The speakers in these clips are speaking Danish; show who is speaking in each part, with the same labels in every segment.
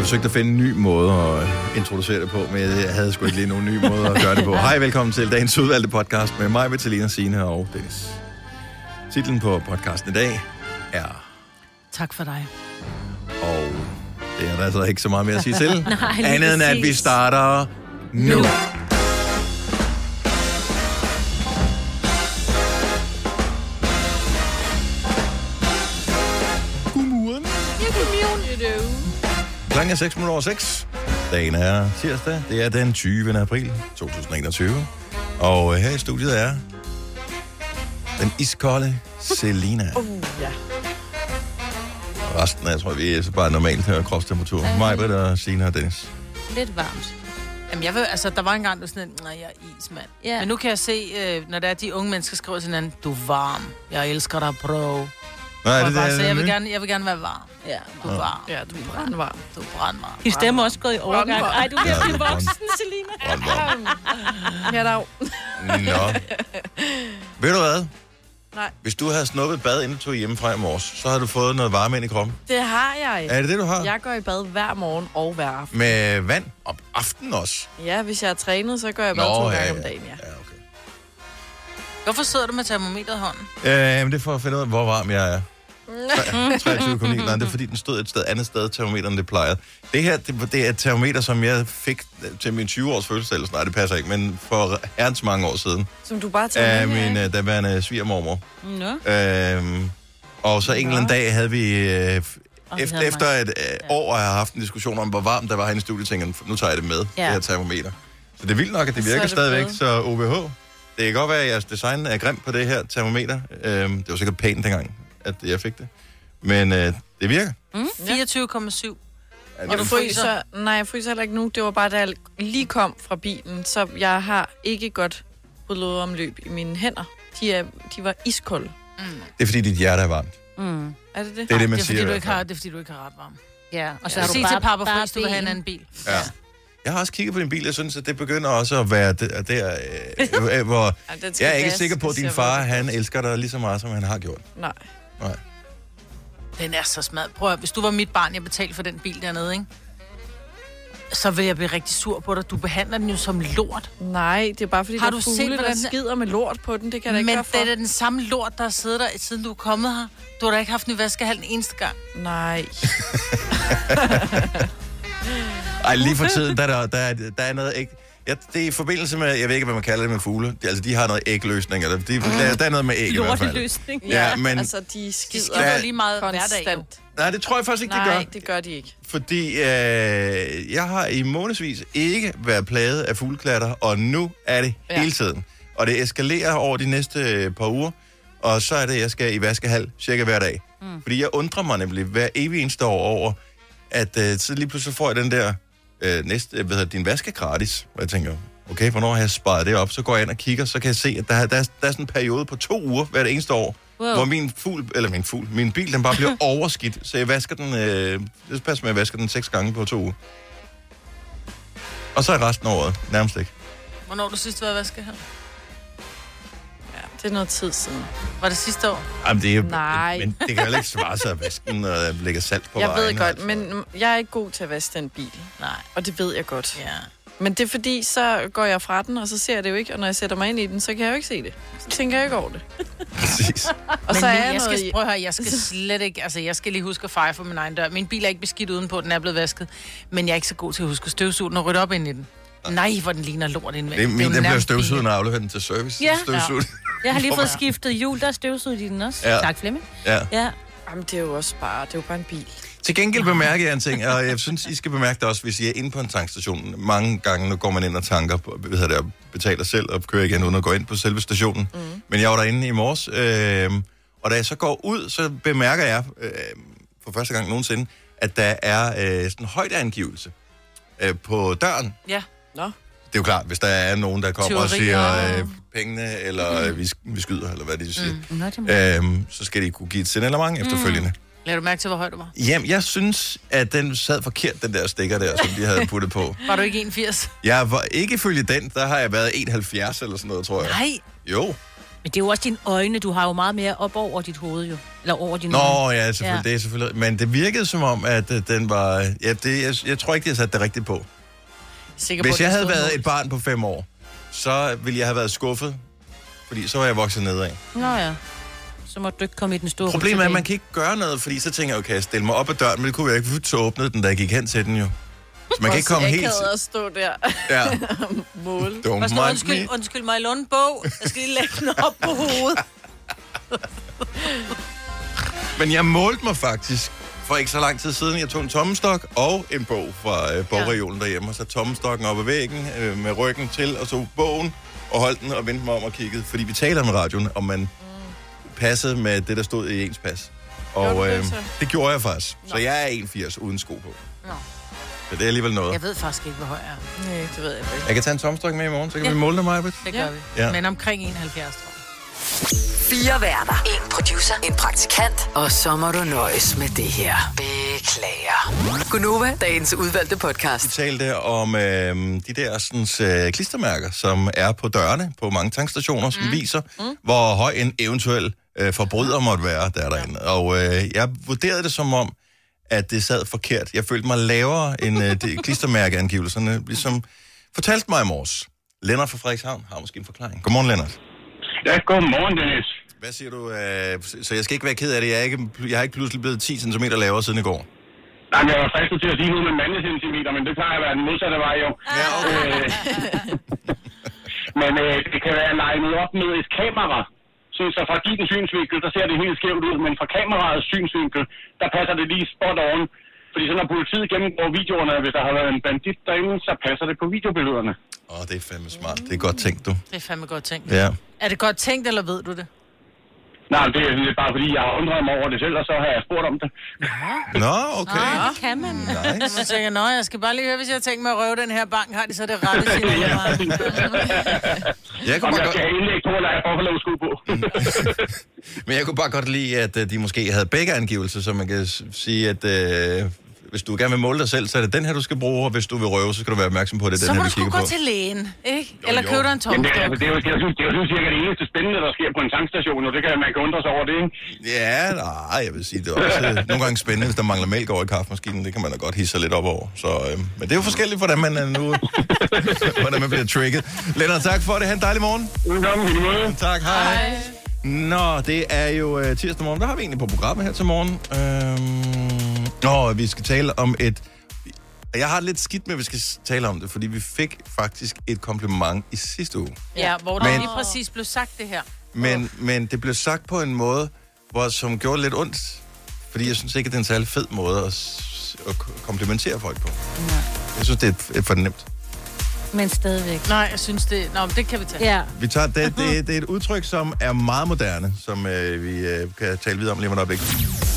Speaker 1: forsøgte at finde en ny måde at øh, introducere det på, men jeg havde sgu ikke lige nogen ny måde at gøre det på. Hej, velkommen til dagens udvalgte podcast med mig, Vitalina Sine og Dennis. Titlen på podcasten i dag er,
Speaker 2: Tak for dig.
Speaker 1: og det er der altså ikke så meget mere at sige til,
Speaker 2: Nej, lige
Speaker 1: andet end at
Speaker 2: præcis.
Speaker 1: vi starter nu. nu. Godmorgen. Klokken er 6 minutter over 6. Dagen er tirsdag. Det er den 20. april 2021. Og øh, her i studiet er den iskolde Selina.
Speaker 3: Uh, ja.
Speaker 1: Og Resten af, jeg tror, vi er bare normalt her kropstemperatur. Mig, Britt og Sina og Dennis.
Speaker 2: Lidt varmt. Jamen, jeg ved, altså, der var engang, du var sådan en, nej, jeg er is, mand.
Speaker 4: Ja.
Speaker 2: Men nu kan jeg se, øh, når der er de unge mennesker, skriver til hinanden, du er varm, jeg elsker dig, bro.
Speaker 1: Nej,
Speaker 2: Og
Speaker 1: det,
Speaker 2: bare,
Speaker 1: det,
Speaker 2: så jeg vil,
Speaker 1: nye?
Speaker 2: gerne, jeg vil gerne være varm. Ja, du er
Speaker 1: Ja.
Speaker 2: varm.
Speaker 3: Ja, du er brandvarm.
Speaker 2: Du er brandvarm.
Speaker 4: I stemmer også gået i overgang. Ej, du er ved at blive voksen, Selina.
Speaker 1: Brønd, brønd.
Speaker 3: Ja, dag.
Speaker 1: Nå. Ved du hvad?
Speaker 3: Nej.
Speaker 1: Hvis du havde snuppet et bad, inden du tog hjemmefra i morges, så havde du fået noget varme ind i kroppen.
Speaker 3: Det har jeg ikke.
Speaker 1: Er det det, du har?
Speaker 3: Jeg går i bad hver morgen og hver aften.
Speaker 1: Med vand om aftenen også.
Speaker 3: Ja, hvis jeg har trænet, så går jeg i bad to gange om dagen, ja.
Speaker 1: ja okay.
Speaker 2: Hvorfor sidder du med termometeret i hånden?
Speaker 1: Øh, men det er for at finde ud af, hvor varm jeg er. Tre- 23,9. Nej, det er fordi, den stod et sted andet sted, termometeren, end det plejede. Det her, det, det er et termometer, som jeg fik øh, til min 20-års fødselsdag. eller sådan- Nej, det passer ikke, men for herrens mange år siden.
Speaker 3: Som du bare tager
Speaker 1: Af
Speaker 3: med
Speaker 1: min
Speaker 3: her,
Speaker 1: øh, daværende svigermormor.
Speaker 2: Mm,
Speaker 4: Nå.
Speaker 1: Øhm, og så en eller anden dag havde vi... Øh, f-
Speaker 2: Og vi
Speaker 1: efter,
Speaker 2: havde
Speaker 1: efter et øh, år har jeg haft en diskussion om, hvor varmt der var herinde i studiet, tænkte jeg, nu tager jeg det med,
Speaker 2: Ja.
Speaker 1: det her termometer. Så det er vildt nok, at det
Speaker 2: Så er
Speaker 1: virker
Speaker 2: det
Speaker 1: stadigvæk,
Speaker 2: blevet.
Speaker 1: så OBH. Det kan godt være, at jeres design er grimt på det her termometer. Øhm, det var sikkert pænt dengang, at jeg fik det. Men øh, det virker.
Speaker 4: Mm?
Speaker 2: 24,7.
Speaker 1: Er
Speaker 3: Og
Speaker 1: det-
Speaker 3: du fryser? Nej, jeg fryser heller ikke nu. Det var bare, da jeg lige kom fra bilen, så jeg har ikke godt blodomløb i mine hænder. De, er, de var iskolde.
Speaker 1: Det er fordi, dit hjerte er varmt.
Speaker 4: Mm.
Speaker 3: Er det det?
Speaker 1: Det er det, man
Speaker 2: Mm. det er,
Speaker 1: siger.
Speaker 2: fordi,
Speaker 1: i
Speaker 2: du
Speaker 1: hvert
Speaker 2: ikke
Speaker 1: fald.
Speaker 2: har, det er, fordi du ikke har ret varm.
Speaker 4: Ja, og så
Speaker 2: Ja.
Speaker 4: er du
Speaker 2: Sig
Speaker 4: bare,
Speaker 2: til Papa
Speaker 4: bare
Speaker 2: Fris, du vil have en
Speaker 4: ben.
Speaker 2: anden bil.
Speaker 1: Ja. Jeg har også kigget på din bil. Jeg synes, at det begynder også at være der, der øh, øh, hvor...
Speaker 3: Ej, den skal
Speaker 1: Jeg er ikke
Speaker 3: gas,
Speaker 1: sikker på, at
Speaker 3: det
Speaker 1: din
Speaker 3: ser jeg
Speaker 1: far,
Speaker 3: godt.
Speaker 1: han elsker dig lige så meget, som han har gjort.
Speaker 3: Nej.
Speaker 1: Nej.
Speaker 2: Den er så smad. Prøv at, høre, hvis du var mit barn, jeg betalte for den bil dernede, ikke? Så vil jeg blive rigtig sur på dig. Du behandler den jo som lort.
Speaker 3: Nej, det er bare fordi,
Speaker 2: Har
Speaker 3: har der er
Speaker 2: du
Speaker 3: fugle,
Speaker 2: set,
Speaker 3: set, der
Speaker 2: hvordan den-
Speaker 3: skider med lort på den. Det kan jeg da
Speaker 2: Men
Speaker 3: ikke
Speaker 2: det er
Speaker 3: gøre
Speaker 2: da den samme lort, der sidder der, siden du er kommet her. Du har da ikke haft en vaskehal den eneste gang.
Speaker 3: for. Nej.
Speaker 1: Ej, lige for tiden, der er, der, der, er- der er noget æg. Ja, det er i forbindelse med, jeg ved ikke, hvad man kalder det med fugle. De, altså, de har noget ægløsning, eller de, der, der er noget med æg i hvert fald.
Speaker 4: Lorteløsning.
Speaker 1: Ja, men-
Speaker 3: Altså, de
Speaker 2: De
Speaker 3: skider,
Speaker 2: skider jo lige meget hver dag. Jo.
Speaker 3: konstant.
Speaker 1: Nej, det tror jeg faktisk ikke, det
Speaker 3: Nej,
Speaker 1: gør.
Speaker 3: det gør de ikke.
Speaker 1: Fordi øh, jeg har i månedsvis ikke været plaget af fugleklatter, og nu er det ja.
Speaker 3: Ja.
Speaker 1: hele tiden. Og det eskalerer over de næste øh, par uger, og så er det, jeg skal i vaskehal cirka hver dag. Mm. Fordi jeg undrer mig nemlig hver evig eneste år over, at øh, så lige pludselig får jeg den der, øh, næste, øh, hvad hedder det, din vaske gratis. Og jeg tænker, okay, hvornår har jeg sparet det op? Så går jeg ind og kigger, så kan jeg se, at der, er- der, er, der er sådan en periode på to uger hvert eneste år,
Speaker 4: Wow.
Speaker 1: hvor min fugl, eller min fugl, min bil, den bare bliver overskidt. Så jeg vasker den, øh, det passer med, at jeg vasker den seks gange på to uger. Og så er resten af året nærmest ikke.
Speaker 2: Hvornår har du sidst været i vaskehal?
Speaker 3: Ja, det er noget tid siden.
Speaker 2: Var det sidste år?
Speaker 1: Jamen, det er,
Speaker 3: Nej.
Speaker 1: Men det kan jo heller ikke svare sig at vaske den, og lægge salt på
Speaker 3: jeg
Speaker 1: vejen.
Speaker 3: ved godt,
Speaker 1: altså.
Speaker 3: men jeg er ikke god til at vaske den bil.
Speaker 2: Nej.
Speaker 3: Og det ved jeg godt.
Speaker 2: Ja.
Speaker 3: Men det er fordi, så går jeg fra den, og så ser jeg det jo ikke. Og når jeg sætter mig ind i den, så kan jeg jo ikke se det. Så tænker jeg ikke over det.
Speaker 1: Præcis.
Speaker 3: Og
Speaker 2: Og
Speaker 3: så
Speaker 2: så
Speaker 3: er
Speaker 2: men
Speaker 3: jeg,
Speaker 2: jeg
Speaker 3: noget
Speaker 2: skal,
Speaker 3: i...
Speaker 2: prøv at høre, jeg skal slet ikke, altså jeg skal lige huske at feje for min egen dør. Min bil er ikke beskidt udenpå, den er blevet vasket. Men jeg er ikke så god til at huske at støvsuge den og rydde op ind i den. Nej, hvor den ligner lort indvendigt.
Speaker 1: Det er min,
Speaker 2: jo
Speaker 1: den bliver
Speaker 2: nærmest
Speaker 1: støvsuget,
Speaker 2: pinligt.
Speaker 1: når jeg afleverer den til service.
Speaker 4: Ja.
Speaker 1: Støvsuget.
Speaker 4: Jeg har lige fået skiftet hjul, der er støvsud i den også.
Speaker 1: Ja.
Speaker 4: Tak, Flemming.
Speaker 1: Ja.
Speaker 4: Ja.
Speaker 3: Jamen, det er jo også bare, det er jo bare en bil.
Speaker 1: Til gengæld bemærker jeg en ting, og jeg synes, I skal bemærke det også, hvis I er inde på en tankstation. Mange gange nu går man ind og tanker, på- hvad hedder det, og betaler selv og kører igen, uden at gå ind på selve stationen. Mm. Men jeg var derinde i morges, øh, og da jeg så går ud, så bemærker jeg øh, for første gang nogensinde, at der er øh, sådan en højdeangivelse øh, på døren.
Speaker 2: Ja.
Speaker 3: Nå.
Speaker 1: Det er jo klart, hvis der er nogen, der kommer og
Speaker 2: Tyverier.
Speaker 1: siger øh, pengene, eller øh, vi, sk- vi skyder, eller hvad det siger,
Speaker 4: Nå, det
Speaker 1: mm.
Speaker 4: må...
Speaker 1: øh, så skal de kunne give et signalement efterfølgende.
Speaker 2: Mm. Lad du mærke til, hvor høj du var?
Speaker 1: Jamen, jeg synes, at den sad forkert, den der stikker der, som de havde puttet på.
Speaker 2: Var du ikke 81?
Speaker 1: Jeg var ikke ifølge den, der har jeg været 71 eller sådan noget, tror jeg.
Speaker 2: Nej,
Speaker 1: Jo.
Speaker 4: Men det er jo også dine øjne. Du har jo meget mere op over dit hoved, jo. Eller over dine øjne.
Speaker 1: Nå, ja, selvfølgelig, ja. det er selvfølgelig. Men det virkede som om, at øh, den var... øh, Ja, det, jeg, jeg tror ikke, de har sat det rigtigt på.
Speaker 2: Sikker på,
Speaker 1: Hvis
Speaker 2: at det
Speaker 1: jeg havde
Speaker 2: stod
Speaker 1: været
Speaker 2: mål.
Speaker 1: et barn på fem år, så ville jeg have været skuffet, fordi så var jeg vokset nedad.
Speaker 4: Nå ja. Så må du ikke komme i den store
Speaker 1: Problemet er, at
Speaker 4: rutsjebane.
Speaker 1: man kan ikke gøre noget, fordi så tænker jeg, okay, jeg stiller mig op ad døren, men det kunne jeg ikke, for så åbnede den, da jeg gik hen til den jo. Så man kan ikke komme helt...
Speaker 3: Jeg at stå der
Speaker 1: Ja,
Speaker 3: og måle.
Speaker 1: don't
Speaker 2: Og sådan,
Speaker 1: mind
Speaker 2: undskyld,
Speaker 1: me.
Speaker 2: undskyld mig, lån en bog. Jeg skal lige lægge den op på hovedet.
Speaker 1: Men jeg målte mig faktisk for ikke så lang tid siden. Jeg tog en tommestok og en bog fra øh, bogreolen derhjemme, og så tommestokken op ad væggen øh, med ryggen til, og så bogen og holdt den og vendte mig om og kiggede, fordi vi taler om radioen, om man passede med det, der stod i ens pas. Og
Speaker 3: Gjorde du
Speaker 1: øh,
Speaker 3: det så?
Speaker 1: det gjorde jeg faktisk. Så jeg er 1,80 uden sko på.
Speaker 2: Nå.
Speaker 1: Så det er alligevel noget.
Speaker 2: Jeg ved faktisk ikke, hvor høj jeg er.
Speaker 3: Nej, det ved jeg ikke.
Speaker 1: Jeg kan tage en tomstok med i morgen, så kan ja.
Speaker 2: Ja.
Speaker 1: vi måle det, Majbrit.
Speaker 2: Det gør
Speaker 3: Ja.
Speaker 2: vi.
Speaker 1: Ja.
Speaker 2: Men omkring 71, tror jeg.
Speaker 5: Fire værter. En producer. En praktikant. Og så må du nøjes med det her. Beklager. Gunova, dagens udvalgte podcast.
Speaker 1: Vi talte om øh, de der sådan, øh, klistermærker, som er på dørene på mange tankstationer, som mm. viser, mm. hvor høj en eventuel øh, forbryder måtte være, der er derinde. Og øh, jeg vurderede det som om, at det sad forkert. Jeg følte mig lavere end øh, de klistermærkeangivelserne, ligesom fortalte mig i morges. Lennart fra Frederikshavn har måske en forklaring. Godmorgen, Lennart.
Speaker 6: Ja, godmorgen, Dennis.
Speaker 1: Hvad siger du? Øh, så jeg skal ikke være ked af det. Jeg er ikke, jeg er ikke pludselig blevet 10 cm lavere siden i går.
Speaker 6: Nej, men jeg var fristet til at sige noget med mandecentimeter, men det plejer at være den modsatte vej jo.
Speaker 1: Ja, okay.
Speaker 6: Øh, men øh, det kan være legnet op med et kamera. Så, så fra din synsvinkel, der ser det helt skævt ud, men fra kameraets synsvinkel, der passer det lige spot on. Fordi så når politiet gennemgår videoerne, hvis der har været en bandit derinde, så passer det på videobillederne.
Speaker 1: Åh, oh, det er fandme smart. Det er godt tænkt, du.
Speaker 2: Det er fandme godt tænkt.
Speaker 1: Ja.
Speaker 2: Er det godt tænkt, eller ved du det?
Speaker 6: Nej, det er sådan lidt bare fordi, jeg har undret mig over det selv, og så har jeg spurgt om det.
Speaker 1: Nå, okay.
Speaker 4: Nej, det kan man.
Speaker 1: Nice.
Speaker 2: Så tænker jeg, nå, jeg skal bare lige høre, hvis jeg tænker mig at røve den her bank, har de så det rette til mig?
Speaker 1: Jeg kunne
Speaker 6: Om
Speaker 1: bare
Speaker 6: jeg skal
Speaker 1: godt,
Speaker 6: have indlæg på, eller jeg får lov sko på.
Speaker 1: men jeg kunne bare godt lide, at øh, de måske havde begge angivelser, så man kan s- sige, at øh, hvis du gerne vil måle dig selv, så er det den her, du skal bruge, og hvis du vil røve, så skal du være opmærksom på, at det er
Speaker 2: Så
Speaker 1: den
Speaker 2: må du
Speaker 1: her, vi
Speaker 2: sgu
Speaker 1: kigger på.
Speaker 2: gå til lægen, ikke? Eller
Speaker 1: jo.
Speaker 2: købe dig en
Speaker 6: Jamen, det, er,
Speaker 2: tomstok.
Speaker 6: altså, det, er, jo- det, er, jo sådan- det er jo sådan cirka det eneste spændende, der sker på en tankstation, og det kan man kan undre sig over det, ikke?
Speaker 1: Ja, nej, jeg vil sige, det er også øh, nogle gange spændende, hvis der mangler mælk over i kaffemaskinen, det kan man da godt hisse sig lidt op over. Så, øh, men det er jo forskelligt, hvordan man er nu, hvordan man bliver trigget. Lennart, tak for det. Ha' en dejlig morgen.
Speaker 6: Velkommen, i måde.
Speaker 1: Tak, hej. hej. Nå, det er jo øh, tirsdag morgen. Hvad har vi egentlig på programmet her til morgen? Øhm, nå, vi skal tale om et... Jeg har det lidt skidt med, at vi skal s- tale om det, fordi vi fik faktisk et kompliment i sidste uge.
Speaker 2: Ja, hvor der
Speaker 1: Men-
Speaker 2: lige præcis blev sagt det her.
Speaker 1: Men, men det blev sagt på en måde, hvor, som gjorde lidt ondt. Fordi jeg synes ikke, at det er en særlig fed måde at, s- at k- komplimentere folk på. Nej. Jeg synes, det er f- for nemt.
Speaker 4: Men stadigvæk.
Speaker 2: Nej, jeg synes det... Nå, men det kan vi tage.
Speaker 4: Ja.
Speaker 1: Vi tager det, det, det er et udtryk, som er meget moderne, som øh, vi øh, kan tale videre om lige om et øjeblik.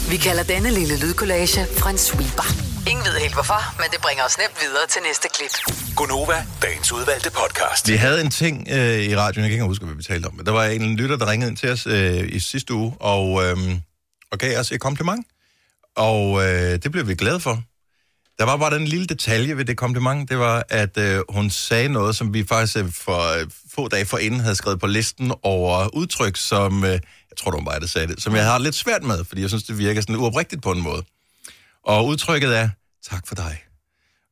Speaker 5: Vi kalder denne lille lydkollage en sweeper. Ingen ved helt hvorfor, men det bringer os nemt videre til næste klip.
Speaker 7: Gunova, dagens udvalgte podcast.
Speaker 1: Vi havde en ting øh, i radioen, jeg kan ikke engang huske, hvad vi talte om, men der var en lytter, der ringede ind til os øh, i sidste uge, og, øh, og gav os et kompliment. Og øh, det blev vi glade for. Der var bare den lille detalje ved det kompliment, det var, at øh, hun sagde noget, som vi faktisk øh, for øh, få dage forinden havde skrevet på listen over udtryk, som, øh, jeg tror, det var mig, der sagde det, som jeg har lidt svært med, fordi jeg synes, det virker sådan uoprigtigt på en måde. Og udtrykket er, tak for dig.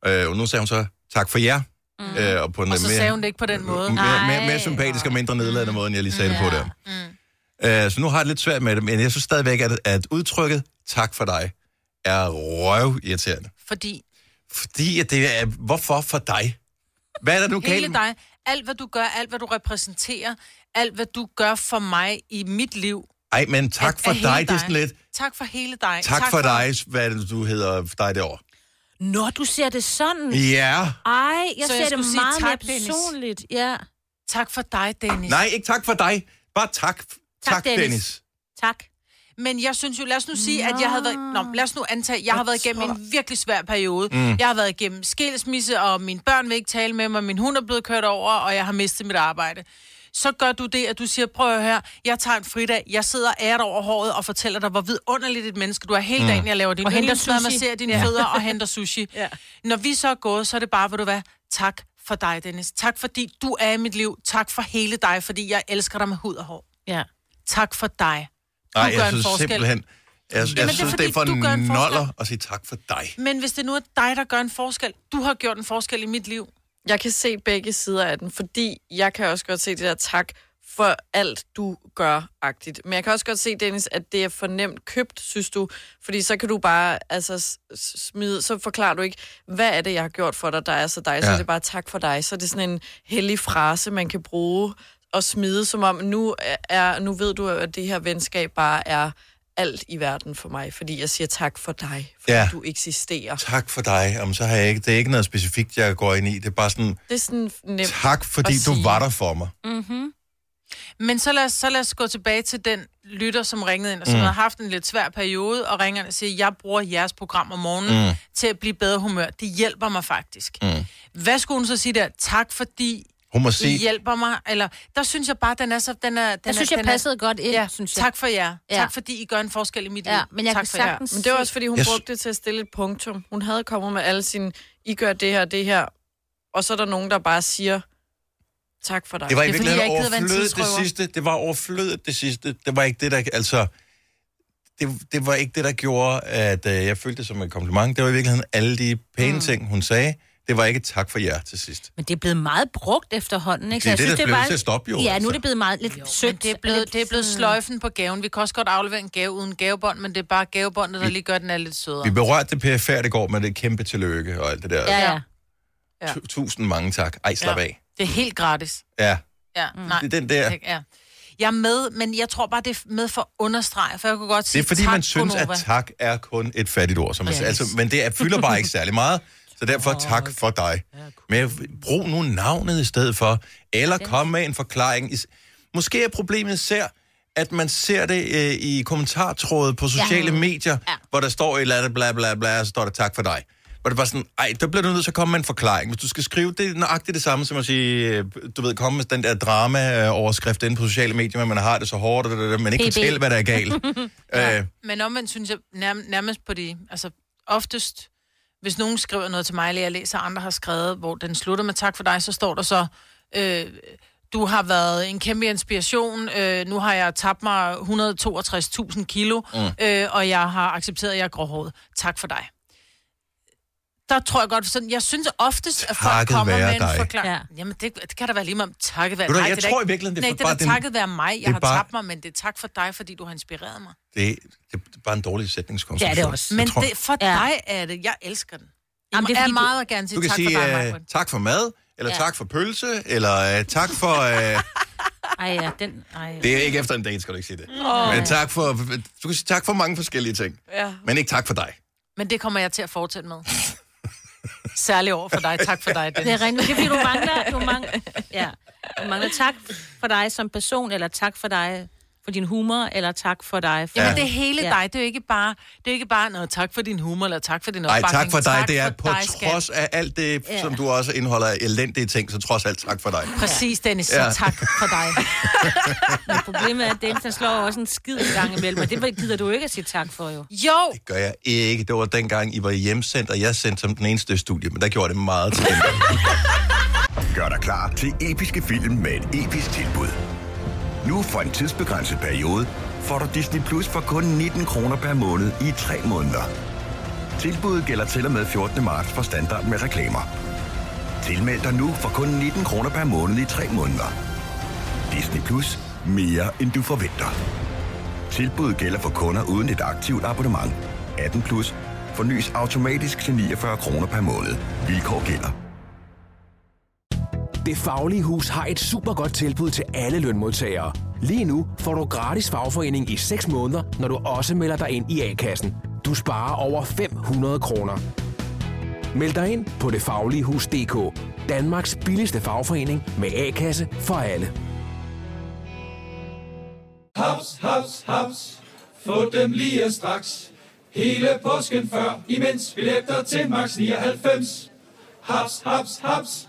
Speaker 1: Øh, og nu sagde hun så, tak for jer. Mm. Øh, og, på en
Speaker 2: Og
Speaker 1: øh,
Speaker 2: så sagde hun det ikke på den måde.
Speaker 1: mere, mere, mere sympatisk og
Speaker 2: Mm.
Speaker 1: mindre nedladende måde, end jeg lige sagde det på der. Mm. Uh, så nu har jeg det lidt svært med det, men jeg synes stadigvæk, at, at udtrykket tak for dig er røvirriterende.
Speaker 2: Fordi
Speaker 1: Fordi at det er, hvorfor for dig? Hvad er der nu
Speaker 2: hele
Speaker 1: galt?
Speaker 2: dig, alt hvad du gør, alt hvad du repræsenterer, alt hvad du gør for mig i mit liv,
Speaker 1: Ej, men tak
Speaker 2: er-
Speaker 1: for
Speaker 2: er
Speaker 1: dig,
Speaker 2: hele
Speaker 1: det er sådan lidt,
Speaker 2: Tak for hele dig.
Speaker 1: tak, tak for dig, hvad er det, du hedder dig derovre.
Speaker 4: Nå, du ser det sådan.
Speaker 1: Ja.
Speaker 4: Ej, jeg
Speaker 2: Så
Speaker 4: ser
Speaker 2: jeg
Speaker 4: det
Speaker 2: skulle sige
Speaker 4: meget
Speaker 2: tak,
Speaker 4: mere
Speaker 2: Dennis.
Speaker 4: personligt. Ja.
Speaker 2: Tak for dig, Dennis.
Speaker 1: Nej, ikke tak for dig. Bare tak. Tak,
Speaker 4: Dennis.
Speaker 1: Dennis.
Speaker 4: Tak.
Speaker 2: Men jeg synes jo, lad os nu sige, at jeg havde været... Nå, lad os nu antage, jeg har været igennem en virkelig svær periode. Mm. Jeg har været igennem skilsmisse, og mine børn vil ikke tale med mig, min hund er blevet kørt over, og jeg har mistet mit arbejde. Så gør du det, at du siger, prøv her, jeg tager en fridag, jeg sidder æret over håret og fortæller dig, hvor vidunderligt et menneske du er
Speaker 1: Mm.
Speaker 2: hele dagen, jeg laver din
Speaker 4: Og henter
Speaker 2: yndlingsmad,
Speaker 4: sushi.
Speaker 2: masserer dine fødder og henter sushi. ja. Når vi så er gået, så er det bare, hvor du hvad, tak for dig, Dennis. Tak fordi du er i mit liv. Tak for hele dig, fordi jeg elsker dig med hud og hår. Ja. Tak for dig. Du
Speaker 1: Nej,
Speaker 2: gør
Speaker 1: jeg
Speaker 2: en
Speaker 1: synes
Speaker 2: forskel.
Speaker 1: simpelthen... Jeg, jeg
Speaker 2: Jamen, det er
Speaker 1: synes, det er,
Speaker 2: fordi,
Speaker 1: for
Speaker 2: du gør en forskel.
Speaker 1: noller at sige tak for dig.
Speaker 2: Men hvis det nu er dig, der gør en forskel, du har gjort en forskel i mit liv.
Speaker 3: Jeg kan se begge sider af den, fordi jeg kan også godt se det der tak for alt, du gør-agtigt. Men jeg kan også godt se, Dennis, at det er for nemt købt, synes du, fordi så kan du bare altså, s- s- smide, så forklarer du ikke, hvad er det, jeg har gjort for dig, der er så dig, ja. så
Speaker 1: Ja.
Speaker 3: er det bare tak for dig. Så er det sådan en hellig frase, man kan bruge og smide, som om nu, er, nu ved du, at det her venskab bare er alt i verden for mig, fordi jeg siger tak for dig, fordi
Speaker 1: Ja.
Speaker 3: ja. du eksisterer.
Speaker 1: Tak for dig. Jamen, så har jeg ikke... Det er ikke noget specifikt, jeg går ind i. Det er bare sådan,
Speaker 3: Det er sådan nemt.
Speaker 1: tak fordi
Speaker 3: at
Speaker 1: du
Speaker 3: sige.
Speaker 1: var der for mig.
Speaker 2: Men så lad, os, så lad os gå tilbage til den lytter, som ringede ind, og som mm. havde haft en lidt svær periode, og ringer ind og siger, jeg bruger jeres program om morgenen mm. til at blive bedre humør. Det hjælper mig faktisk. Mm. Hvad skulle hun så sige der? Tak fordi
Speaker 1: Hun må
Speaker 2: I
Speaker 1: sige...
Speaker 2: hjælper mig. Eller, der synes jeg bare, den er så... Den er, den
Speaker 4: Jeg synes,
Speaker 2: er,
Speaker 4: jeg
Speaker 2: den er-
Speaker 4: passede godt ind,
Speaker 2: Ja,
Speaker 4: synes jeg.
Speaker 2: tak for jer.
Speaker 4: Ja.
Speaker 2: Ja. Tak fordi I gør en forskel i mit liv.
Speaker 4: Ja, men jeg
Speaker 2: tak
Speaker 4: kan
Speaker 2: for jer.
Speaker 4: sagtens-
Speaker 3: Men det var også, fordi hun
Speaker 1: Jeg
Speaker 3: jeg
Speaker 1: sy-
Speaker 3: brugte det til at stille et punktum. Hun havde kommet med alle sine, I gør det her, det her, og så er der nogen, der bare siger, tak for dig.
Speaker 1: Det var i
Speaker 2: Det er, fordi
Speaker 1: virkeligheden
Speaker 2: jeg ikke gider være en
Speaker 1: overflødet det
Speaker 2: tidsrøver.
Speaker 1: sidste. Det var overflødet det sidste. Det var ikke det, der... Altså, det, det var ikke det, der gjorde, at øh, jeg følte det som et kompliment. Det var i virkeligheden alle de pæne mm. ting, hun sagde. Det var ikke et tak for jer til sidst.
Speaker 4: Men det er blevet meget brugt efterhånden, ikke?
Speaker 1: Det er det, der blev til at stoppe, jo,
Speaker 4: Ja, nu
Speaker 1: altså.
Speaker 4: er det blevet meget lidt Mm.
Speaker 2: Men
Speaker 4: sødt.
Speaker 2: det er blevet, det er blevet sløjfen på gaven. Vi kan også godt aflevere en gave uden gavebånd, men det er bare gavebåndet, der lige gør, at den er lidt
Speaker 1: Vi
Speaker 2: sødere.
Speaker 1: berørte det perifært i går med det kæmpe tillykke og alt det der.
Speaker 4: Ja, ja.
Speaker 1: Ja. Tu- Tusind mange tak. Ej, slap ja.
Speaker 2: Ja.
Speaker 1: af.
Speaker 2: Det er helt gratis.
Speaker 1: Ja,
Speaker 2: Ja, mm. nej.
Speaker 1: det er den der.
Speaker 2: Ikke? Ja. Jeg er med, men jeg tror bare, det er med for at understrege, for jeg kunne godt
Speaker 1: Det
Speaker 2: sige
Speaker 1: er fordi,
Speaker 2: tak,
Speaker 1: man synes,
Speaker 2: Gonova.
Speaker 1: at tak er kun et fattigt ord. Som yes.
Speaker 2: Yes.
Speaker 1: altså, men det er, fylder bare ikke særlig meget. Så derfor tak for dig. Men jeg- brug nu navnet i stedet for, eller kom med en forklaring. Is- Måske er problemet især, at man ser det øh, i kommentartråde på sociale ja. medier, ja. hvor der står et eller andet bla bla bla, og så står der tak for dig. Hvor det bare sådan, ej, der bliver du nødt til at komme med en forklaring. Hvis du skal skrive, det er nøjagtigt det samme som at sige, øh, du ved, komme med den der drama-overskrift inde på sociale medier, men man har det så hårdt, og det, det, det, man ikke kan
Speaker 4: PB.
Speaker 1: fortælle, hvad der er galt. ja. øh,
Speaker 2: Men omvendt synes jeg nærm- nærmest på de... Altså, oftest, hvis nogen skriver noget til mig, eller jeg læser, andre har skrevet, hvor den slutter med tak for dig, så står der så... Øh, du har været en kæmpe inspiration. Øh, nu har jeg tabt mig 162.000 kilo, mm. øh, og jeg har accepteret, at jeg er gråhåret. Tak for dig. Der tror jeg godt, sådan, jeg synes oftest, at folk
Speaker 1: Takket
Speaker 2: kommer
Speaker 1: være
Speaker 2: med en
Speaker 1: dig.
Speaker 2: forklaring.
Speaker 4: Ja.
Speaker 2: Ja. Jamen, det, det kan da være lige meget om takket være
Speaker 1: Ved du
Speaker 2: dig.
Speaker 1: hvad, jeg
Speaker 2: det er da
Speaker 1: tror
Speaker 2: ikke-
Speaker 1: i virkeligheden, det er
Speaker 2: Nej,
Speaker 1: for-
Speaker 2: det er
Speaker 1: bare
Speaker 2: da
Speaker 1: den-
Speaker 2: takket være mig.
Speaker 1: er
Speaker 2: Jeg har
Speaker 1: bare-
Speaker 2: tabt mig, men det er tak for dig, fordi du har inspireret mig.
Speaker 1: Det, det, det er bare en dårlig sætningskonstruktion.
Speaker 4: Det er det også.
Speaker 1: Jeg
Speaker 2: Men
Speaker 1: tror,
Speaker 2: det, for
Speaker 4: Ja.
Speaker 2: ja. dig er det. Jeg elsker den. Jeg
Speaker 4: Jamen, det er
Speaker 2: er,
Speaker 4: fordi, du-
Speaker 2: meget du... gerne
Speaker 1: du
Speaker 2: sige
Speaker 1: kan
Speaker 2: tak
Speaker 1: sige
Speaker 2: for dig,
Speaker 1: øh,
Speaker 2: Michael.
Speaker 1: tak for mad, eller ja.
Speaker 4: Ja.
Speaker 1: tak for pølse, eller øh, tak for... Øh,
Speaker 4: Ej, ja, den... Ej.
Speaker 1: det er ikke efter en date, skal du ikke sige det. Oh. Men tak for, du kan sige tak for mange forskellige ting.
Speaker 3: Ja.
Speaker 1: Men ikke tak for dig.
Speaker 2: Men det kommer jeg til at fortsætte med. Særligt over for dig. Tak for dig,
Speaker 1: altså.
Speaker 4: Det
Speaker 2: Dennis.
Speaker 4: er rent, det er fordi, du mangler, du mangler, ja, du mangler tak for dig som person, eller tak for dig for din humor, eller tak for dig for...
Speaker 2: Jamen, det er hele
Speaker 4: Ja.
Speaker 2: ja. dig. Det er jo ikke bare, det er jo ikke bare noget tak for din humor, eller tak for din
Speaker 1: Nej,
Speaker 2: opbakning.
Speaker 1: tak for dig. Det er
Speaker 2: for
Speaker 1: på
Speaker 2: dig, skat.
Speaker 1: trods af alt det,
Speaker 4: Ja.
Speaker 1: som du også indeholder af elendige ting, så trods alt tak for dig.
Speaker 2: Præcis, Dennis. Så
Speaker 1: Ja.
Speaker 2: tak for dig.
Speaker 4: Men problemet er, at Dennis han slår jo også en skid i gang imellem, og det gider du ikke at sige tak for, jo.
Speaker 2: Jo,
Speaker 1: Det gør jeg ikke. Det var dengang, I var hjemsendt, og jeg sendte som den eneste i studiet, men der gjorde det meget til gengæld.
Speaker 8: Gør dig klar til episke film med et episk tilbud. Nu for en tidsbegrænset periode får du Disney Plus for kun 19 kroner per måned i 3 måneder. Tilbuddet gælder til og med 14. marts for standard med reklamer. Tilmeld dig nu for kun 19 kroner per måned i 3 måneder. Disney Plus. Mere end du forventer. Tilbuddet gælder for kunder uden et aktivt abonnement. 18 plus. Fornyes automatisk til 49 kroner per måned. Vilkår gælder.
Speaker 9: Det Faglige Hus har et super godt tilbud til alle lønmodtagere. Lige nu får du gratis fagforening i 6 måneder, når du også melder dig ind i A-kassen. Du sparer over 500 kroner. Meld dig ind på detfagligehus.dk. Danmarks billigste fagforening med A-kasse for alle.
Speaker 10: Haps, haps, haps. Få dem lige straks. Hele påsken før, imens billetter til max 99. Haps, haps, haps.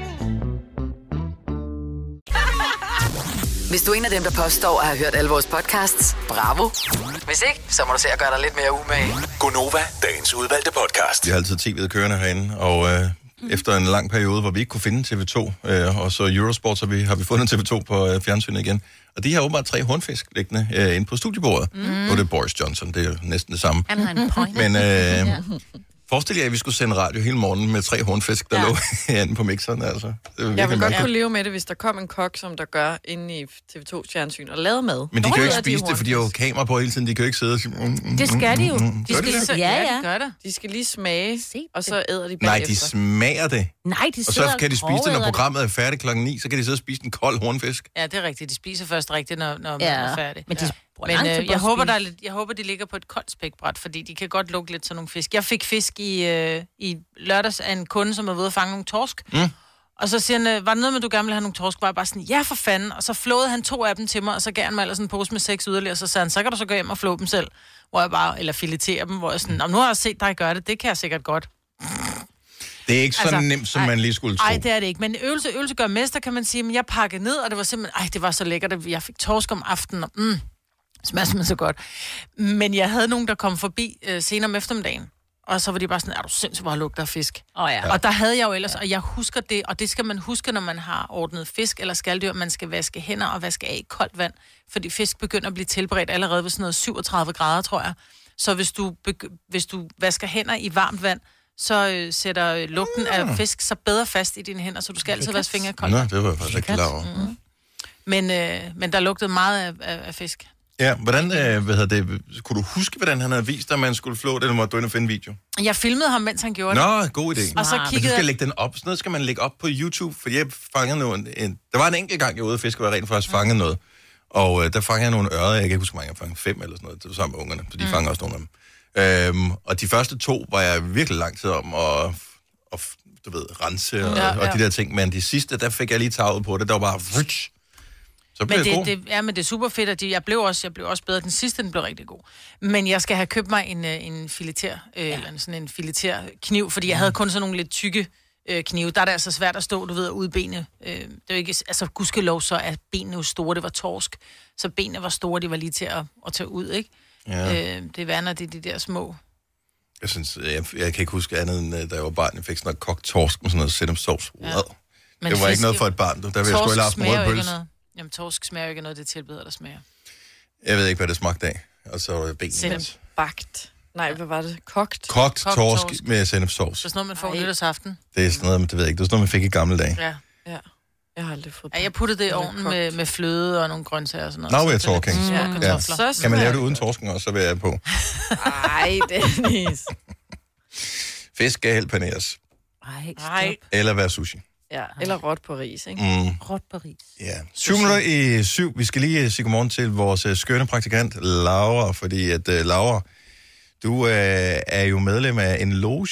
Speaker 5: Hvis du er en af dem, der påstår at have hørt alle vores podcasts, bravo. Hvis ikke, så må du se at gøre dig lidt mere umage.
Speaker 7: Gonova, dagens udvalgte podcast.
Speaker 1: Vi Altså, har altid tv'et kørende herinde, og øh, mm. efter en lang periode, hvor vi ikke kunne finde TV2, øh, og så Eurosport, så vi, har vi fundet TV2 på øh, fjernsynet igen. Og de har åbenbart tre hornfisk liggende øh, inde på studiebordet. Mm. Og det er Boris Johnson, det er jo næsten det samme.
Speaker 4: Han har en point.
Speaker 1: Men øh, forestil jer, at vi skulle sende radio hele morgenen med tre hornfisk, der ja. lå herinde på mixeren, altså. Det var virkelig
Speaker 3: Jeg vil godt
Speaker 1: mærkeligt.
Speaker 3: kunne leve med det, hvis der kom en kok, som der gør inde i TV2's fjernsyn og lavede mad.
Speaker 1: Men de kan jo ikke
Speaker 3: Nå,
Speaker 1: spise det, for de har jo kamera på hele tiden. De kan jo ikke sidde og sige... Mm, mm,
Speaker 3: Det skal de jo.
Speaker 1: mm, mm.
Speaker 3: De
Speaker 1: Gør
Speaker 3: skal
Speaker 1: det?
Speaker 3: så-
Speaker 1: det?
Speaker 3: ja,
Speaker 4: Ja,
Speaker 3: ja.
Speaker 4: de gør det.
Speaker 3: De skal lige smage, og så æder de
Speaker 1: Nej,
Speaker 3: bagefter.
Speaker 1: de smager det.
Speaker 4: Nej, de
Speaker 1: Og
Speaker 4: sidder
Speaker 1: så kan de spise det,
Speaker 4: grovæder
Speaker 1: når
Speaker 4: det.
Speaker 1: programmet er færdigt klokken 9, så kan de sidde og spise en kold hornfisk.
Speaker 2: Ja, det er rigtigt. De spiser først rigtigt, når, når
Speaker 4: Ja,
Speaker 2: ja. man er færdig.
Speaker 4: men de bruger
Speaker 2: men
Speaker 4: lang tid
Speaker 2: øh,
Speaker 4: på
Speaker 2: jeg,
Speaker 4: at
Speaker 2: jeg,
Speaker 4: spise.
Speaker 2: håber, der er lidt, jeg håber, de ligger på et koldt spækbræt, fordi de kan godt lukke lidt sådan nogle fisk. Jeg fik fisk i, øh, i lørdags af en kunde, som var ved at fange nogle torsk. Mm. Og så siger han, øh, var det noget med, du gerne ville have nogle torsk? Var jeg bare sådan, ja for fanden. Og så flåede han to af dem til mig, og så gav han mig ellers en pose med seks yderligere. Og så sagde han, så kan du så gå hjem og flå dem selv. Hvor jeg bare, eller filetere dem, hvor jeg sådan, "Nå, nu har jeg set dig gøre det, det kan jeg sikkert godt.
Speaker 1: Det er ikke så
Speaker 2: Altså,
Speaker 1: nemt, som
Speaker 2: ej,
Speaker 1: man lige skulle tro.
Speaker 2: Nej, det er det ikke. Men øvelse, øvelse gør mester, kan man sige. Men jeg pakkede ned, og det var simpelthen... Ej, det var så lækkert, at jeg fik torsk om aftenen. Og, mm, smager simpelthen så godt. Men jeg havde nogen, der kom forbi øh, senere om eftermiddagen. Og så var de bare sådan, er du sindssygt, hvor lugter fisk.
Speaker 4: Oh, ja.
Speaker 2: Og der havde jeg jo ellers, og jeg husker det, og det skal man huske, når man har ordnet fisk eller skalddyr, man skal vaske hænder og vaske af i koldt vand, fordi fisk begynder at blive tilberedt allerede ved sådan noget 37 grader, tror jeg. Så hvis du, begy- hvis du vasker hænder i varmt vand, så øh, sætter øh, lugten af fisk så bedre fast i dine hænder, så du skal altid vaske fingre i koldt
Speaker 1: Mm. Nå,
Speaker 2: vand.
Speaker 1: det var jeg faktisk ikke klar over.
Speaker 2: Mhm. Men, øh, men der lugtede meget af, af, af fisk.
Speaker 1: Ja, hvordan, øh, hvad hedder det, kunne du huske, hvordan han havde vist dig, at man skulle flå det, eller måtte du ind og finde video?
Speaker 2: Jeg filmede ham, mens han gjorde det.
Speaker 1: Nå, god idé.
Speaker 2: Og så
Speaker 1: Ah, Men du
Speaker 2: kiggede
Speaker 1: skal lægge den op. Sådan noget skal man lægge op på YouTube, for jeg fangede nogle... En, der var en enkelt gang, jeg var ude at fiske, og jeg rent faktisk fangede noget. Og øh, der fangede jeg nogle ørder, jeg kan ikke huske, hvor mange jeg fangede. Fem eller sådan noget. Det var sammen med ungerne, så de mm. fangede også nogle af dem. Øhm, og de første to var jeg virkelig lang tid om at, at du ved, rense og,
Speaker 2: Ja,
Speaker 1: ja,
Speaker 2: ja.
Speaker 1: ja. og de der ting. Men de sidste, der fik jeg lige taget på det. Der var bare... Vutsch, så blev
Speaker 2: Men
Speaker 1: jeg god.
Speaker 2: det, det, ja, men det er super fedt, at de, jeg, blev også, jeg blev også bedre. Den sidste, den blev rigtig god. Men jeg skal have købt mig en, øh, en fileter, øh, ja. eller en- sådan en fileter kniv, fordi jeg havde kun sådan nogle lidt tykke øh, knive. Der er det altså svært at stå, du ved, ude benene. Øh, det er jo ikke, altså gudskelov så, at benene jo store, det var torsk. Så benene var store, de var lige til at, at tage ud, ikke?
Speaker 1: Ja.
Speaker 2: Ja. Øh, det er værre, når det er de der små.
Speaker 1: Jeg synes, øh, jeg, jeg kan ikke huske andet end, øh, da jeg var barn, jeg fik sådan noget kogt torsk med sådan noget sennep sovs. Ja.
Speaker 2: Men
Speaker 1: Det var
Speaker 2: fisk-
Speaker 1: ikke noget for et barn. du. Der ville jeg sgu
Speaker 2: Torsk
Speaker 1: hellere have haft en
Speaker 2: smager jo
Speaker 1: rød
Speaker 2: ikke
Speaker 1: pølse.
Speaker 2: af noget. Jamen, torsk smager jo ikke af noget, det tilbeder, der smager.
Speaker 1: Jeg ved ikke, hvad det smagte af. Og så var det benene.
Speaker 2: Sennep.
Speaker 3: Bagt. Nej, hvad var det? Kogt?
Speaker 1: Kogt torsk med sennepsovs.
Speaker 2: Så sådan noget, man får nytårsaften.
Speaker 1: Det er sådan noget, det ved jeg ikke. Det er sådan noget, man fik i gamle dage.
Speaker 2: Ja.
Speaker 3: ja. Jeg har aldrig fået
Speaker 2: ja, jeg puttede det i ovnen med, med fløde og nogle grøntsager og sådan noget.
Speaker 1: Now we're
Speaker 2: Så det er
Speaker 1: talking.
Speaker 2: lidt små
Speaker 1: Mm. Ja.
Speaker 2: kartofler.
Speaker 1: Kan man lave det uden torsken også, så vil jeg på.
Speaker 3: Ej, Dennis.
Speaker 1: Fisk skal helt paneres.
Speaker 4: Ej,
Speaker 3: Ej.
Speaker 1: Eller være sushi.
Speaker 3: Ja, eller råt på ris, ikke?
Speaker 1: Mm.
Speaker 4: Råt på ris.
Speaker 1: Ja. 7 minutter i syv. Vi skal lige øh, sige godmorgen til vores øh, skønne praktikant, Laura. Fordi at, uh, Laura, du uh, er jo medlem af en loge.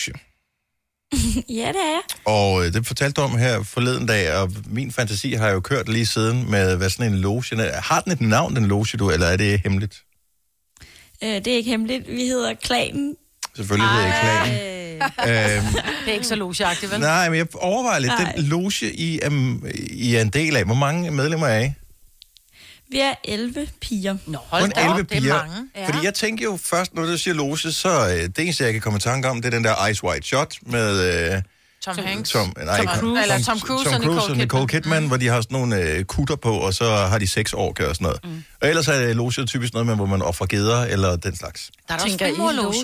Speaker 11: ja, det er jeg.
Speaker 1: Og øh, det fortalte du om her forleden dag, og min fantasi har jo kørt lige siden med, hvad sådan en loge... er. Har den et navn, den loge, du, eller er det hemmeligt?
Speaker 11: Øh, det er ikke hemmeligt. Vi hedder Klanen.
Speaker 1: Selvfølgelig hedder jeg klagen. Øhm,
Speaker 2: Det er ikke så logeagtigt, vel?
Speaker 1: nej, men jeg overvejer lidt,
Speaker 11: Nej.
Speaker 1: den loge, I er, I er en del af. Hvor mange medlemmer er I?
Speaker 11: Vi er 11 piger. Nå,
Speaker 1: Kun 11 Ja. Fordi jeg tænker jo først, når du siger loge, så øh, det eneste, jeg kan komme i tanke om, det er den der Ice White Shot med... Øh,
Speaker 2: Tom Hanks.
Speaker 1: Tom, nej,
Speaker 2: Tom
Speaker 1: ikke
Speaker 2: Cruise. Eller Tom Cruise og Nicole
Speaker 1: og Nicole Kidman, mm. hvor de har sådan nogle øh, kutter på, og så har de seks år og sådan noget. Mm. Og ellers er loge typisk noget med, hvor man offrer geder eller den slags.
Speaker 2: Der er da også
Speaker 3: Tænker I
Speaker 2: frimorloge.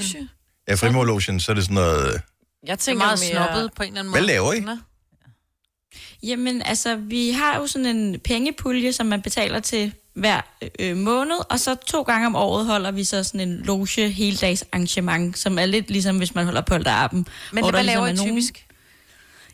Speaker 1: Ja, frimorlogen, så er det sådan noget... øh,
Speaker 3: Jeg
Speaker 2: tænker
Speaker 11: tænker
Speaker 2: meget
Speaker 11: mere-
Speaker 2: snobbet på en eller anden måde.
Speaker 1: Hvad laver I?
Speaker 11: Jamen, altså, vi har jo sådan en pengepulje, som man betaler til hver øh, måned, og så to gange om året holder vi så sådan en loge heldags arrangement, som er lidt ligesom, hvis man holder polterappen.
Speaker 2: Men
Speaker 11: hvor
Speaker 2: hvad
Speaker 11: der ligesom
Speaker 2: laver
Speaker 11: er
Speaker 2: I
Speaker 11: nogen-
Speaker 2: typisk?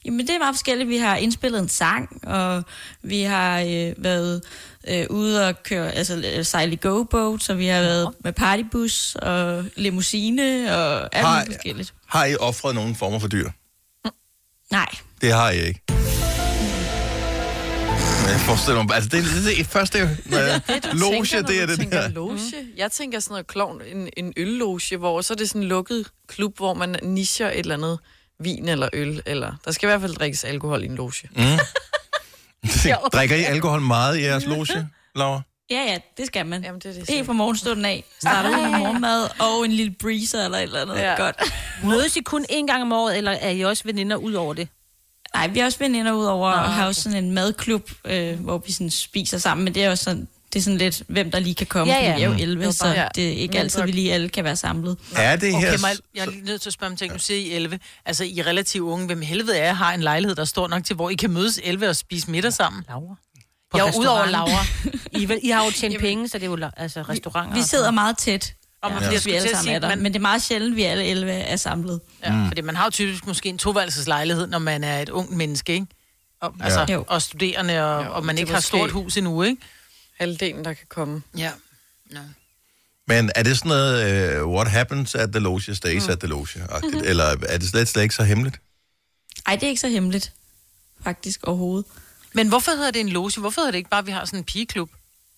Speaker 11: Jamen, det er meget forskelligt. Vi har indspillet en sang, og vi har øh, været øh, ude og køre, altså øh, sejle i go-boat, så vi har været med partybus og limousine og alt
Speaker 1: Har-
Speaker 11: muligt forskelligt.
Speaker 1: Har I offret nogen former for dyr?
Speaker 11: Nej.
Speaker 1: Det har jeg ikke. Men Jeg forestiller mig, altså det er det, er det første, når jeg, loge, det er det der.
Speaker 2: Mm.
Speaker 3: Loge. Jeg tænker sådan noget klovn, en, en ølloge, hvor så er det sådan en lukket klub, hvor man nicher et eller andet vin eller øl, eller der skal i hvert fald drikkes alkohol i en loge.
Speaker 1: Mm. Drikker I alkohol meget i jeres loge, Laura?
Speaker 11: Ja, ja, det skal man. Jamen, det er det Helt fra morgenstunden af. Starter ud med morgenmad og en lille breezer eller et eller andet.
Speaker 4: Ja.
Speaker 11: Ja. Godt.
Speaker 4: Mødes I kun én gang om året, eller er I også veninder ud over det?
Speaker 11: Nej, vi er også veninder ud over og har jo sådan en madklub, øh, hvor vi sådan spiser sammen, men det er jo sådan, det er sådan lidt, hvem der lige kan komme.
Speaker 2: Ja,
Speaker 11: fordi
Speaker 2: ja.
Speaker 11: Vi er jo
Speaker 2: Mm.
Speaker 11: 11,
Speaker 2: Det var
Speaker 11: så
Speaker 2: bare-
Speaker 11: det er ikke
Speaker 2: Ja.
Speaker 11: altid, vi lige alle kan være samlet.
Speaker 1: Er det her...
Speaker 2: Okay, Maja, jeg er lige nødt til at spørge om ting. Nu siger I 11. Altså, I er relativt unge. Hvem helvede er, har en lejlighed, der står nok til, hvor I kan mødes 11 og spise middag sammen?
Speaker 4: Laura.
Speaker 2: På jeg er udover Laura.
Speaker 4: I, vil, I har jo tjent penge, så det er jo la- altså restauranter.
Speaker 11: Vi
Speaker 4: og
Speaker 11: sidder
Speaker 4: sådan.
Speaker 11: meget tæt, og
Speaker 4: man
Speaker 11: man
Speaker 4: bliver
Speaker 11: ja.
Speaker 4: sgu
Speaker 11: vi
Speaker 4: til
Speaker 11: alle
Speaker 4: at
Speaker 11: sammen
Speaker 4: sige,
Speaker 11: er der.
Speaker 4: man-
Speaker 11: Men det er meget sjældent, vi alle 11 er samlet.
Speaker 2: Ja,
Speaker 1: Mm.
Speaker 2: Fordi man har jo typisk måske en toværelseslejlighed, når man er et ungt menneske, ikke? Og,
Speaker 11: Ja.
Speaker 2: altså,
Speaker 11: Jo.
Speaker 2: og studerende, og, og man
Speaker 3: det er
Speaker 2: ikke har
Speaker 3: måske-
Speaker 2: stort hus endnu, ikke?
Speaker 3: Halvdelen, der kan komme.
Speaker 2: Ja.
Speaker 1: Men er det sådan noget, uh, what happens at the loge stays mm. at the loge? Mm-hmm. Eller er det slet, slet ikke så hemmeligt?
Speaker 11: Ej, det er ikke så hemmeligt, faktisk, overhovedet.
Speaker 2: Men hvorfor hedder det en loge? Hvorfor hedder det ikke bare, at vi har sådan en pigeklub?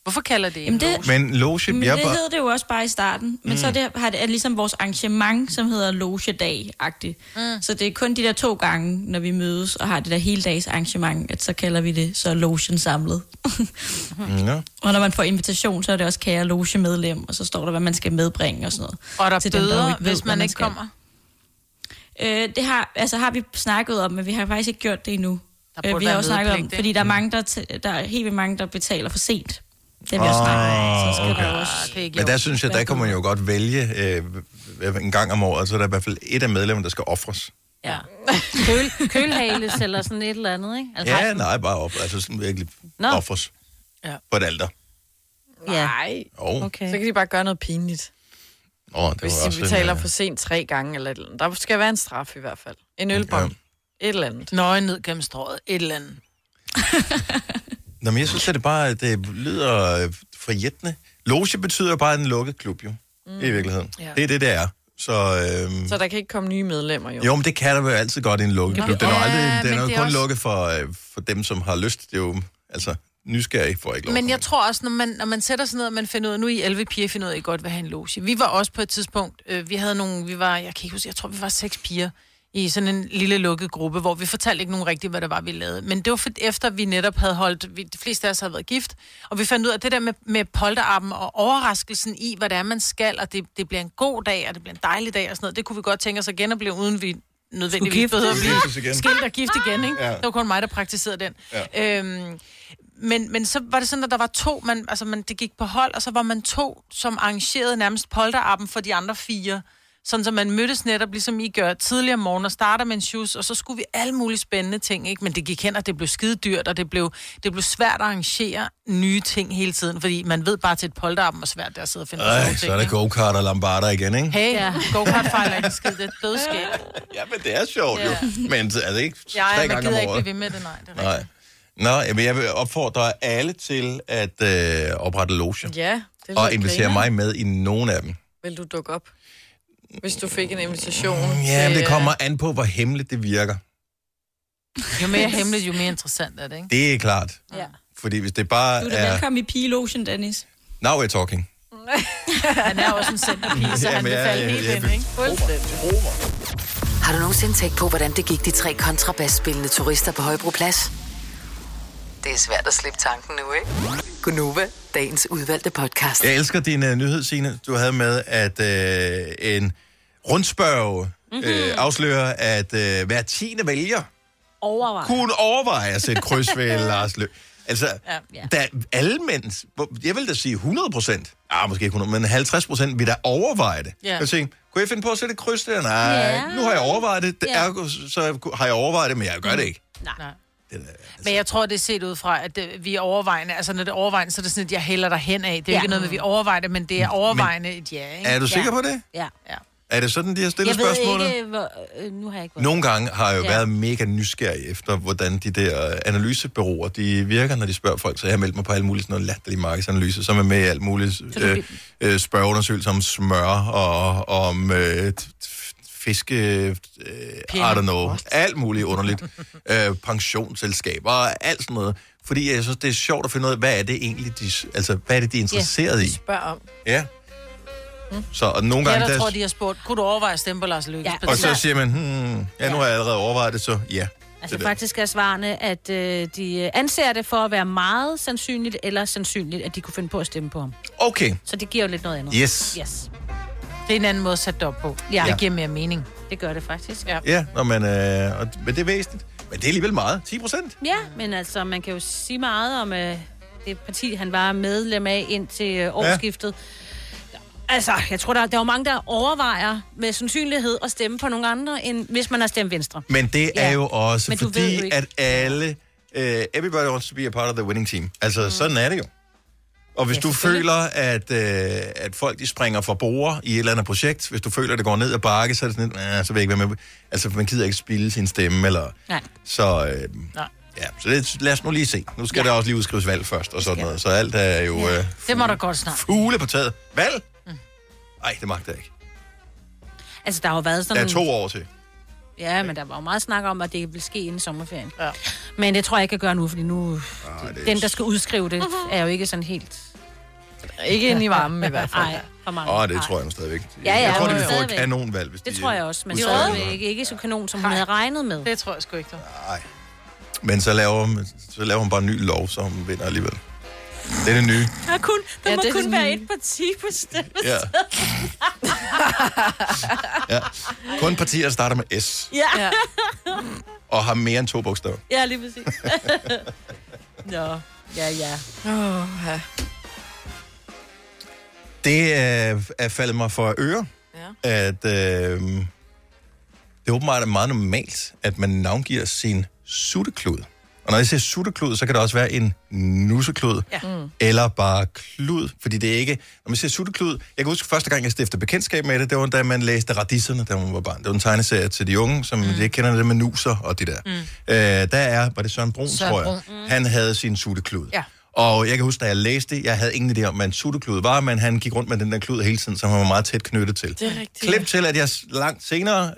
Speaker 2: Hvorfor kalder det
Speaker 11: Jamen,
Speaker 2: en
Speaker 11: det-
Speaker 2: loge?
Speaker 1: Men loge,
Speaker 11: Men
Speaker 1: jeg,
Speaker 11: det
Speaker 1: var-
Speaker 11: hed det jo også bare i starten. Men
Speaker 1: Mm.
Speaker 11: mm. så er det, har det, er det ligesom vores arrangement, som hedder Logedag-agtigt. Mm. Så det er kun de der to gange, når vi mødes og har det der hele dags arrangement, at så kalder vi det så Logen samlet.
Speaker 1: Ja.
Speaker 11: Og når man får invitation, så er det også kære logemedlem, og så står der, hvad man skal medbringe og sådan noget.
Speaker 2: Og er der
Speaker 11: dem, jo
Speaker 2: bøder,
Speaker 11: ikke ved,
Speaker 2: hvis
Speaker 11: hvad
Speaker 2: man ikke
Speaker 11: skal.
Speaker 2: kommer?
Speaker 11: Øh, det har, altså, har vi snakket om, men vi har faktisk ikke gjort det endnu. Øh,
Speaker 2: Der burde
Speaker 11: vi
Speaker 2: være
Speaker 11: har også snakket om,
Speaker 2: mødepligt, ikke?
Speaker 11: fordi der er, mange, der, t- der er helt vildt mange, der betaler for sent. Det har vi også snakket om.
Speaker 1: Ah,
Speaker 11: Så skal der også-
Speaker 1: okay. Men der synes jeg, der kan man jo godt vælge øh, en gang om året, så er der i hvert fald et af medlemmerne, der skal ofres.
Speaker 4: Ja. Køl, kølhales eller sådan et eller andet, ikke? Altså,
Speaker 1: Ja, nej, bare op. Altså sådan virkelig
Speaker 4: Nå.
Speaker 1: no. offers
Speaker 2: Ja.
Speaker 1: på et alter.
Speaker 3: Nej.
Speaker 1: Jo.
Speaker 3: Okay. Så kan de bare gøre noget pinligt.
Speaker 1: Åh, det var
Speaker 3: Hvis
Speaker 1: også
Speaker 3: de
Speaker 1: en,
Speaker 3: betaler
Speaker 1: øh,
Speaker 3: for sent tre gange eller et eller andet. Der skal være en straf i hvert fald. En ølbom. Ja. Et eller andet.
Speaker 2: Nøje ned gennem strået. Et eller andet.
Speaker 1: Nå, men jeg synes, at det bare at det lyder øh, forjættende. Loge betyder jo bare en lukket klub, jo. Mm. I virkeligheden.
Speaker 3: Ja.
Speaker 1: Ja. Det er det, det er. Så, øhm,
Speaker 3: Så der kan ikke komme nye medlemmer, jo.
Speaker 1: jo, men det kan der jo altid godt i en lukket
Speaker 3: Nå,
Speaker 1: klub. Den er, jo
Speaker 3: ja,
Speaker 1: aldrig, den
Speaker 2: men
Speaker 1: er jo
Speaker 2: det
Speaker 1: kun
Speaker 2: er også-
Speaker 1: lukket for, øh, for dem, som har lyst. Det er jo, altså, nysgerrig får ikke lov.
Speaker 2: Men jeg tror også, når man, når man sætter sig ned, og man finder ud af, nu er I 11 piger, finder ud af, at I godt vil have en loge. Vi var også på et tidspunkt, øh, vi havde nogle, vi var, jeg kan ikke huske, jeg tror, vi var seks piger i sådan en lille lukket gruppe, hvor vi fortalte ikke nogen rigtigt, hvad det var, vi lavede. Men det var for, efter, vi netop havde holdt, vi, de fleste af os havde været gift, og vi fandt ud af det der med, med polterappen og overraskelsen i, hvad det er, man skal, og det, det bliver en god dag, og det bliver en dejlig dag og sådan noget. Det kunne vi godt tænke os at genopleve, uden vi nødvendigvis
Speaker 4: giftes.
Speaker 2: behøver at
Speaker 4: Giftes
Speaker 2: blive
Speaker 4: igen.
Speaker 2: skilt og gift igen. Ikke?
Speaker 4: Ja.
Speaker 2: Ja. Det var kun mig, der praktiserede den. Ja. Øhm, men, men så var det sådan, at der var to, man, altså man, det gik på hold, og så var man to, som arrangerede nærmest polterappen for de andre fire. Sådan, så man mødtes netop, ligesom I gør tidligere om morgenen, og starter med en shoes, og så skulle vi alle mulige spændende ting, ikke? Men det gik hen, og det blev skide dyrt, og det blev, det blev svært at arrangere nye ting hele tiden, fordi man ved bare til et polterappen, hvor svært det er at sidde og finde på sådan
Speaker 1: Ej,
Speaker 2: nogle
Speaker 1: så
Speaker 2: ting.
Speaker 1: er der
Speaker 2: ikke?
Speaker 1: go-kart og lambarder igen, ikke?
Speaker 2: Hey, ja. go-kart fejler ikke en skid, det er et dødskab.
Speaker 1: Ja, men det er sjovt
Speaker 2: Ja.
Speaker 1: jo. Men er det ikke tre
Speaker 2: Jeg, jeg
Speaker 1: gange
Speaker 2: gider
Speaker 1: om
Speaker 2: ikke
Speaker 1: året?
Speaker 2: blive ved med det, nej. Det er
Speaker 1: Nej. Nå, jamen, jeg vil opfordre alle til at øh, oprette loger.
Speaker 3: Ja, det lyder
Speaker 1: og invitere
Speaker 3: grineren.
Speaker 1: mig med i nogen af dem.
Speaker 3: Vil du dukke op? Hvis du fik en invitation.
Speaker 1: Ja, men
Speaker 3: til,
Speaker 1: det kommer
Speaker 2: øh,
Speaker 1: an på, hvor hemmeligt det virker.
Speaker 3: øh,
Speaker 2: Jo mere hemmeligt, jo mere interessant er det, ikke?
Speaker 1: Det er klart.
Speaker 2: Ja.
Speaker 1: Fordi hvis det bare
Speaker 11: Du er da
Speaker 1: er...
Speaker 11: velkommen i pigelogen, Dennis.
Speaker 1: Now we're talking.
Speaker 2: Han er også en centerpige, så han
Speaker 1: Jamen,
Speaker 2: vil
Speaker 1: jeg-
Speaker 2: falde
Speaker 1: jeg-
Speaker 2: helt
Speaker 1: jeg-
Speaker 2: ind, ikke?
Speaker 5: Har du nogensinde tænkt på, hvordan det gik de tre kontrabasspillende turister på Højbroplads? Det er svært at slippe tanken nu, ikke? Gunova, dagens udvalgte podcast.
Speaker 1: Jeg elsker din uh, nyhed, Signe, du havde med, at uh, en rundspørg mm-hmm. uh, afslører, at uh, hver tiende vælger
Speaker 4: Overvej.
Speaker 1: kunne overveje at sætte kryds ved Lars Løb. Altså, ja, ja. der alle mænd, hvor- jeg vil da sige 100 procent, ah, måske ikke 100, men 50 procent vil da overveje det.
Speaker 8: Ja.
Speaker 1: Jeg vil sige, kunne jeg finde på at sætte et kryds der? Nej,
Speaker 2: Ja.
Speaker 1: nu har jeg overvejet det,
Speaker 2: Ja.
Speaker 1: ja. ergo, så har jeg overvejet det, men jeg gør det ikke.
Speaker 2: Nej.
Speaker 1: altså-
Speaker 2: Men jeg tror, det er set ud fra, at det, vi er overvejende. Altså, når det er overvejende, så er det sådan, at jeg hælder dig hen af. Det er jo
Speaker 4: Ja.
Speaker 2: ikke noget med, at vi overvejer det, men det er overvejende et ja, ikke?
Speaker 1: Er du sikker
Speaker 4: Ja.
Speaker 1: på det?
Speaker 4: Ja.
Speaker 2: ja.
Speaker 1: Er det sådan, de har stillet
Speaker 4: Jeg
Speaker 1: spørgsmålet?
Speaker 4: ved ikke, hvor, øh, nu har jeg ikke været-
Speaker 1: Nogle gange har jeg jo ja. været mega nysgerrig efter, hvordan de der øh, analysebureauer, de virker, når de spørger folk. Så jeg har meldt mig på alle mulige sådan noget latterlige markedsanalyser, som er med i alt muligt øh, øh, spørgeundersøgelser om smør og om øh, t- t- fiske, øh, I
Speaker 8: Pinde.
Speaker 1: don't know, alt muligt underligt. øh, pensionsselskaber og alt sådan noget. Fordi jeg synes, det er sjovt at finde ud af, hvad er det egentlig, de, s- altså, hvad er det, de er interesseret i?
Speaker 3: Spørg om.
Speaker 1: Ja. Mm. Så og nogle
Speaker 2: Ja,
Speaker 1: gange...
Speaker 2: der tror, de har spurgt, kunne du overveje at stemme på Lars Løkke?
Speaker 1: og så siger man, hmm, ja, nu har jeg allerede overvejet det, så ja.
Speaker 4: Altså
Speaker 1: det.
Speaker 4: faktisk er svarene, at øh, de øh, anser det for at være meget sandsynligt, eller sandsynligt, at de kunne finde på at stemme på ham.
Speaker 1: Okay.
Speaker 4: Så det giver jo lidt noget andet.
Speaker 1: Yes.
Speaker 4: yes.
Speaker 2: Det er en anden måde at sætte det op på.
Speaker 1: Ja.
Speaker 2: Ja. Det giver mere mening.
Speaker 4: Det gør det faktisk.
Speaker 2: Ja.
Speaker 1: Ja, når man, øh, og, men det er væsentligt. Men det er alligevel meget. 10 procent.
Speaker 4: Ja, men altså, man kan jo sige meget om øh, det parti, han var medlem af indtil øh, årsskiftet. Ja. Altså, jeg tror, der, der er jo mange, der overvejer med sandsynlighed at stemme på nogle andre, end hvis man har stemt Venstre.
Speaker 1: Men det er
Speaker 4: Ja.
Speaker 1: jo også
Speaker 4: Men du ved
Speaker 1: fordi,
Speaker 4: jo ikke.
Speaker 1: at alle... Øh, everybody wants to be a part of the winning team. Altså, mm. sådan er det jo. Og hvis ja, du føler, at, øh, at folk de springer fra borer i et eller andet projekt, hvis du føler, at det går ned ad bakke, så er det sådan lidt, "Ah, så vil jeg ikke være med. Altså, man gider ikke spille sin stemme, eller...
Speaker 4: Nej.
Speaker 1: Så, øh,
Speaker 2: Nej.
Speaker 1: ja, så det, lad os nu lige se. Nu skal ja. der også lige udskrives valg først, og sådan noget. Så alt er jo øh,
Speaker 2: Det må der godt snart.
Speaker 1: fugle på taget. Valg?
Speaker 4: Mm.
Speaker 1: Nej, det magter jeg ikke.
Speaker 4: Altså, der har jo været
Speaker 1: Der
Speaker 4: sådan...
Speaker 1: er to år til.
Speaker 4: Ja, men der var jo meget snak om, at det ville ske inden sommerferien.
Speaker 2: Ja.
Speaker 4: Men det tror jeg ikke, jeg gør nu, fordi nu...
Speaker 1: Ej, Ah, det er
Speaker 4: Den, der skal udskrive det,
Speaker 2: Mhm.
Speaker 4: er jo ikke sådan helt...
Speaker 3: Ikke inde i varmen i hvert fald.
Speaker 4: Nej, for mange.
Speaker 1: Åh, det
Speaker 4: Nej.
Speaker 1: tror jeg nu stadigvæk.
Speaker 4: Ja, ja,
Speaker 1: jeg tror, de vil få et
Speaker 4: stadigvæk.
Speaker 1: kanonvalg, hvis
Speaker 4: Det
Speaker 1: de,
Speaker 4: tror jeg
Speaker 1: øh,
Speaker 4: også, men det
Speaker 1: udskriver
Speaker 4: var
Speaker 1: noget.
Speaker 4: ikke, ikke så kanon, som hun havde regnet med.
Speaker 2: Det tror jeg sgu ikke, der.
Speaker 1: Men så laver, hun- så laver hun bare en ny lov, som hun vinder alligevel. Det er det nye.
Speaker 4: Der, kun,
Speaker 3: Ja,
Speaker 4: der ja, må
Speaker 3: det er
Speaker 4: kun
Speaker 3: sådan-
Speaker 4: være et parti på stemmet.
Speaker 1: Ja. Ja. Kun partier, der starter med S
Speaker 4: ja.
Speaker 1: og har mere end to bogstaver.
Speaker 4: ja, lige præcis. Nå, ja, ja.
Speaker 3: Åh, ja.
Speaker 1: Det er, er faldet mig for øre, ja. at øh, det er åbenbart meget normalt, at man navngiver sin sutteklud. Og når jeg siger sutteklud, så kan det også være en nusseklud.
Speaker 2: Ja. Mm.
Speaker 1: eller bare klud, fordi det er ikke... Når man siger sutteklud, jeg kan huske første gang, jeg stiftede bekendtskab med det, det var da man læste Radisserne, da man var barn. Det var en tegneserie til de unge, som mm. ikke kender det med nuser og det der. Mm. Øh, der er, var det Søren Brun,
Speaker 2: Søren
Speaker 1: Søren tror jeg,
Speaker 2: Brun,
Speaker 1: mm. han havde sin sutteklud.
Speaker 2: Ja.
Speaker 1: Og jeg kan huske, da jeg læste det, jeg havde ingen idé om, hvad en sutteklud var, men han gik rundt med den der klud hele tiden, som han var meget tæt knyttet til.
Speaker 3: Det er rigtigt.
Speaker 1: Klip til, at jeg s- langt senere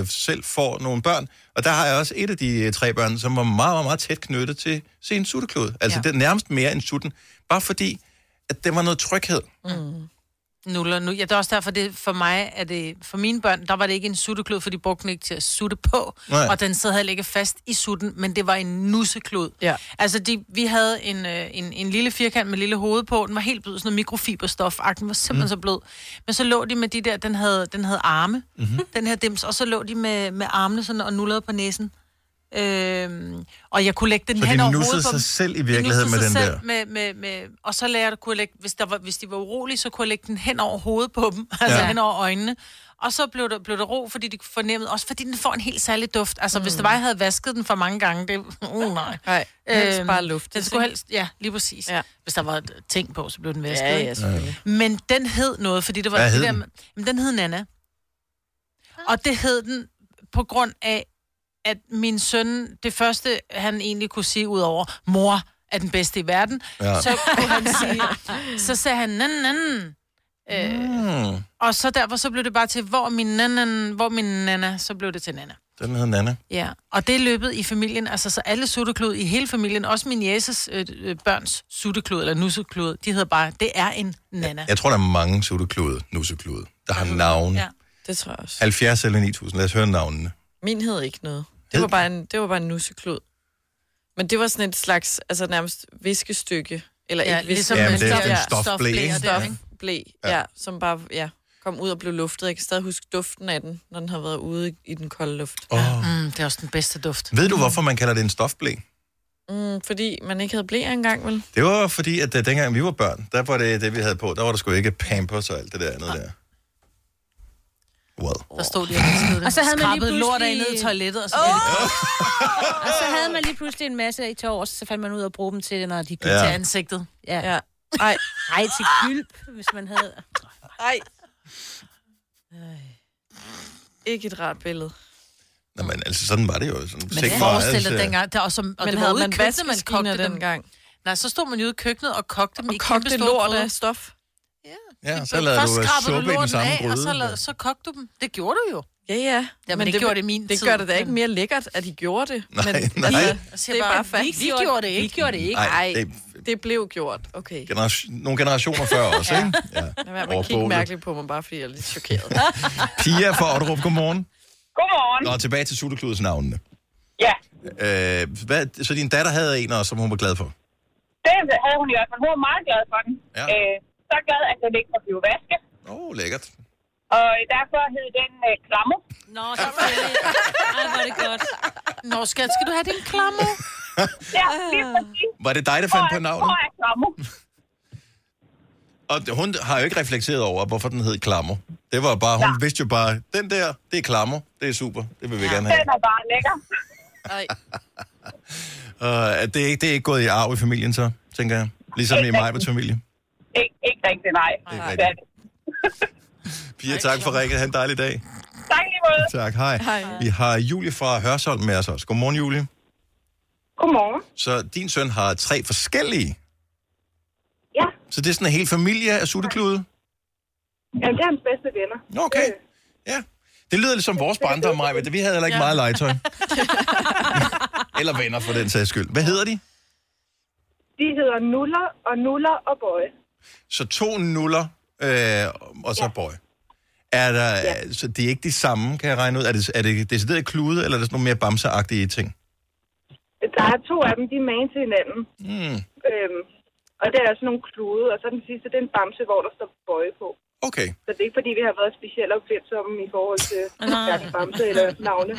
Speaker 1: øh, selv får nogle børn, og der har jeg også et af de øh, tre børn, som var meget, meget, meget tæt knyttet til sin sutteklod. Altså ja. det er nærmest mere end sutten, bare fordi, at det var noget tryghed.
Speaker 12: Mm.
Speaker 2: Nuller nu. Ja, det er også derfor, det for mig, at det, for mine børn, der var det ikke en sutteklod, for de brugte den ikke til at sutte på.
Speaker 1: Nej.
Speaker 2: Nej. Og den sad heller ikke fast i sutten, men det var en nusseklod.
Speaker 3: Ja.
Speaker 2: Altså, de, vi havde en, øh, en, en lille firkant med lille hoved på. Den var helt blød, sådan noget mikrofiberstof. Ak, Den var simpelthen mm. så blød. Men så lå de med de der, den havde, den havde arme,
Speaker 1: Mhm.
Speaker 2: mm-hmm. den her dims, og så lå de med, med armene sådan og nullerede på næsen. Øhm, og jeg kunne lægge den
Speaker 1: Så de
Speaker 2: hen over
Speaker 1: nussede
Speaker 2: hovedet på
Speaker 1: sig
Speaker 2: dem.
Speaker 1: selv i
Speaker 2: De
Speaker 1: virkeligheden
Speaker 2: nussede
Speaker 1: med
Speaker 2: sig
Speaker 1: den
Speaker 2: selv
Speaker 1: der.
Speaker 2: Med, med, med, og så lærte jeg, kunne jeg lægge, hvis, der var, hvis de var urolige, så kunne jeg lægge den hen over hovedet på dem, altså
Speaker 1: Ja.
Speaker 2: hen over øjnene. Og så blev der, blev der ro, fordi de fornemmede, også fordi den får en helt særlig duft. Altså, mm. hvis det var, jeg havde vasket den for mange gange, det... Uh, nej. Øhm,
Speaker 3: Nej, helst bare luft.
Speaker 2: Den skulle helst, ja, lige præcis. Ja. Hvis der var ting på, så blev den vasket.
Speaker 3: Ja, ja,
Speaker 2: ikke?
Speaker 3: selvfølgelig.
Speaker 2: Men den hed noget, fordi det var...
Speaker 1: Hvad
Speaker 2: det
Speaker 1: hed
Speaker 2: der,
Speaker 1: den?
Speaker 2: med- Jamen, den hed Nana. Og det hed den på grund af, at min søn, det første, han egentlig kunne sige ud over, mor er den bedste i verden,
Speaker 1: Ja.
Speaker 2: ja. så kunne han sige, så sagde han, nan, nan. Øh,
Speaker 1: Mm.
Speaker 2: og så derfor, så blev det bare til, hvor er min nana, hvor er min nana, så blev det til nana.
Speaker 1: Den hedder Nana.
Speaker 2: Ja, og det er løbet i familien, altså så alle sutteklud i hele familien, også min jæses øh, øh, børns sutteklud eller nusseklud, de hedder bare, det er en nana.
Speaker 1: Jeg tror, der er mange sutteklude, nusseklude, der har navne.
Speaker 2: Ja.
Speaker 3: Det tror jeg også.
Speaker 1: 70 eller 9000, lad os høre navnene.
Speaker 3: Min hed ikke noget.
Speaker 1: Hed
Speaker 3: Det var
Speaker 1: den?
Speaker 3: bare en, det var bare en nusseklod. Men det var sådan et slags, altså nærmest viskestykke. Eller
Speaker 2: Ja,
Speaker 3: ikke
Speaker 2: ligesom
Speaker 3: viskestykke.
Speaker 1: Ja, men det
Speaker 3: men
Speaker 1: er sådan en stofblæ, ikke?
Speaker 3: Stof, blæ,
Speaker 1: Ja.
Speaker 3: ja. ja. som bare ja, kom ud og blev luftet. Jeg kan stadig huske duften af den, når den har været ude i- i den kolde luft.
Speaker 1: Åh.
Speaker 2: Mm, det er også den bedste duft.
Speaker 1: Ved du, hvorfor man kalder det en stofblæ?
Speaker 3: Mm, fordi man ikke havde blæ engang, vel?
Speaker 1: Det var fordi, at øh, dengang vi var børn, der var det det, vi havde på. Der var der sgu ikke pampers og alt det der andet der. Well.
Speaker 2: Der stod de og viskede det.
Speaker 4: Og så havde man lige
Speaker 2: Skrabede lort af
Speaker 4: pludselig-
Speaker 2: ned i toilettet. Og så oh!
Speaker 4: Og så havde man lige pludselig en masse i to år, så fandt man ud af at bruge dem til, når de gik
Speaker 1: Ja.
Speaker 4: ja.
Speaker 2: til ansigtet.
Speaker 4: Ja.
Speaker 3: Ja. Ej,
Speaker 4: Ej, til gylp, hvis man havde...
Speaker 3: ej. Ikke et rart billede.
Speaker 1: Nå, men altså, sådan var det jo. Sådan, altså.
Speaker 2: Men det forestillede dengang. Der, og, som, og
Speaker 3: Men
Speaker 2: det var
Speaker 3: havde
Speaker 2: ude i
Speaker 3: man
Speaker 2: køkkenet, man
Speaker 3: vaskemaskiner
Speaker 2: kogte dem.
Speaker 3: dengang?
Speaker 2: Nej, så stod man ude i køkkenet og kogte dem
Speaker 3: Og
Speaker 2: i
Speaker 3: kogte
Speaker 2: kæmpe store
Speaker 3: lort
Speaker 2: gryder.
Speaker 3: af stof?
Speaker 1: Ja, så lavede
Speaker 2: Først
Speaker 1: du øh,
Speaker 2: skrabede
Speaker 1: suppe i den
Speaker 2: lorten
Speaker 1: samme
Speaker 2: af, og
Speaker 1: gryde.
Speaker 2: så, lavede, så kogte du dem. Det gjorde du jo.
Speaker 3: Ja, ja.
Speaker 2: Jamen, det gjorde det i min
Speaker 3: Det
Speaker 2: tid,
Speaker 3: gør det da ikke
Speaker 2: men-
Speaker 3: mere lækkert, at de gjorde det.
Speaker 1: Nej,
Speaker 3: men,
Speaker 1: nej.
Speaker 3: Altså,
Speaker 2: Jeg siger
Speaker 3: det er
Speaker 2: bare,
Speaker 3: bare fast.
Speaker 2: vi gjorde det ikke.
Speaker 4: Vi gjorde det ikke.
Speaker 1: Nej, det,
Speaker 3: Det blev gjort, okay.
Speaker 1: generation, nogle generationer før også, ikke?
Speaker 3: Ja. Lad være med at kigge
Speaker 1: Overbålet.
Speaker 3: mærkeligt på mig, bare fordi jeg er lidt chokeret.
Speaker 1: Pia fra Otterup, godmorgen.
Speaker 12: Godmorgen.
Speaker 1: Nå, tilbage til suttekludets navnene.
Speaker 12: Ja,
Speaker 1: Øh, hvad, så din datter havde en, og som hun var glad for?
Speaker 12: det havde hun i hvert fald. Hun var meget glad for den.
Speaker 1: Ja.
Speaker 12: Øh, så glad, at den ikke må blive vasket.
Speaker 1: Åh, oh, lækkert.
Speaker 12: Og derfor hed den øh, Klammer.
Speaker 4: Nå, selvfølgelig. Ej, hvor er det godt. Nå, skat, skal du have din klammer?
Speaker 12: ja, lige præcis.
Speaker 1: Var det dig, der fandt på navnet?
Speaker 12: Hvor er Klammer?
Speaker 1: Og hun har jo ikke reflekteret over, hvorfor den hed Klammer. Det var bare, hun vidste jo bare, den der, det er Klammer, det er super, det vil vi gerne have.
Speaker 12: Den er bare lækker.
Speaker 1: Uh, det, er ikke, det er ikke gået i arv i familien så, tænker jeg. Ligesom i Majberts familie.
Speaker 12: Ik- ikke rigtig, nej.
Speaker 1: Ikke
Speaker 12: Det er
Speaker 1: rigtigt.
Speaker 12: det.
Speaker 1: Pia, tak for rækket. Ha' en dejlig dag.
Speaker 12: Tak lige måde.
Speaker 1: Tak, hej.
Speaker 12: Hej.
Speaker 1: Vi har Julie fra Hørsholm med os også. Godmorgen, Julie.
Speaker 12: Godmorgen.
Speaker 1: Så din søn har tre forskellige.
Speaker 12: Ja.
Speaker 1: Så det er sådan en hel familie af sutteklude.
Speaker 12: Jamen, det er hans bedste venner.
Speaker 1: Okay.
Speaker 12: Øh.
Speaker 1: Ja. Det lyder lidt som vores barndom, Maja, men vi havde heller ikke
Speaker 12: Ja.
Speaker 1: meget legetøj. Eller venner, for den sags skyld. Hvad hedder de?
Speaker 12: De hedder Nuller og Nuller og Bøje.
Speaker 1: Så to nuller, øh, og så ja. boy. Er der, ja. Så det er ikke de samme, kan jeg regne ud? Er det, er det decideret klude, eller er det sådan nogle mere bamseagtige ting?
Speaker 12: Der er to af dem, de er man til hinanden.
Speaker 1: Mm.
Speaker 12: Øhm, og det er sådan nogle klude, og så den sidste, det er en bamse, hvor der står bøje på.
Speaker 1: Okay.
Speaker 12: Så det er ikke, fordi vi har været specielt opfindsomme i forhold til hverken bamse eller navne.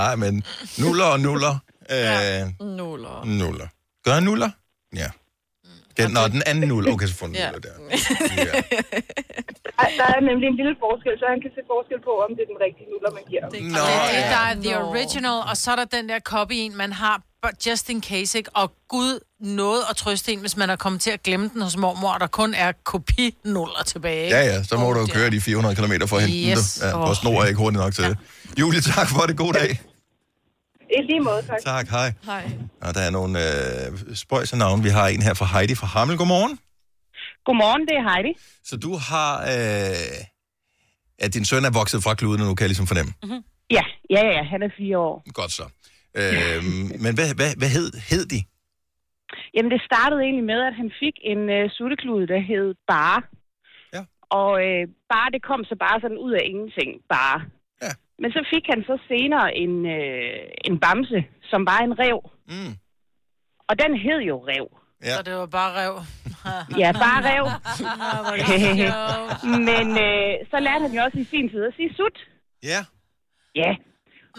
Speaker 1: Nej, men nuller og nuller. Øh, ja.
Speaker 3: Nuller.
Speaker 1: Nuller. Gør jeg nuller? Ja. Den, nå, den anden nuller. Okay, så får den nuller der.
Speaker 12: Der, der er nemlig en lille forskel, så han kan se forskel på, om det er den rigtige nuller, man giver.
Speaker 1: Det
Speaker 2: Nå, det er det, der er the original, og så er der den der copy en, man har but just in case, ikke? Og Gud nåede at trøste en, hvis man er kommet til at glemme den hos mormor, og der kun er kopinuller tilbage. ikke?
Speaker 1: Ja, ja, så må
Speaker 2: Åh,
Speaker 1: du jo
Speaker 2: det er-
Speaker 1: køre de 400 km for at hente
Speaker 2: Yes.
Speaker 1: den. du. Ja,
Speaker 2: Åh.
Speaker 1: vores snor er ikke hurtigt nok til det. Julie, tak for det. God dag.
Speaker 12: I lige måde, tak.
Speaker 1: Tak, hej.
Speaker 12: Hej.
Speaker 1: Og der er nogle øh, spøjs af navn. Vi har en her fra Heidi fra Hammel. Godmorgen.
Speaker 12: Godmorgen, det er Heidi.
Speaker 1: Så du har... Øh, at din søn er vokset fra kluden, og nu kan jeg ligesom fornemme.
Speaker 12: Ja, ja, ja, han er fire år.
Speaker 1: Godt så. Øh, men hvad, hvad, hvad hed, hed de?
Speaker 12: Jamen, det startede egentlig med, at han fik en øh, sutteklud, der hed Bare.
Speaker 1: Ja.
Speaker 12: Og øh, Bare, det kom så bare sådan ud af ingenting, Bare.
Speaker 1: Ja.
Speaker 12: Men så fik han så senere en, øh, en bamse, som var en rev.
Speaker 1: Mm.
Speaker 12: Og den hed jo Rev.
Speaker 1: Ja.
Speaker 2: Så det var bare rev.
Speaker 12: Ja, bare rev.
Speaker 2: Ah, hvor er det sjovt.
Speaker 12: Men øh, så lærte han jo også i sin tid at sige sut.
Speaker 1: Ja.
Speaker 12: Ja.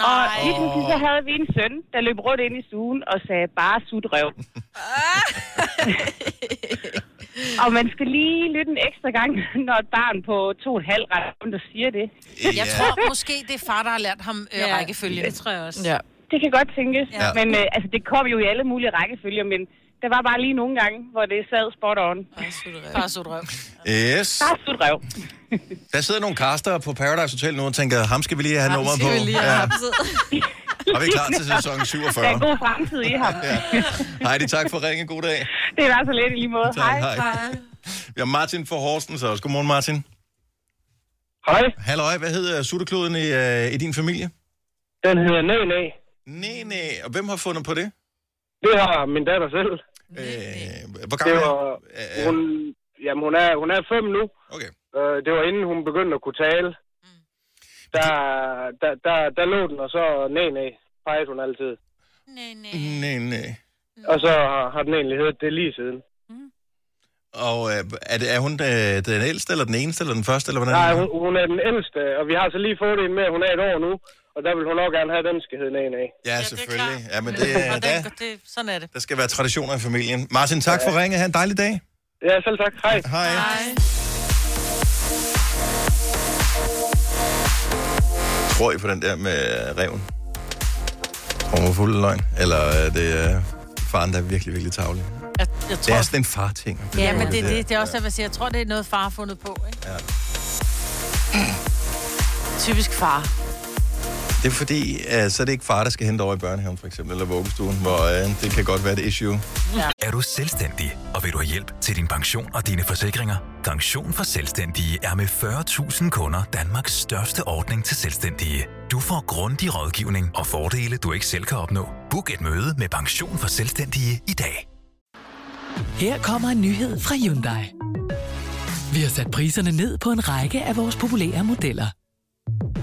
Speaker 12: Og lige pludselig så havde vi en søn, der løb rundt ind i stuen og sagde bare sut røv.
Speaker 2: Ah.
Speaker 12: og man skal lige lytte en ekstra gang, når et barn på to og et halvt ret rundt og siger det.
Speaker 2: Jeg tror måske, det er far, der har lært ham øh, ja, rækkefølgen. Det tror jeg også.
Speaker 3: Ja.
Speaker 12: Det kan godt tænkes,
Speaker 2: Ja.
Speaker 12: ja. men øh, altså, det kom jo i alle mulige rækkefølger, men der var bare lige nogle gange, hvor det sad spot on.
Speaker 2: Bare sut røv.
Speaker 1: Yes.
Speaker 12: Bare sut røv.
Speaker 1: Der sidder nogle kaster på Paradise Hotel nu og tænker, ham skal vi lige have nummeret på. ja. Og vi er klar til sæson 47.
Speaker 12: Der er en god fremtid i ham.
Speaker 1: Ja. Heidi, tak for ringen. God dag.
Speaker 12: Det var så lidt i lige måde.
Speaker 1: Tak, hej. Vi har Martin fra Horsens også. Godmorgen, Martin.
Speaker 13: Hej.
Speaker 1: Halløj, hvad hedder suttekloden i, øh, i din familie?
Speaker 13: Den hedder Næ-Næ.
Speaker 1: Næ-Næ. Og hvem har fundet på det?
Speaker 13: Det har min datter selv.
Speaker 1: Øh, hvor
Speaker 13: det
Speaker 1: gammel
Speaker 13: var,
Speaker 1: er Øh,
Speaker 13: hun? Jamen, hun er, hun er fem nu.
Speaker 1: Okay. Mm.
Speaker 13: Øh, det var inden hun begyndte at kunne tale. Der, der, der, der lå den, og så Næ-Næ pegede hun altid.
Speaker 1: Næ-Næ.
Speaker 13: Og så har, har den egentlig heddet det lige siden.
Speaker 1: Og øh, er, det, er hun øh, den ældste, eller den eneste, eller den første, eller hvordan?
Speaker 13: Nej, hun, hun er den ældste, og vi har så lige fået en med, hun er et år nu. Og der vil hun nok gerne have, at den skal hedde Næ-Næ.
Speaker 1: Ja, selvfølgelig. Ja, men det, er- der,
Speaker 2: Det, sådan er det.
Speaker 1: der skal være traditioner i familien. Martin, tak for ringet. Ha' en dejlig dag.
Speaker 13: Ja, selv tak. Hej.
Speaker 1: Hej. Tror I på den der med øh, reven? Tror hun var fuld af løgn? Eller er det øh, faren, der er virkelig, virkelig tavlig?
Speaker 2: Jeg, jeg
Speaker 1: Det
Speaker 2: tror,
Speaker 1: er sådan en far-ting.
Speaker 2: ja, men det, det, det er også, hvad jeg siger. Jeg tror, det er noget, far har fundet på, ikke?
Speaker 1: Ja.
Speaker 2: Typisk far.
Speaker 1: Det er fordi, øh, så er det ikke far, der skal hente over i børnehaven, for eksempel, eller vuggestuen, hvor øh, det kan godt være et issue.
Speaker 14: Er du selvstændig, og vil du have hjælp til din pension og dine forsikringer? Pension for Selvstændige er med 40.000 kunder Danmarks største ordning til selvstændige. Du får grundig rådgivning og fordele, du ikke selv kan opnå. Book et møde med Pension for Selvstændige i dag.
Speaker 15: Her kommer en nyhed fra Hyundai. Vi har sat priserne ned på en række af vores populære modeller.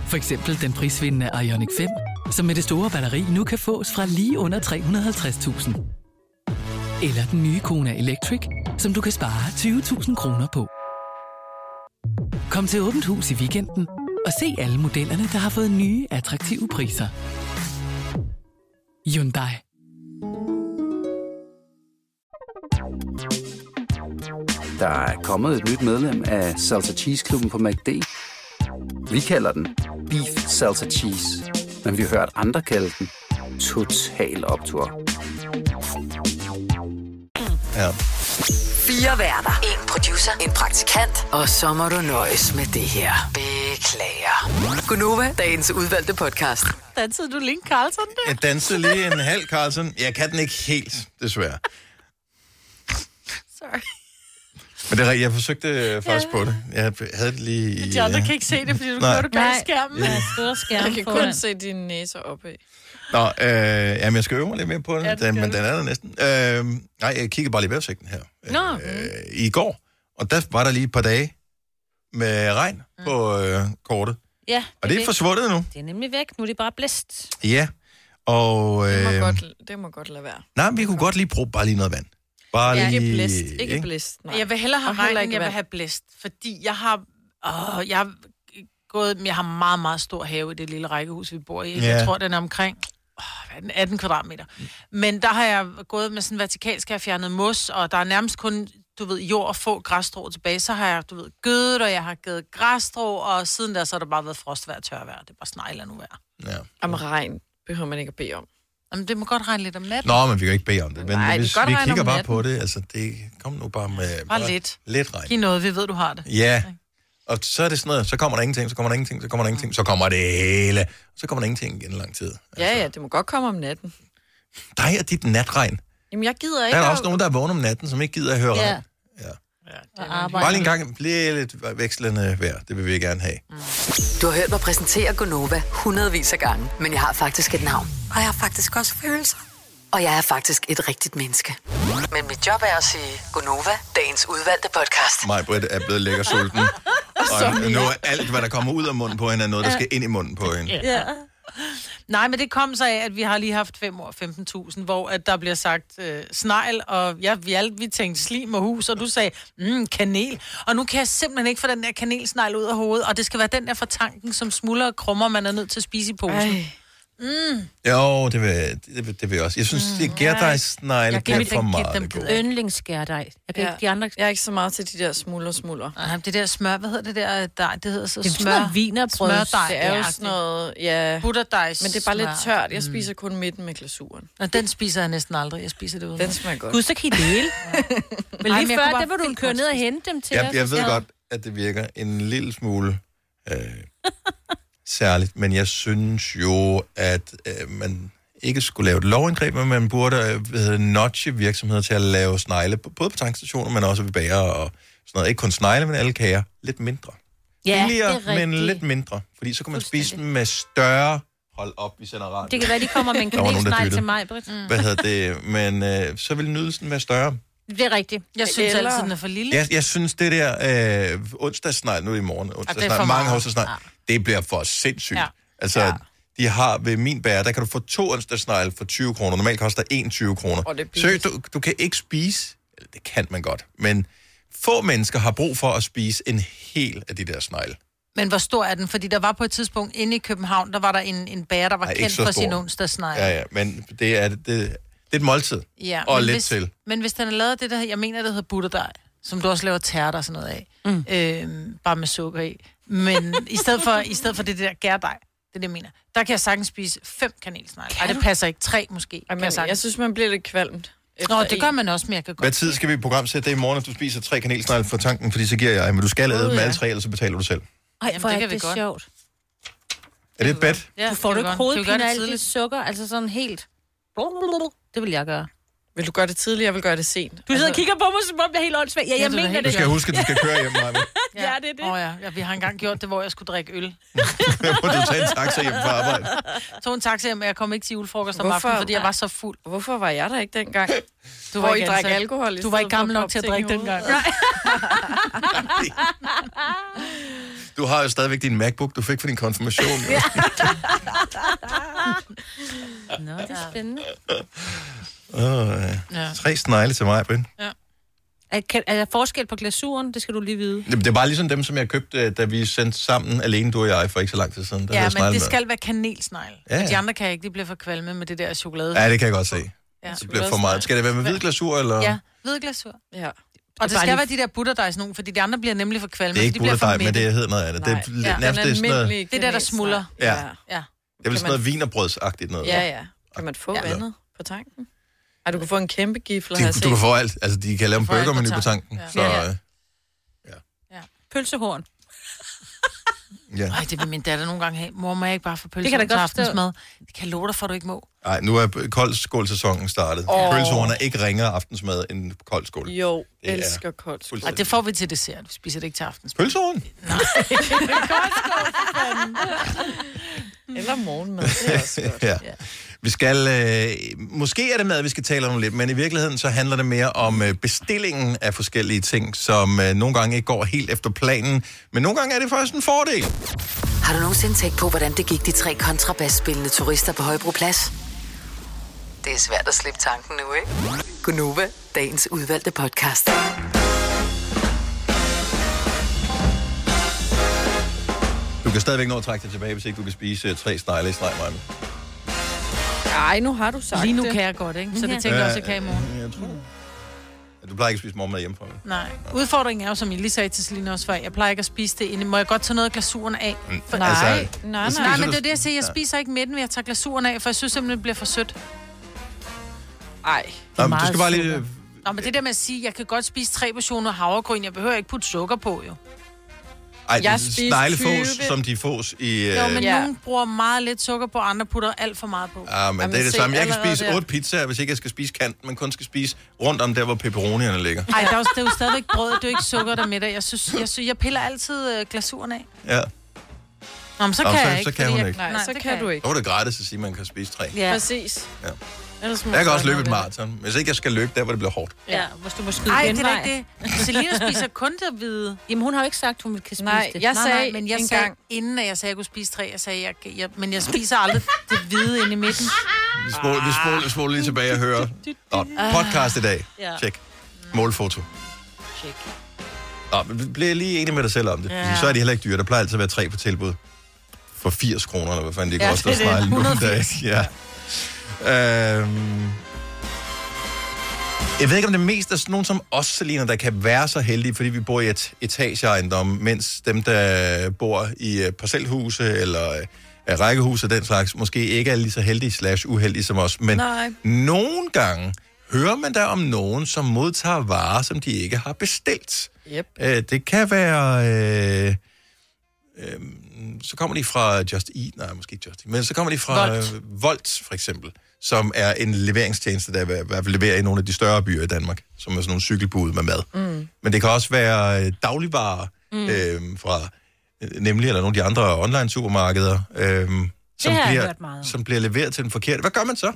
Speaker 15: For eksempel den prisvindende Ioniq 5, som med det store batteri nu kan fås fra lige under 350.000. Eller den nye Kona Electric, som du kan spare 20.000 kroner på. Kom til Åbent Hus i weekenden og se alle modellerne, der har fået nye, attraktive priser. Hyundai.
Speaker 16: Der er kommet et nyt medlem af Salsa Cheese Klubben på MACD. Vi kalder den Beef Salsa Cheese, men vi har hørt andre kalde den Total Optor.
Speaker 1: Ja.
Speaker 5: Fire værter. En producer. En praktikant. Og så må du nøjes med det her. Beklager. Gunova, dagens udvalgte podcast.
Speaker 2: Dansede du Link Carlson der?
Speaker 1: Jeg dansede lige en halv, Carlsen. Jeg kan den ikke helt, desværre.
Speaker 2: Sorry.
Speaker 1: Men det er rigtigt, jeg forsøgte øh, faktisk ja. på det. Jeg havde det lige... i,
Speaker 2: De andre
Speaker 1: øh,
Speaker 2: kan ikke se det, fordi du
Speaker 1: Nej.
Speaker 2: kører det bag skærmen.
Speaker 1: Ja.
Speaker 2: store skærm
Speaker 3: Jeg kan kun
Speaker 2: foran.
Speaker 3: se dine næser opad.
Speaker 1: Nå, øh, jamen, jeg skal øve mig lidt mere på den,
Speaker 3: Ja,
Speaker 1: ja,
Speaker 3: det
Speaker 1: den
Speaker 3: skal
Speaker 1: men
Speaker 3: du.
Speaker 1: den er der næsten. Øh, nej, jeg kiggede bare lige vævsigten her
Speaker 4: Nå,
Speaker 1: øh, i går, og der var der lige et par dage med regn
Speaker 3: Mm.
Speaker 1: på øh, kortet.
Speaker 4: ja.
Speaker 1: Og det er
Speaker 4: væk.
Speaker 1: forsvundet nu.
Speaker 4: Det er nemlig væk. Nu er det bare blæst.
Speaker 1: Ja, og...
Speaker 3: Det må,
Speaker 1: Øh,
Speaker 3: godt, det må godt lade være.
Speaker 1: nej, men vi kunne godt lige bruge bare lige noget vand. Bare
Speaker 3: Ja,
Speaker 1: lige,
Speaker 3: ikke blæst. Ikke blæst. Nej.
Speaker 2: Jeg vil hellere have
Speaker 3: Og heller
Speaker 2: regn, end
Speaker 3: ikke
Speaker 2: jeg vil
Speaker 3: vand.
Speaker 2: have blæst. Fordi jeg har... Åh, jeg har gået... Jeg har meget, meget stor have i det lille rækkehus, vi bor i. ikke? Jeg
Speaker 4: Ja.
Speaker 2: tror, den er omkring... åh, hvad er den? 18 kvadratmeter. Men der har jeg gået med sådan vertikalsk, jeg har fjernet mos, og der er nærmest kun, du ved, jord og få græsstrå tilbage. Så har jeg, du ved, gødet, og jeg har givet græsstrå, og siden der, så har der bare været frostvejr og tørvejr. Det er bare snegler nu vejr.
Speaker 1: Ja.
Speaker 3: Om regn behøver man ikke at bede om.
Speaker 2: Jamen, det må godt regne lidt om natten.
Speaker 1: Nå, men vi kan jo ikke bede om det. Men
Speaker 2: Nej, det
Speaker 1: hvis
Speaker 2: kan godt
Speaker 1: vi
Speaker 2: regne om
Speaker 1: kigger bare
Speaker 2: natten.
Speaker 1: på det, altså det... Kom nu bare med...
Speaker 2: Bare lidt.
Speaker 1: Lidt regn.
Speaker 2: Giv noget, vi ved, du har det.
Speaker 1: Ja. Og så er det sådan noget, så kommer der ingenting, så kommer der ingenting, så kommer der ingenting, så kommer det hele. Så kommer der ingenting igen i lang tid.
Speaker 3: Ja, ja, det må godt komme om natten.
Speaker 1: Dig og dit natregn.
Speaker 3: Jamen, jeg gider
Speaker 1: Der
Speaker 3: ikke...
Speaker 1: er der også nogen, der er vågne om natten, som ikke gider at høre ja.
Speaker 3: Ja.
Speaker 1: regn. Bare lige en gang, bliver lidt vekslende vejr. Det vil vi gerne have.
Speaker 2: Mm.
Speaker 5: Du har hørt mig præsentere Gonova hundredvis af gange, men jeg har faktisk et navn.
Speaker 17: Og jeg har faktisk også følelser.
Speaker 5: Og jeg er faktisk et rigtigt menneske. Men mit job er at sige Gonova, dagens udvalgte podcast.
Speaker 1: Mig, Britt, er blevet lækker sulten. Og nu er alt, hvad der kommer ud af munden på hende, er noget, der
Speaker 2: Ja.
Speaker 1: skal ind i munden på hende.
Speaker 2: Ja. Nej, men det kom så af, at vi har lige haft 5 år 15.000, hvor at der bliver sagt øh, snegl, og ja, vi, alt, vi tænkte slim og hus, og du sagde, mm, kanel. Og nu kan jeg simpelthen ikke få den der kanelsnegl ud af hovedet, og det skal være den der fra tanken, som smuldrer og krummer, man er nødt til at spise i posen.
Speaker 3: Ej.
Speaker 2: Mm.
Speaker 1: Jo, det vil, det, vil, det vil jeg også. Jeg synes, mm, det gærdejsnegle kan for meget. gå.
Speaker 4: Yndlingsskærdej. Jeg kan ikke de andre...
Speaker 3: Jeg er ikke så meget til de der smuldre smuldre.
Speaker 2: Nej, det der smør, hvad hedder det der øh, dej? Det hedder så
Speaker 4: Det er sådan
Speaker 2: smør.
Speaker 4: noget wienerbrød.
Speaker 2: Smørdej.
Speaker 3: Det er jo sådan noget, ja...
Speaker 2: Butterdej.
Speaker 3: Men det er bare lidt
Speaker 2: smør.
Speaker 3: tørt.
Speaker 4: Mm.
Speaker 3: Jeg spiser kun midten med glasuren.
Speaker 2: Nå, den spiser jeg næsten aldrig. Jeg spiser det uden.
Speaker 3: Den smager godt.
Speaker 4: Gud, så kan I dele. Men
Speaker 2: Ej,
Speaker 4: lige
Speaker 2: men jeg
Speaker 4: før,
Speaker 2: kunne bare
Speaker 4: der var du
Speaker 2: fint
Speaker 4: køre
Speaker 2: godt
Speaker 4: ned og hente dem til
Speaker 1: Jeg,
Speaker 4: os.
Speaker 1: jeg ved
Speaker 4: Ja.
Speaker 1: godt, at det virker en lille smule øh, særligt, men jeg synes jo, at øh, man ikke skulle lave et lovindgreb, men man burde øh, hvad hedder det, notche virksomheder til at lave snegle, b- både på tankstationer, men også ved bager og sådan noget. Ikke kun snegle, men alle kager. Lidt mindre.
Speaker 4: Ja, det er
Speaker 1: Billigere, men
Speaker 4: rigtigt.
Speaker 1: lidt mindre. Fordi så kan man spise dem med større... Hold op, vi sender radio.
Speaker 4: Det kan være, de kommer med en
Speaker 1: Der var nogen, der
Speaker 4: kanelsnegl til mig,
Speaker 1: dyttede.
Speaker 4: Britt. Mm.
Speaker 1: Hvad hedder det? Men øh, så vil nydelsen være større.
Speaker 4: Det er rigtigt.
Speaker 2: Jeg synes altid, den er for lille.
Speaker 1: Jeg, jeg synes, det der øh, onsdagsnegl, nu er det i morgen,
Speaker 2: det er for
Speaker 1: onsdagsnegl, mange
Speaker 2: meget.
Speaker 1: onsdagsnegl, ja. det bliver for sindssygt.
Speaker 2: Ja.
Speaker 1: Ja. Altså, ja. de har ved min bære, der kan du få to onsdagsnegle for 20 kroner. Normalt koster en 20 kroner.
Speaker 3: Og det er
Speaker 1: Seriøst, du, du kan ikke spise, eller det kan man godt, men få mennesker har brug for at spise en hel af de der snegle.
Speaker 2: Men hvor stor er den? Fordi der var på et tidspunkt inde i København, der var der en, en bager, der var
Speaker 1: Ej,
Speaker 2: Ej,
Speaker 1: ikke
Speaker 2: kendt
Speaker 1: så
Speaker 2: for
Speaker 1: stor.
Speaker 2: sin onsdagsnegle.
Speaker 1: Ja, ja, men det er, det, det er et måltid. og
Speaker 2: men
Speaker 1: lidt
Speaker 2: hvis,
Speaker 1: til.
Speaker 2: Men hvis den er lavet af det, der, jeg mener, det hedder butterdej, som du også laver tærter og sådan noget af, mm. øhm, bare med sukker i. Men i stedet for, i stedet for det der gærdej, det er det, jeg mener, der kan jeg sagtens spise fem kanelsnegle. Ej, det passer ikke. Tre måske. Ej,
Speaker 3: Men jeg synes, man bliver lidt kvalmt. efter
Speaker 2: Nå, det gør
Speaker 3: en.
Speaker 2: man også, men jeg kan godt.
Speaker 1: Hvad tid skal vi programsætte det i morgen, at du spiser tre kanelsnegle for tanken, fordi så giver jeg, men du skal æde
Speaker 2: Gud,
Speaker 1: dem
Speaker 2: ja.
Speaker 1: alle tre, eller så betaler du selv.
Speaker 4: Ej, hvor
Speaker 2: det
Speaker 4: er
Speaker 2: kan vi
Speaker 4: det
Speaker 2: godt.
Speaker 4: sjovt.
Speaker 1: Er det et bet?
Speaker 2: Ja,
Speaker 4: du får
Speaker 2: det
Speaker 4: du
Speaker 2: kan
Speaker 4: ikke
Speaker 2: vi godt.
Speaker 4: hovedpine
Speaker 2: Det kan vi gøre
Speaker 4: af
Speaker 2: det
Speaker 4: alt det
Speaker 2: tidligt.
Speaker 4: sukker, altså sådan helt... Det vil jeg gøre.
Speaker 3: Vil du gøre det tidligt, jeg vil gøre det sent. Du
Speaker 4: sidder og kigger på mig, som om jeg er helt åndssvagt. Ja, jeg
Speaker 2: du Altså- er
Speaker 4: mener
Speaker 2: helt-
Speaker 4: det.
Speaker 1: Du skal huske, at du skal køre hjem, Maja.
Speaker 4: Ja, det er det.
Speaker 2: Åh oh, ja. ja, vi har engang gjort det, hvor jeg skulle drikke øl.
Speaker 1: Må du tage en taxa hjem fra arbejde?
Speaker 2: Jeg tog en taxa hjem, og jeg kom ikke til julefrokost om
Speaker 3: Hvorfor?
Speaker 2: aftenen, fordi jeg var så fuld.
Speaker 3: Hvorfor var jeg der ikke dengang?
Speaker 2: Du
Speaker 3: Hvor
Speaker 2: var
Speaker 3: I
Speaker 2: ikke
Speaker 3: drak
Speaker 2: ansat.
Speaker 3: alkohol i
Speaker 2: Du var
Speaker 3: stedet for
Speaker 2: ikke
Speaker 3: at
Speaker 2: gammel nok
Speaker 3: proppe
Speaker 2: til at
Speaker 3: ting i
Speaker 2: drikke
Speaker 3: hovedet.
Speaker 2: dengang.
Speaker 1: Du har jo stadigvæk din MacBook, du fik for din konfirmation. jo.
Speaker 4: Nå, det er spændende.
Speaker 1: Åh, ja.
Speaker 4: Ja.
Speaker 1: Tre snegle til mig, Brind.
Speaker 4: Er, kan, er der forskel på glasuren? Det skal du lige vide.
Speaker 1: Det det er bare ligesom dem, som jeg købte, øh, da vi sendte sammen alene, du og jeg, for ikke så lang tid siden. Der
Speaker 2: Ja,
Speaker 1: hedder
Speaker 2: men
Speaker 1: snegle
Speaker 2: det
Speaker 1: med.
Speaker 2: skal være kanelsnegl.
Speaker 1: Ja,
Speaker 2: Ja,
Speaker 1: ja.
Speaker 2: ja. De andre kan ikke, de bliver for kvalme med det der chokolade.
Speaker 1: Ja, det kan jeg godt se.
Speaker 2: Ja.
Speaker 1: Det bliver for meget. Skal det være med hvid glasur, eller?
Speaker 2: Ja, hvid glasur.
Speaker 3: Ja.
Speaker 2: Og det
Speaker 1: Bare lige-
Speaker 2: skal være de der butterdejs nogen, fordi de andre bliver nemlig for kvalme.
Speaker 1: Det er ikke
Speaker 2: de bliver for
Speaker 1: bullefej, men
Speaker 2: mætte.
Speaker 1: det hedder noget andet. Det er lidt- nærmest det er sådan noget,
Speaker 2: Det er der, der smuldrer.
Speaker 1: Ja.
Speaker 2: ja.
Speaker 1: det er vel
Speaker 3: Kan
Speaker 1: sådan noget vinerbrødsagtigt noget.
Speaker 3: Ja, ja. Kan man få
Speaker 1: Ja.
Speaker 3: ja. vandet på tanken? Ej, du kan få en kæmpe gifle, har jeg
Speaker 1: De, du
Speaker 3: set.
Speaker 1: kan få alt. Altså, de kan lave en
Speaker 3: får alt på
Speaker 1: burgermenu på
Speaker 3: tanken.
Speaker 1: tanken.
Speaker 3: Ja.
Speaker 1: Så,
Speaker 3: Ja.
Speaker 1: øh,
Speaker 4: Pølsehorn.
Speaker 1: øh, ja.
Speaker 2: Ej, det vil min datter nogle gange have. Mor, må jeg ikke bare få pølser
Speaker 4: Det kan jeg da
Speaker 2: til
Speaker 4: godt forstå.
Speaker 2: aftensmad? Det kan jeg love dig for, at du ikke må.
Speaker 1: Ej, nu er koldskålsæsonen startet. Oh.
Speaker 2: Åh.
Speaker 1: Pølsehorn er ikke ringere aftensmad end koldskål.
Speaker 3: Jo,
Speaker 1: Det er
Speaker 3: elsker koldt.
Speaker 1: fuldstændig.
Speaker 2: Og det får vi til dessert. Vi spiser det ikke til aftensmad.
Speaker 1: Pølsehorn?
Speaker 3: Eller morgenmad, det er også godt.
Speaker 1: ja. Vi skal, øh, måske er det mad, vi skal tale om lidt, men i virkeligheden så handler det mere om øh, bestillingen af forskellige ting, som øh, nogle gange ikke går helt efter planen, men nogle gange er det faktisk en fordel.
Speaker 5: Har du nogensinde tænkt på, hvordan det gik de tre kontrabasspillende turister på Højbroplads? Det er svært at slippe tanken nu, ikke? Gunova, dagens udvalgte podcast.
Speaker 1: Du kan stadigvæk nå at trække dig tilbage, hvis ikke du kan spise øh, tre snegle i streg, Maja.
Speaker 3: Ej, nu har du sagt
Speaker 2: Lige nu
Speaker 3: det.
Speaker 2: kan jeg godt, ikke? Så det tænker jeg også, jeg kan i morgen.
Speaker 1: Ja, Øh, Jeg tror. Du plejer ikke at spise morgenmad hjemmefra. vel?
Speaker 2: Nej. Udfordringen er jo, som jeg lige sagde til Celine også før, jeg plejer ikke at spise det inde. Må jeg godt tage noget af glasuren af?
Speaker 1: Mm,
Speaker 2: For...
Speaker 1: Nej, altså,
Speaker 2: nej,
Speaker 1: det
Speaker 2: nej,
Speaker 1: spiser
Speaker 2: nej. Nej,
Speaker 1: du-
Speaker 2: men det er det, jeg siger. Jeg
Speaker 1: Nej.
Speaker 2: spiser ikke midten, ved at tage glasuren af, for jeg synes simpelthen, det bliver for sødt.
Speaker 3: Ej.
Speaker 1: Nå, men du skal bare lige... øh,
Speaker 2: Nå, men det der med at sige, jeg kan godt spise tre portioner havregryn, jeg behøver ikke putte sukker på, jo.
Speaker 1: Ej,
Speaker 2: Jeg spiste
Speaker 1: sneglefås,
Speaker 2: 20.
Speaker 1: som de fås i... Øh,
Speaker 2: Jo, men ja. nogen bruger meget lidt sukker på, andre putter alt for meget på.
Speaker 1: Ah, men det er det samme. Jeg kan spise otte pizzaer, hvis ikke jeg skal spise kanten, men kun skal spise rundt om der, hvor pepperonierne ligger.
Speaker 2: Nej, der er, jo, det er jo stadigvæk brød, det er jo ikke sukker, der er med dig. Jeg synes, jeg, synes, jeg piller altid øh, glasuren af.
Speaker 1: Ja.
Speaker 2: Nå, men så
Speaker 1: Nå,
Speaker 2: kan
Speaker 1: så-
Speaker 2: jeg ikke.
Speaker 1: så kan
Speaker 2: fordi
Speaker 1: hun
Speaker 2: jeg-
Speaker 1: ikke.
Speaker 3: Nej, så kan du ikke.
Speaker 1: Så var det gratis at sige, at man kan spise tre.
Speaker 3: Ja. Præcis.
Speaker 1: Ja.
Speaker 3: Ellers må
Speaker 1: Jeg kan
Speaker 3: du
Speaker 1: også løbe
Speaker 3: gøre
Speaker 1: et
Speaker 3: noget
Speaker 1: maraton, hvis ikke jeg skal løbe der, hvor det bliver hårdt.
Speaker 4: Ja, hvis du må skyde
Speaker 2: Nej, det er
Speaker 4: genvej.
Speaker 2: da ikke det. Selina spiser kun det hvide.
Speaker 4: Jamen, hun har jo ikke sagt, hun kan spise
Speaker 2: Nej,
Speaker 4: det.
Speaker 2: jeg sagde nej, nej, men jeg
Speaker 4: en
Speaker 2: sagde,
Speaker 4: gang.
Speaker 2: inden at jeg sagde, at jeg kunne spise tre, jeg sagde, jeg, jeg, men jeg spiser aldrig det hvide inde i midten.
Speaker 1: Vi spoler, vi spoler, vi spoler lige tilbage og hører. Nå,
Speaker 3: Ah.
Speaker 1: podcast i dag.
Speaker 2: Ja.
Speaker 1: Tjek. Målfoto.
Speaker 2: Tjek.
Speaker 1: Nå, men bliver lige enig med dig selv om det.
Speaker 2: Ja.
Speaker 1: Ja. Så er de heller ikke dyre. Der plejer altid at være tre på tilbud. For 80 kroner, eller hvad fanden de
Speaker 2: Ja,
Speaker 1: koster.
Speaker 2: det er det.
Speaker 1: Ja, det er
Speaker 2: 180.
Speaker 1: Ja. Øhm. Jeg ved ikke, om det mest er sådan nogen som os, Selina, der kan være så heldige, fordi vi bor i et etageejendom, mens dem, der bor i øh, parcelhuse eller øh, rækkehuse og den slags, måske ikke er lige så heldige slash uheldige som os. Men
Speaker 3: Nej.
Speaker 1: nogle gange hører man der om nogen, som modtager varer, som de ikke har bestilt.
Speaker 3: Yep.
Speaker 1: Øh, det kan være... Øh, øh, så kommer de fra Just Eat, nej, måske ikke Just Eat, men så kommer de fra
Speaker 18: Volt.
Speaker 1: Volt, Volt for eksempel, som er en leveringstjeneste, der i hvert fald leverer i nogle af de større byer i Danmark, som er sådan nogle cykelbud med mad.
Speaker 18: Mm.
Speaker 1: Men det kan også være øh, dagligvarer
Speaker 18: Mm.
Speaker 1: mm. øh, fra øh, nemlig eller nogle af de andre online-supermarkeder, øh, som,
Speaker 4: har jeg hørt meget
Speaker 1: bliver,
Speaker 4: om.
Speaker 1: som bliver leveret til den forkerte. Hvad gør man så?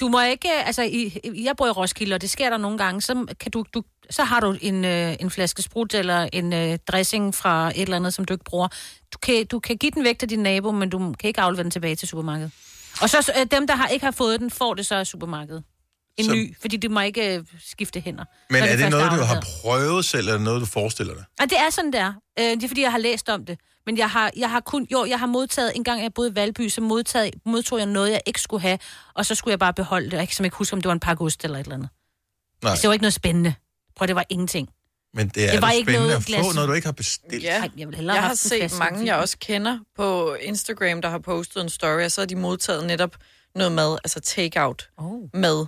Speaker 4: Du må ikke, altså, i, i- jeg bor i Roskilde, og det sker der nogle gange, så, kan du, du, så har du en, øh, en flaske sprut eller en øh, dressing fra et eller andet, som du ikke bruger. Du kan, du kan give den væk til din nabo, men du kan ikke aflevere den tilbage til supermarkedet. Og så øh, dem, der har, ikke har fået den, får det så af supermarkedet. En
Speaker 1: Så-
Speaker 4: så... ny, fordi du må ikke øh, skifte hænder.
Speaker 1: Men
Speaker 4: når
Speaker 1: er det
Speaker 4: først
Speaker 1: noget, du har
Speaker 4: afleveret.
Speaker 1: prøvet selv, eller noget, du forestiller dig?
Speaker 4: Og det er sådan der. Øh, det er fordi, jeg har læst om det. Men jeg har, jeg har kun, jo, jeg har modtaget, en gang jeg boede i Valby, så modtaget, modtog jeg noget, jeg ikke skulle have, og så skulle jeg bare beholde det. Jeg kan simpelthen ikke huske, om det var en pakke ost eller et eller andet.
Speaker 1: Nej,
Speaker 4: Altså, det var ikke noget spændende. Prøv, det var ingenting.
Speaker 1: men det er
Speaker 4: det var
Speaker 1: da
Speaker 4: ikke
Speaker 1: spændende
Speaker 4: noget
Speaker 1: at få,
Speaker 4: glas-
Speaker 1: når du ikke har bestilt.
Speaker 3: Ja.
Speaker 4: Ej, jeg vil hellere
Speaker 3: jeg har
Speaker 4: have haft en
Speaker 3: set
Speaker 4: flaske
Speaker 3: mange,
Speaker 4: vin.
Speaker 3: jeg også kender på Instagram, der har postet en story, og så har de modtaget netop noget mad, altså take-out
Speaker 4: oh.
Speaker 3: mad.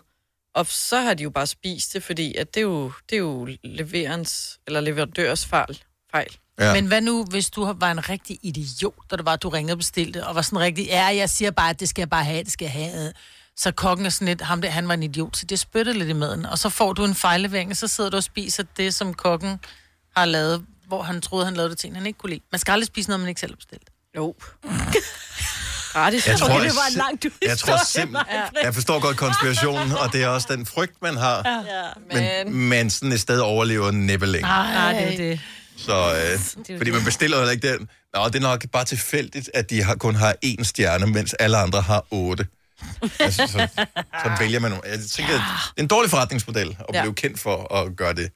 Speaker 3: Og så har de jo bare spist det, fordi at det, er jo, det er jo leverens, eller leverandørs fejl. fejl.
Speaker 2: Ja. Men hvad nu, hvis du har- var en rigtig idiot, da det var, at du ringede og bestilte, og var sådan rigtig, ja, jeg siger bare, at det skal jeg bare have, det skal jeg have. Så kokken er sådan lidt, ham der, han var en idiot, så det spyttede lidt i maden. Og så får du en fejllevering, og så sidder du og spiser det, som kokken har lavet, hvor han troede, han lavede det til en, han ikke kunne lide. Man skal aldrig spise noget, man ikke selv har bestilt.
Speaker 3: Jo. Gratis.
Speaker 1: Jeg tror,
Speaker 4: okay, det
Speaker 1: jeg
Speaker 4: var en
Speaker 1: sim-
Speaker 4: lang
Speaker 1: Jeg tror simpelthen,
Speaker 4: Ja.
Speaker 1: jeg forstår godt konspirationen, og det er også den frygt, man har.
Speaker 4: Ja.
Speaker 1: Men, men sådan et sted overlever næppe længe.
Speaker 4: Ah,
Speaker 2: Nej, det er det.
Speaker 1: Så, øh,
Speaker 2: jo
Speaker 1: fordi
Speaker 2: det.
Speaker 1: man bestiller heller ikke den. Nå, det er nok bare tilfældigt, at de har, kun har én stjerne, mens alle andre har otte. Altså, så, så vælger man nogle. Jeg tænker, ja. det er en dårlig forretningsmodel at
Speaker 2: Ah. Ja.
Speaker 1: blive kendt for at gøre det.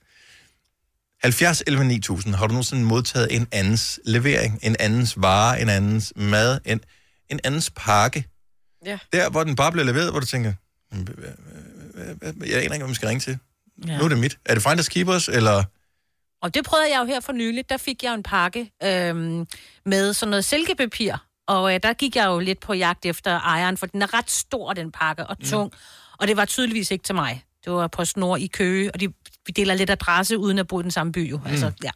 Speaker 1: 70 11 9000. Har du nogensinde modtaget en andens levering, en andens vare, en andens mad, en, en andens pakke?
Speaker 3: Ja.
Speaker 1: Der, hvor den bare bliver leveret, hvor du tænker, "Hm, hva- hva- hva- hva- jeg aner ikke, hvem jeg skal ringe til.
Speaker 4: Ja.
Speaker 1: Nu er det mit. Er det Finders Keepers, eller...
Speaker 4: Og det prøvede jeg jo her for nylig. Der fik jeg en pakke øhm, med sådan noget silkepapir. Og øh, der gik jeg jo lidt på jagt efter ejeren, for den er ret stor, den pakke, og tung. Mm. Og det var tydeligvis ikke til mig. Det var på Snor i Køge, og de, vi deler lidt adresse, uden at bo i den samme by jo. Mm. Altså, ja.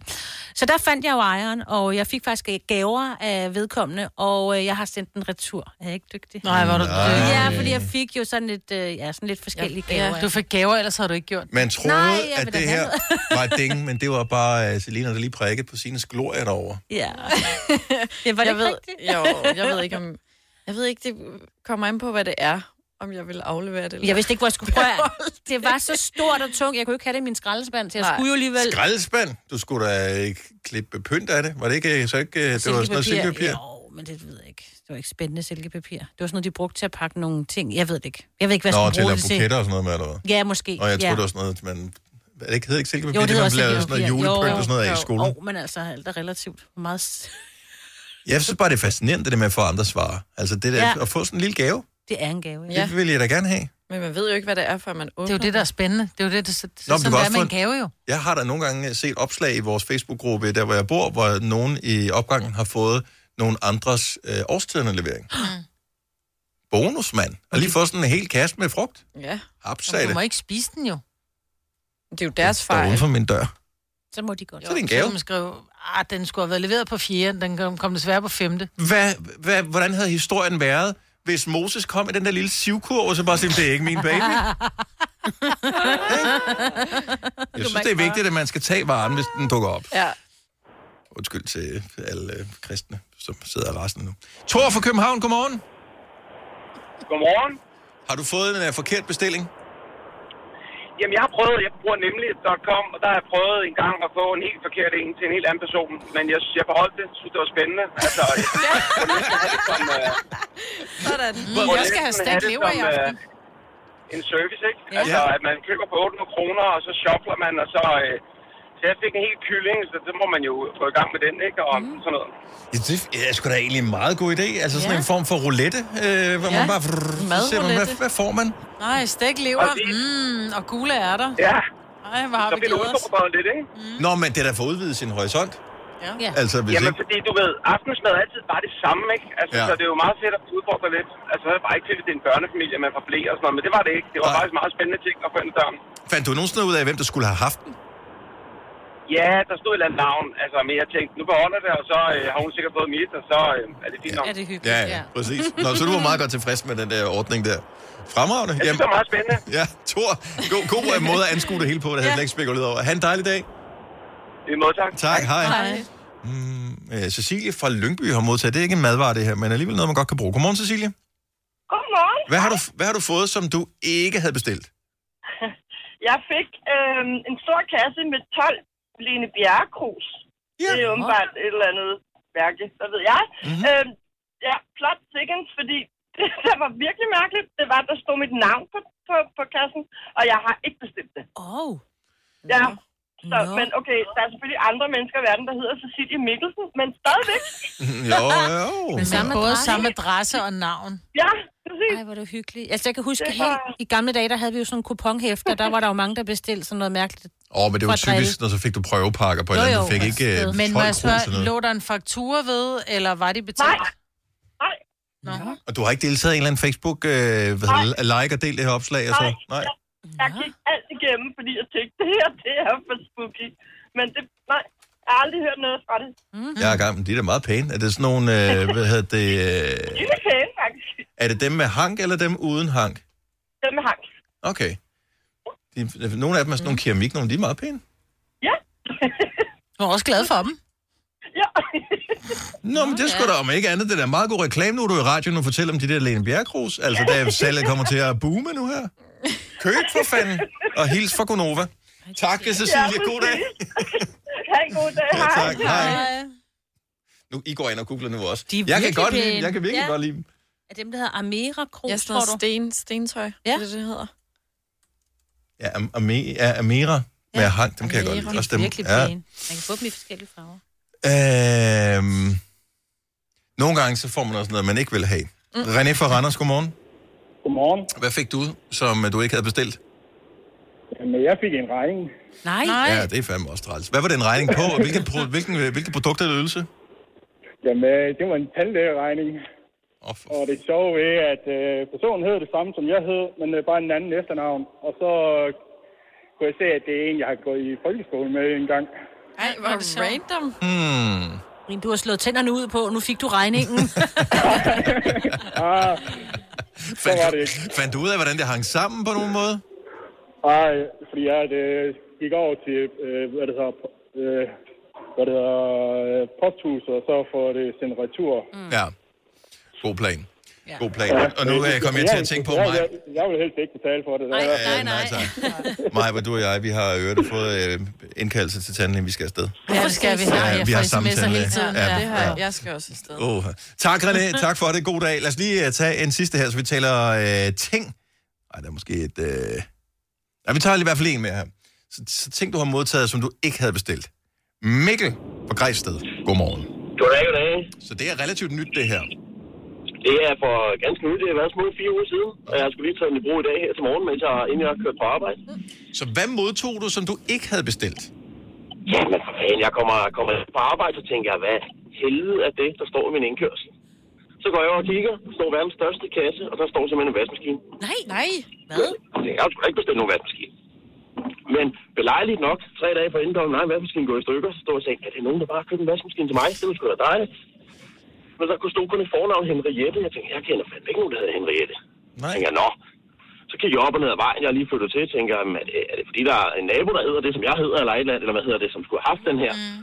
Speaker 4: Så der fandt jeg jo ejeren, og jeg fik faktisk øh, gaver af vedkommende, og øh, jeg har sendt den retur. Er jeg ikke dygtig?
Speaker 2: Nej, hvor er du Nej. dygtig.
Speaker 4: Ja, fordi jeg fik jo sådan lidt, øh, ja, sådan lidt forskellige
Speaker 2: Ja.
Speaker 4: gaver.
Speaker 2: Du fik gaver, ellers havde du ikke gjort
Speaker 1: Man troede,
Speaker 4: Nej,
Speaker 1: Nej,
Speaker 4: jeg
Speaker 1: at
Speaker 4: vil
Speaker 1: det
Speaker 4: da
Speaker 1: her
Speaker 4: have
Speaker 1: var et ding, men det var bare uh, Selina, der lige prikkede på sine glorie derovre.
Speaker 4: Ja. ja var det
Speaker 3: jeg
Speaker 4: ikke
Speaker 3: ved,
Speaker 4: rigtigt?
Speaker 3: Jo, jeg ved ikke om... Jeg ved ikke, det kommer an på, hvad det er, om jeg vil aflevere det. Eller.
Speaker 4: Jeg vidste ikke, hvor jeg skulle prøve. Det var så stort og tungt, jeg kunne ikke have det i min skraldespand, så jeg
Speaker 3: Nej.
Speaker 4: Nej. skulle jo alligevel...
Speaker 1: Skraldespand? Du skulle da øh, klippe pynt af det. Var det ikke øh, så ikke... øh, Det var sådan noget silkepapir.
Speaker 4: Jo, men det ved jeg ikke. Det var ikke spændende silkepapir. Det var sådan noget, de brugte til at pakke nogle ting. Jeg ved det ikke. Jeg ved ikke, hvad
Speaker 1: Nå,
Speaker 4: jeg
Speaker 1: til
Speaker 4: skulle
Speaker 1: at
Speaker 4: bruge
Speaker 1: lave
Speaker 4: det til.
Speaker 1: buketter og sådan noget med, eller hvad?
Speaker 4: Ja, måske.
Speaker 1: Og jeg
Speaker 4: ja.
Speaker 1: troede, det var sådan noget, man... Er det ikke, hedder ikke
Speaker 4: Jo,
Speaker 1: silkepapir,
Speaker 4: det
Speaker 1: det,
Speaker 4: hedder
Speaker 1: man
Speaker 4: også
Speaker 1: lavede sådan noget julepynt og sådan noget af i skolen?
Speaker 4: Jo, men altså, alt er relativt meget... s-
Speaker 1: Jeg synes bare, det er fascinerende, det med at få andre svar. Altså det der,
Speaker 4: Ja.
Speaker 1: at få sådan en lille gave,
Speaker 4: Det er en gave, ja.
Speaker 3: Ja.
Speaker 1: det vil jeg da gerne have.
Speaker 3: Men man ved jo ikke, hvad det er, før man åbner
Speaker 2: Det er jo det, der er spændende. Det er jo det, det, det, det
Speaker 1: Nå,
Speaker 2: Nå,
Speaker 1: men du
Speaker 2: sådan,
Speaker 1: kan
Speaker 2: det er med en
Speaker 1: også få
Speaker 2: gave jo.
Speaker 1: Jeg har da nogle gange set opslag i vores Facebook-gruppe, der hvor jeg bor, hvor nogen i opgangen har fået nogle andres øh, årstiderne levering. Bonusmand. Og lige fået sådan en hel kasse med frugt.
Speaker 4: Mm.
Speaker 3: Ja.
Speaker 1: Absag
Speaker 2: Men Du
Speaker 1: det.
Speaker 2: må ikke spise den jo.
Speaker 3: Det er jo deres
Speaker 1: Der er uden
Speaker 3: fejl.
Speaker 1: for min dør.
Speaker 4: Så må de godt.
Speaker 1: Så er det en gave.
Speaker 2: Så kan man skrive, ah, den skulle have været leveret på 4. Den kom- kom desværre på 5.
Speaker 1: Hvad, hvad, hvordan havde historien været, hvis Moses kom i den der lille sivkurv, og så bare sagde, det er ikke min baby? Jeg synes, det er vigtigt, at man skal tage varen, hvis den dukker op.
Speaker 3: Ja.
Speaker 1: Undskyld til alle øh, kristne, som sidder i resten nu. Thor fra København, godmorgen.
Speaker 6: Godmorgen.
Speaker 1: Har du fået en uh, forkert bestilling?
Speaker 6: Jamen, jeg har prøvet, jeg bruger nemlig .com, og der har jeg prøvet en gang at få en helt forkert en til en helt anden person. Men jeg, jeg beholdt det, synes det var spændende. Altså, jeg,
Speaker 3: Sådan.
Speaker 6: Hvor
Speaker 2: Mm, Jeg skal
Speaker 6: lidt
Speaker 2: have
Speaker 6: man
Speaker 2: stegt
Speaker 6: have det
Speaker 2: lever i
Speaker 6: som, øh,
Speaker 2: aften.
Speaker 6: en service, ikke? Ja. Altså, at man køber på 800 kroner, og så shopper man, og så... Øh, så jeg fik en helt kylling, så det må man jo gå i gang med den, ikke? Og mm. sådan noget.
Speaker 1: Ja, det er sgu da egentlig en meget god idé. Altså sådan
Speaker 6: Ja.
Speaker 1: ja. en form for roulette, øh, hvor ja.
Speaker 2: Ja.
Speaker 1: man bare... Frrr, så ser man, hvad,
Speaker 2: Madroulette.
Speaker 1: hvad får man?
Speaker 2: Nej, stegt lever.
Speaker 6: Og
Speaker 2: Mm, og gule ærter.
Speaker 6: Ja.
Speaker 2: Ej, hvor har
Speaker 6: Så
Speaker 2: vi
Speaker 6: bliver det
Speaker 2: glædet os.
Speaker 6: udfordret lidt, ikke?
Speaker 1: Mm. Nå, men det er da for at udvide sin horisont.
Speaker 2: Ja.
Speaker 1: Altså, hvis
Speaker 6: Jamen,
Speaker 1: ikke-
Speaker 6: fordi du ved, aftensmad er altid bare det samme, ikke? Altså,
Speaker 1: Ja.
Speaker 6: ja. så det er jo meget fedt at udfordre lidt. Altså, det er bare ikke til, hvis det er en børnefamilie, man får blæ og sådan noget, men det var det ikke. Det var faktisk meget spændende ting at få ind ad døren.
Speaker 1: Fandt du nogensinde ud af, hvem der skulle have haft den?
Speaker 6: Ja, der stod et eller andet navn, altså, men jeg tænkte, nu beholder jeg det, og så øh, har hun sikkert fået mit, og så øh, er det fint nok.
Speaker 4: Er det hyggeligt?
Speaker 1: Ja, ja, præcis. Nå, så du var meget godt tilfreds med den der ordning der. Fremragende.
Speaker 6: Jeg synes, det var meget spændende.
Speaker 1: Ja, Thor. God, god øh, måde at anskue det hele på, det havde jeg slet ikke spekuleret over. Ha' en dejlig dag.
Speaker 6: I måde, tak.
Speaker 1: Tak, hej. Øh, Cecilie fra Lyngby har modtaget, det er ikke en madvare det her, men alligevel noget, man godt kan bruge. Godmorgen, Cecilie.
Speaker 18: Godmorgen.
Speaker 1: Hvad har du, hvad har du fået, som du ikke havde bestilt?
Speaker 18: Jeg fik øh, en stor kasse med 12 Lene Bjerrekrus.
Speaker 1: Ja.
Speaker 18: Det er åbenbart et eller andet mærke, der ved jeg. Mm-hmm. Øh, ja, plot seconds, fordi det, der var virkelig mærkeligt. Det var, der stod mit navn på, på, på kassen, og jeg har ikke bestilt det.
Speaker 4: Oh.
Speaker 18: Ja. Så, men okay, der er selvfølgelig andre mennesker i verden, der hedder Cecilie Mikkelsen, men stadigvæk.
Speaker 1: jo, jo.
Speaker 2: Men samme både samme adresse og navn.
Speaker 18: Ja,
Speaker 1: Ah,
Speaker 18: præcis.
Speaker 4: Ej, hvor er det hyggeligt. Altså, jeg kan huske,
Speaker 18: Det
Speaker 4: helt i gamle dage, der havde vi jo sådan en kuponhæfter, der var der jo mange, der bestilte sådan noget mærkeligt.
Speaker 1: Åh, oh, men det var
Speaker 4: Fra Drille.
Speaker 1: typisk, når så fik du prøvepakker på et eller andet. Du fik ikke øh,
Speaker 2: Men må
Speaker 1: 12
Speaker 2: jeg
Speaker 1: kroner til
Speaker 2: spørge,
Speaker 1: noget.
Speaker 2: lå der en faktura ved, eller var de betalt? Nej.
Speaker 1: Og du har ikke deltaget i en eller anden Facebook, øh, hvad hedder, det, like og delt det her opslag? Og så? Nej.
Speaker 18: Jeg gik alt igennem, fordi jeg tænkte, det her, det er for spooky. Men det, nej, jeg har aldrig hørt noget fra det. Mm.
Speaker 1: Jeg er i gang, men de er da meget pæne. Er det sådan nogle, øh, hvad hedder det, øh,
Speaker 18: Det er pænt, faktisk.
Speaker 1: er det dem med hank eller dem uden hank?
Speaker 18: Dem med hank.
Speaker 1: Okay. De, nogle af dem er sådan nogle keramik, nogle de er meget pæne.
Speaker 18: Ja.
Speaker 2: Hun er også glad for dem.
Speaker 1: Nå, men det er sgu da om ikke andet. Det er da en meget god reklame nu, er du i radioen og fortæller om de der Lene Bjergkrus. Altså, der salget kommer til at boome nu her. Køb for fanden, og hils fra Gonova. Tak, Cecilie. God dag.
Speaker 18: ha' en god dag.
Speaker 1: Ja, tak. Hej. Nu, I går ind og googler nu også. jeg kan
Speaker 4: virkelig
Speaker 1: godt lide dem.
Speaker 4: pæne.
Speaker 1: Jeg kan virkelig
Speaker 4: Ja.
Speaker 1: godt lide dem.
Speaker 4: Er dem, der hedder Amera Cruz,
Speaker 3: Ja, sådan noget
Speaker 4: tror du?
Speaker 3: sten, stentøj, ja. det, det hedder.
Speaker 1: Ja, Am- Ame- ja, Amera med hang, dem kan jeg godt lide. Også dem.
Speaker 4: Virkelig
Speaker 1: Ja.
Speaker 4: pæne. Man kan få dem i forskellige farver.
Speaker 1: Øhm, nogle gange så får man også noget, man ikke vil have. Mm.
Speaker 4: Mm.
Speaker 1: René fra Randers, godmorgen.
Speaker 13: Godmorgen.
Speaker 1: Hvad fik du, som øh, du ikke havde bestilt?
Speaker 13: Jamen, jeg fik en regning.
Speaker 4: Nej.
Speaker 1: Ja, det er fandme også træls. Hvad var den regning på? og Hvilken, pro- hvilken, øh, hvilke produkter eller ydelse?
Speaker 13: Jamen, øh, det var en tandlægeregning.
Speaker 1: Oh,
Speaker 13: og det sjove er, at øh, personen hed det samme, som jeg hed, men øh, bare en anden efternavn. Og så øh, kunne jeg se, at det er en, jeg har gået i folkeskole med en gang.
Speaker 4: Ej, hvor er det random.
Speaker 1: Hmm.
Speaker 4: Men du har slået tænderne ud på, nu fik du regningen.
Speaker 13: Ah,
Speaker 1: Fandt, du, fandt du ud af, hvordan det hang sammen på nogen måde?
Speaker 4: Mm.
Speaker 13: Ej, ah, fordi jeg øh, gik over til, øh, hvad det hedder, øh, hvad det hedder, øh, posthuset, og så får det sendt retur.
Speaker 1: Mm. Ja. God plan. God plan. Og nu øh, kommer jeg til at tænke på
Speaker 13: jeg,
Speaker 1: mig.
Speaker 13: Jeg, jeg vil helst ikke betale for det. Nej,
Speaker 1: nej, nej. Maja, hvor du og jeg, vi har øvrigt fået øh, indkaldelse til tandlægen, vi skal afsted.
Speaker 3: Ja, det skal vi.
Speaker 1: Ja,
Speaker 3: Ja,
Speaker 1: vi har samme
Speaker 3: sms'er hele
Speaker 1: tandlæge.
Speaker 3: tiden. Ja,
Speaker 1: Ja,
Speaker 3: det har
Speaker 1: ja.
Speaker 3: jeg. Jeg skal også afsted.
Speaker 1: Oh. Tak, René. Tak for det. God dag. Lad os lige øh, tage en sidste her, så vi taler øh, ting. Ej, der er måske et... Øh... Nej, vi tager lige i hvert fald en mere her. Så, så ting, du har modtaget, som du ikke havde bestilt. Mikkel fra Græsted. Godmorgen.
Speaker 19: Goddag, goddag.
Speaker 1: Så det er relativt nyt, det her.
Speaker 19: Det er for ganske nyt. Det har været små fire uger siden, og jeg skulle lige tage den i brug i dag her til morgen, mens jeg, inden jeg har kørt på arbejde.
Speaker 1: Så hvad modtog du, som du ikke havde bestilt?
Speaker 19: Jamen for fanden, jeg kommer, kommer på arbejde, så tænker jeg, hvad helvede er det, der står i min indkørsel? Så går jeg over og kigger, der står verdens største kasse, og der står simpelthen en vaskemaskine.
Speaker 4: Nej, nej.
Speaker 19: Og Jeg har sgu da ikke bestilt nogen vaskemaskine. Men belejligt nok, tre dage forinden kom nej, vaskemaskinen går i stykker, så stod jeg og tænkte, er det nogen, der bare har købt en vaskemaskine til mig? Det var sgu da dejligt. Men så kunne stå kun et fornavn Henriette. Jeg tænkte, jeg kender fandme ikke nogen, der hedder Henriette.
Speaker 1: Nej.
Speaker 19: Tænker jeg, nå. Så kigger jeg op og ned ad vejen, jeg er lige flyttet til, tænker jeg, "Jamen, er det, er det fordi, der er en nabo, der hedder det, som jeg hedder, eller et eller andet, eller hvad hedder det, som skulle have haft den her? Mm.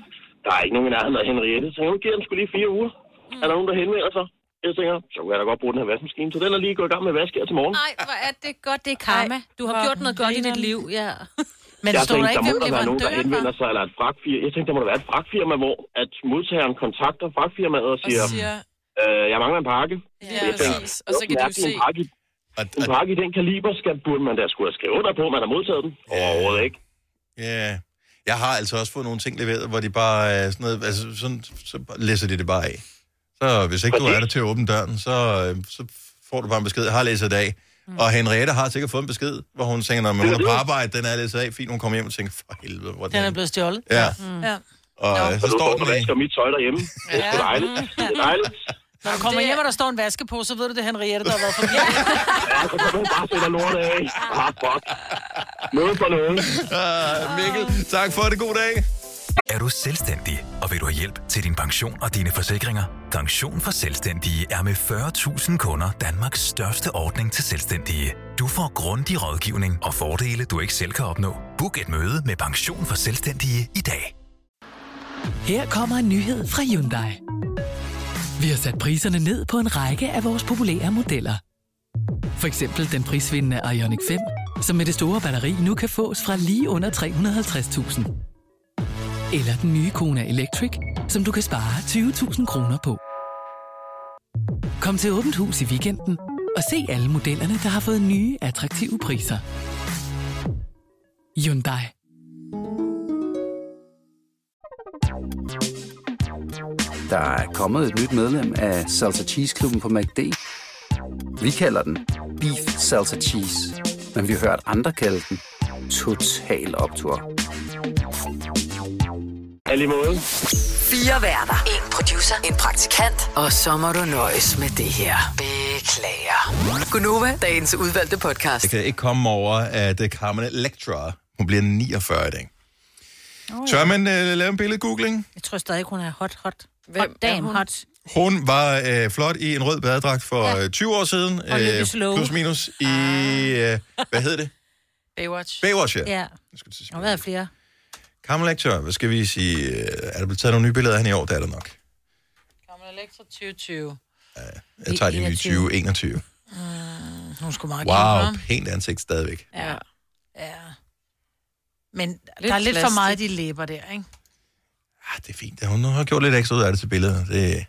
Speaker 19: Der er ikke nogen, der hedder Henriette. Så tænker jeg, nu giver jeg den sgu lige fire uger. Mm. Er der nogen, der henvender sig? Jeg tænker, så kunne jeg da godt bruge den her vaskemaskine. Så den er lige gået i gang med at vaske her til morgen.
Speaker 4: Nej, hvor er det godt, det er karma. Du har gjort noget godt i dit liv, ja.
Speaker 19: Men
Speaker 4: Men
Speaker 19: jeg
Speaker 4: stod der
Speaker 19: tænkte,
Speaker 4: ikke,
Speaker 19: der må
Speaker 4: hvem
Speaker 19: der være nogen, der
Speaker 4: leverandøren var?
Speaker 19: henvender sig, eller et fragtfirma. Jeg tænkte, der må der være et fragtfirma, hvor at modtageren kontakter fragtfirmaet og siger,
Speaker 3: siger-
Speaker 19: øh, jeg mangler en pakke.
Speaker 3: Ja,
Speaker 19: jeg tænker,
Speaker 3: præcis. Og så kan de jo
Speaker 19: mærkeligt,
Speaker 3: se-
Speaker 19: En pakke, en pakke i den kaliber, skal, burde man da skulle have skrevet under på, at man har modtaget den. Overhovedet ikke.
Speaker 1: Ja. Jeg har altså også fået nogle ting leveret, hvor de bare er sådan noget, altså sådan, så læser de det bare af. Så hvis ikke du er der til at åbne døren, så, øh, så får du bare en besked, jeg har læst det af. Mm. Og Henriette har sikkert fået en besked, hvor hun tænker, når hun er på arbejde, den er læst af, fint, hun kommer hjem og tænker, for helvede, hvor er
Speaker 2: Den er blevet stjålet.
Speaker 1: Ja.
Speaker 2: Mm. ja.
Speaker 1: Og øh, så står den
Speaker 19: med... mit tøj derhjemme. Det er dejligt. Det er dejligt.
Speaker 2: Når du kommer hjem, og der står en vaske på, så ved du, det er Henriette, der har været forbi.
Speaker 19: Ja, så kan du bare sætte lortet af. Ah, fuck. Noget for noget.
Speaker 1: Ah, Mikkel, tak for det. God dag.
Speaker 14: Er du selvstændig, og vil du have hjælp til din pension og dine forsikringer? Pension for Selvstændige er med 40.000 kunder Danmarks største ordning til selvstændige. Du får grundig rådgivning og fordele, du ikke selv kan opnå. Book et møde med Pension for Selvstændige i dag.
Speaker 15: Her kommer en nyhed fra Hyundai. Vi har sat priserne ned på en række af vores populære modeller. For eksempel den prisvindende Ioniq 5, som med det store batteri nu kan fås fra lige under 350.000. Eller den nye Kona Electric, som du kan spare 20.000 kroner på. Kom til Åbent Hus i weekenden og se alle modellerne, der har fået nye, attraktive priser. Hyundai.
Speaker 16: Der er kommet et nyt medlem af Salsa Cheese Klubben på MACD. Vi kalder den Beef Salsa Cheese, men vi har hørt andre kalde den Total Optor.
Speaker 19: Alle måde.
Speaker 5: Fire værter. En producer. En praktikant. Og så må du nøjes med det her. Beklager. Gunova, dagens udvalgte podcast.
Speaker 1: Jeg kan ikke komme over, at øh, Carmen Electra, hun bliver 49 i dag. Tør man øh, lave en billedgoogling?
Speaker 4: Jeg tror stadig, hun er hot, hot. Hvem hot damn, hot.
Speaker 1: Hun var øh, flot i en rød badedragt for ja. 20 år siden. øh,
Speaker 2: Og lykkeslove.
Speaker 1: plus minus i, øh, hvad hed det?
Speaker 2: Baywatch.
Speaker 1: Baywatch, ja.
Speaker 4: Ja. Der har været flere.
Speaker 1: Carmen Lecter, hvad skal vi sige? øh, Er der blevet taget nogle nye billeder af hende i år? Det er der nok.
Speaker 2: Gammel Elektra Mm, 2020.
Speaker 1: Jeg tager de nye
Speaker 2: 21.
Speaker 1: 2021.
Speaker 2: Hun skulle meget gerne
Speaker 1: Wow,
Speaker 2: ham.
Speaker 1: pænt ansigt stadigvæk.
Speaker 2: Ja. ja. Men der er lidt for
Speaker 3: plastik.
Speaker 2: meget i de læber der, ikke?
Speaker 1: Ah, det er fint. Hun har gjort lidt ekstra ud af det til billeder. Det, ja.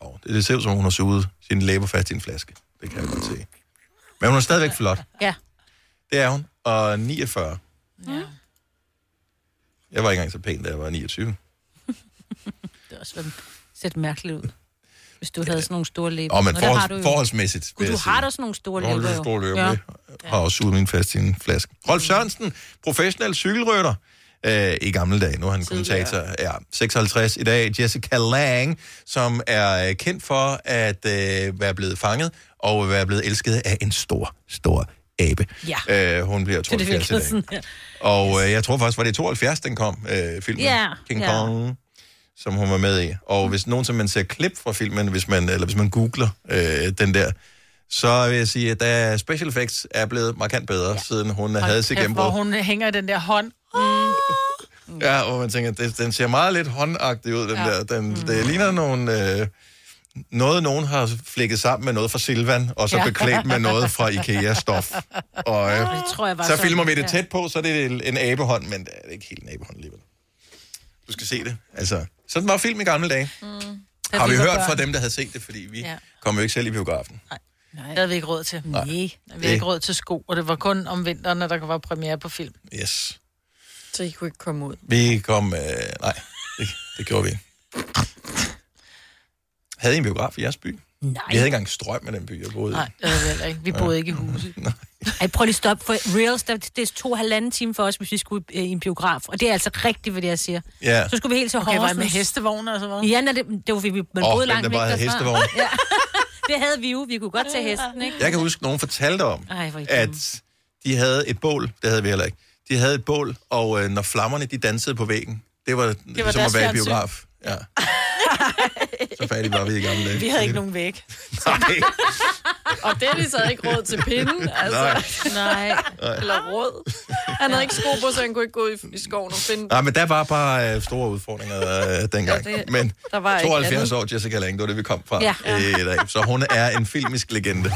Speaker 1: oh, det, det ser ud som, om hun har suget sine læber fast i en flaske. Det kan jeg godt se. Men hun er stadigvæk flot.
Speaker 4: Ja.
Speaker 1: Det er hun. Og 49. Ja. Jeg var ikke engang så pæn, da jeg var 29.
Speaker 4: Det har også været set mærkeligt ud. Hvis du havde sådan nogle store læber.
Speaker 1: Åh, oh, men
Speaker 4: Nå, det har du jo.
Speaker 1: forholds, forholdsmæssigt.
Speaker 4: Gud, du har da også nogle store læber,
Speaker 1: jo.
Speaker 4: jo.
Speaker 1: Store
Speaker 4: Ja.
Speaker 1: læber. Ja. har også suget min fast i en flaske. Rolf Sørensen, professionel cykelrytter øh, i gamle dage. Nu er han kommentator. Ja, 56 i dag. Jessica Lange, som er øh, kendt for at øh, være blevet fanget og være blevet elsket af en stor, stor abe. Ja. Øh, hun bliver
Speaker 4: Så Ah. det
Speaker 1: 72 i
Speaker 4: virkede
Speaker 1: dag.
Speaker 4: sådan her.
Speaker 1: Og øh, jeg tror faktisk, var det i 72, den kom, øh, filmen
Speaker 4: Ja,
Speaker 1: King
Speaker 4: ja.
Speaker 1: Kong, som hun var med i. Og hvis nogen, som man ser klip fra filmen, hvis man, eller hvis man googler øh, den der, så vil jeg sige, at der special effects er blevet markant bedre, ja. siden hun havde sit
Speaker 2: Kæft, Hvor
Speaker 1: gennembrud.
Speaker 2: hun hænger i den der hånd. Mm.
Speaker 1: Ja, og man tænker, det, den ser meget lidt håndagtig ud, den ja. der. Den, mm. Det ligner nogle, øh, noget, nogen har flækket sammen med noget fra Silvan, og så
Speaker 4: Ja.
Speaker 1: ja. beklædt med noget fra IKEA-stof. Og, øh,
Speaker 4: Det tror jeg var
Speaker 1: så
Speaker 4: sådan.
Speaker 1: filmer vi det
Speaker 4: Ja.
Speaker 1: tæt på, så er det en abehånd, men det er ikke helt en abehånd alligevel. Du skal se det. Altså, sådan var film i gamle dage. Mm.
Speaker 2: Da
Speaker 1: Har vi
Speaker 2: vi var
Speaker 1: hørt
Speaker 2: børn.
Speaker 1: fra dem, der havde set det, fordi vi
Speaker 2: Ja.
Speaker 1: ja. kom jo ikke selv i biografen.
Speaker 2: Nej. Det havde vi ikke råd til.
Speaker 1: Nej.
Speaker 2: Vi havde
Speaker 1: Det-
Speaker 2: ikke råd til sko, og det var kun om vinteren, at der var premiere på film.
Speaker 1: Yes.
Speaker 3: Så I kunne ikke komme ud.
Speaker 1: Vi kom... Øh, nej, det, det gjorde vi ikke. Havde I en biograf i jeres by? Nej. Vi havde ikke engang strøm med den by, jeg boede i.
Speaker 4: Nej, det havde vi heller ikke. Vi boede ikke i huse.
Speaker 1: Nej.
Speaker 4: Ej, prøv lige at stoppe. For reals, der, det er to halvanden time for os, hvis vi skulle øh, i en biograf. Og det er altså rigtigt, hvad det jeg siger.
Speaker 1: Ja.
Speaker 4: Så skulle vi helt til
Speaker 2: Okay, var I
Speaker 4: Horsens.
Speaker 2: med hestevogn og sådan noget?
Speaker 4: Ja, nej, det, det var vi, vi man
Speaker 1: Åh,
Speaker 4: boede
Speaker 1: hvem
Speaker 4: langt
Speaker 1: der
Speaker 4: væk
Speaker 1: bare havde
Speaker 4: derfra.
Speaker 1: hestevogn?
Speaker 4: Ja. Det havde vi jo. Vi kunne godt tage hesten, ikke?
Speaker 1: Jeg kan huske, nogen fortalte om,
Speaker 4: Ej, hvor er I dumme.
Speaker 1: at de havde et bål. Det havde vi heller ikke. De havde et bål, og øh, når flammerne de dansede på væggen, det var, det var ligesom
Speaker 2: deres
Speaker 1: at være i
Speaker 2: fjernsyn.
Speaker 1: biograf. Ja. Så fattig var vi i gamle dage.
Speaker 2: Vi havde ikke nogen væg.
Speaker 1: Nej.
Speaker 3: Og Dennis havde ikke råd til pinden, altså.
Speaker 4: Nej.
Speaker 1: Nej.
Speaker 3: Eller råd. Han havde ikke sko på, så han kunne ikke gå i, i skoven og finde
Speaker 1: Nej, men der var bare øh, store udfordringer øh, dengang.
Speaker 3: Ja, det-
Speaker 1: men
Speaker 3: der var ikke
Speaker 1: 72
Speaker 3: andet.
Speaker 1: år, Jessica Lange, det var det, vi kom fra
Speaker 3: Ja.
Speaker 1: ja. øh, i dag. Så hun er en filmisk legende.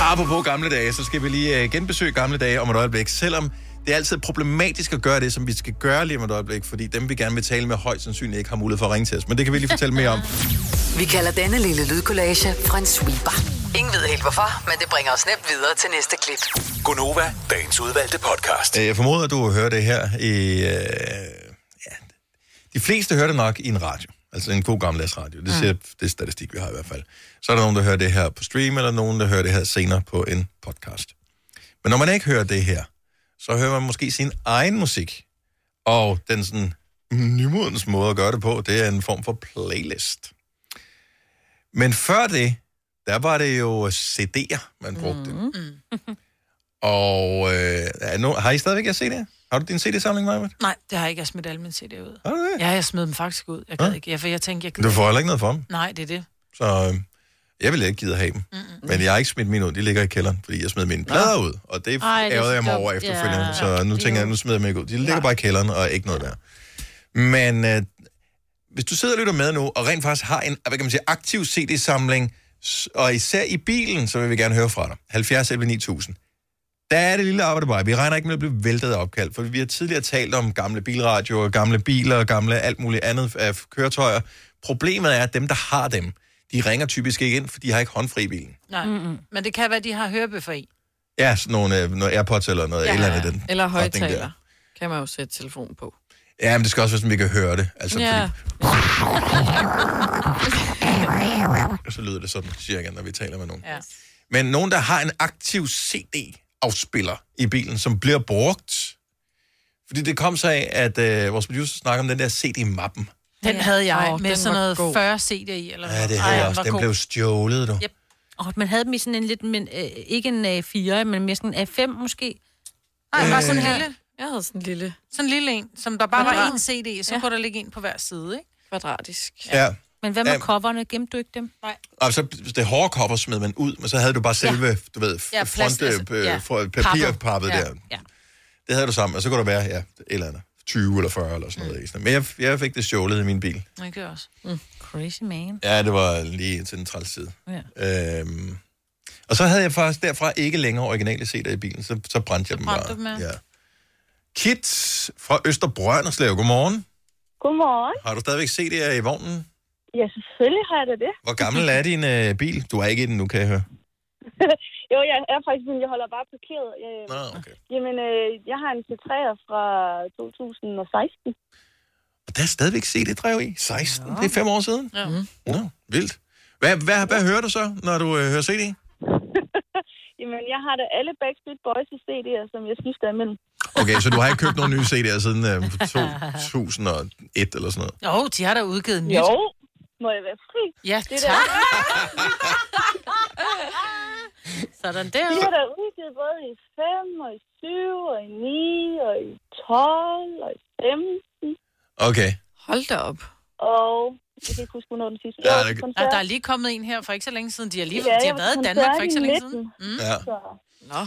Speaker 1: Apropos gamle dage, så skal vi lige øh, genbesøge gamle dage om et øjeblik, selvom det er altid problematisk at gøre det, som vi skal gøre lige om et øjeblik, fordi dem, vi gerne vil tale med, højst sandsynligt ikke har mulighed for at ringe til os. Men det kan vi lige fortælle mere om.
Speaker 5: Vi kalder denne lille lydkollage en sweeper. Ingen ved helt hvorfor, men det bringer os nemt videre til næste klip.
Speaker 7: Gunova, dagens udvalgte podcast.
Speaker 1: Øh, Jeg formoder, at du hører det her i... Øh, ja, de fleste hører det nok i en radio. Altså en god gammeldags radio. Det, siger, mm. det er statistik, vi har i hvert fald. Så er der nogen, der hører det her på stream, eller nogen, der hører det her senere på en podcast. Men når man ikke hører det her, så hører man måske sin egen musik. Og den sådan nymodens måde at gøre det på, det er en form for playlist. Men før det, der var det jo CD'er, man brugte.
Speaker 4: hm?
Speaker 1: Mm. Og øh, er nu, har I stadigvæk jeres CD'er? Har du din CD-samling, Marvind?
Speaker 2: Nej, det har jeg ikke. Jeg smidt alle mine CD'er ud.
Speaker 1: Har du det?
Speaker 2: Ja, jeg smed dem faktisk ud. Jeg gad
Speaker 1: Ja.
Speaker 2: ikke, ja, for jeg tænkte, jeg
Speaker 1: Du får heller ikke noget for dem,
Speaker 2: Nej, det er det.
Speaker 1: så øh, jeg ville ikke gide at have dem. Mm-mm. Men jeg har ikke smidt mine ud, de ligger i kælderen, fordi jeg smed mine plader ud, og det
Speaker 2: Ej, det er
Speaker 1: ærgede jeg mig
Speaker 2: dumt.
Speaker 1: over efterfølgende.
Speaker 2: Ja.
Speaker 1: Ja. Så nu tænker jeg, nu smider jeg dem ikke ud. De ligger bare i kælderen og er ikke noget værd. Men øh, hvis du sidder og lytter med nu, og rent faktisk har en hvad kan man sige, aktiv CD-samling, s- og især i bilen, så vil vi gerne høre fra dig. 70 11 9000. Der er det lille arbejde bare. Vi regner ikke med at blive væltet af opkald, for vi har tidligere talt om gamle bilradioer, gamle biler og gamle alt muligt andet af køretøjer. Problemet er, at dem, der har dem, de ringer typisk ikke ind, for de har ikke håndfri i bilen.
Speaker 2: Nej. Mm-mm. Men det kan være, de har hørebøffer i.
Speaker 1: Ja, sådan nogle, øh, nogle AirPods eller noget, ja, eller andet i den.
Speaker 3: Eller
Speaker 1: retning der.
Speaker 3: højtaler. Kan man jo sætte telefonen på.
Speaker 1: Ja, men det skal også være sådan, vi kan høre det. Altså, ja. så lyder det sådan cirka, når vi taler med nogen.
Speaker 2: Ja.
Speaker 1: Men nogen, der har en aktiv CD-afspiller i bilen, som bliver brugt. Fordi det kom så af, at øh, vores producer snakker om den der CD-mappen.
Speaker 2: Den havde jeg
Speaker 4: Åh,
Speaker 2: med
Speaker 4: den
Speaker 2: sådan
Speaker 4: var
Speaker 2: noget
Speaker 4: god.
Speaker 2: 40 CD'er i. Eller
Speaker 1: Ja, det havde jeg også. Den blev stjålet, du.
Speaker 2: Yep.
Speaker 4: Åh, oh, man havde dem i sådan en lidt, men, øh, ikke en A4, men mere sådan en A5 måske.
Speaker 2: Nej, det var sådan en
Speaker 4: Øh.
Speaker 2: lille.
Speaker 3: Jeg havde sådan en lille.
Speaker 2: Sådan en lille en, som der bare
Speaker 4: Ja.
Speaker 2: var en CD, så ja. kunne der ligge en på hver side, ikke?
Speaker 3: kvadratisk.
Speaker 1: Ja. ja.
Speaker 4: Men hvad med coverne? Gemte du ikke dem? Nej.
Speaker 1: Og så det hårde kopper smed man ud, men så havde du bare selve, ja. du ved, ja, front, altså, ja. papirpappet
Speaker 4: ja.
Speaker 1: der.
Speaker 4: Ja.
Speaker 1: Det havde du sammen, og så kunne der være, ja, et eller andet. 20 eller 40 eller sådan noget. Mm. Men jeg, jeg fik det stjålet i min bil.
Speaker 4: Jeg gør også. Mm. Crazy man.
Speaker 1: Ja, det var lige til den træls side.
Speaker 4: Ja.
Speaker 1: Øhm, og så havde jeg faktisk derfra ikke længere originale CD'er i bilen, så, så brændte jeg dem
Speaker 10: brændte
Speaker 1: bare.
Speaker 10: du dem, ja.
Speaker 1: ja. Kit fra Østerbrønderslev, godmorgen.
Speaker 10: Godmorgen.
Speaker 1: Har du stadigvæk CD'er i vognen?
Speaker 10: Ja, selvfølgelig har jeg da det.
Speaker 1: Hvor gammel er din øh, bil? Du er ikke i den nu, kan jeg høre.
Speaker 10: jo, jeg er faktisk, men jeg holder bare parkeret. Jeg,
Speaker 1: Nå, okay.
Speaker 10: Jamen, øh, jeg har en C3'er fra 2016.
Speaker 1: Og der er stadigvæk CD-drev i. 16, ja. det er fem år siden. Mm.
Speaker 10: Ja.
Speaker 1: Nå, vildt. Hvad, hvad, hvad hører du så, når du øh, hører CD?
Speaker 10: Jamen, jeg har da alle Backstreet Boys' CD'er, som jeg skifter imellem.
Speaker 1: Okay, så du har ikke købt nogen nye CD'er siden øh, 2001 eller sådan noget?
Speaker 2: Jo, de har da udgivet nyt.
Speaker 10: Jo, må jeg være fri?
Speaker 2: Ja,
Speaker 10: det er
Speaker 2: tak.
Speaker 10: Der.
Speaker 4: Sådan
Speaker 10: Det
Speaker 4: der.
Speaker 10: er der udgivet både i 5 og i 7 og i 9 og i 12 og i 15.
Speaker 1: Okay.
Speaker 3: Hold da op.
Speaker 10: Og jeg kan ikke huske, hvornår den sidste
Speaker 1: Ja,
Speaker 10: var
Speaker 1: det-
Speaker 10: til
Speaker 2: Ja,
Speaker 10: koncert.
Speaker 2: der er lige kommet en her for ikke så længe siden. De har, lige,
Speaker 10: Ja,
Speaker 2: de
Speaker 10: jeg
Speaker 2: har
Speaker 10: var
Speaker 2: været i
Speaker 10: til
Speaker 2: Danmark for
Speaker 10: koncert
Speaker 2: ikke så
Speaker 10: i
Speaker 2: længe siden. Mm.
Speaker 10: midten.
Speaker 1: Ja.
Speaker 10: Mm. Så,
Speaker 3: Nå.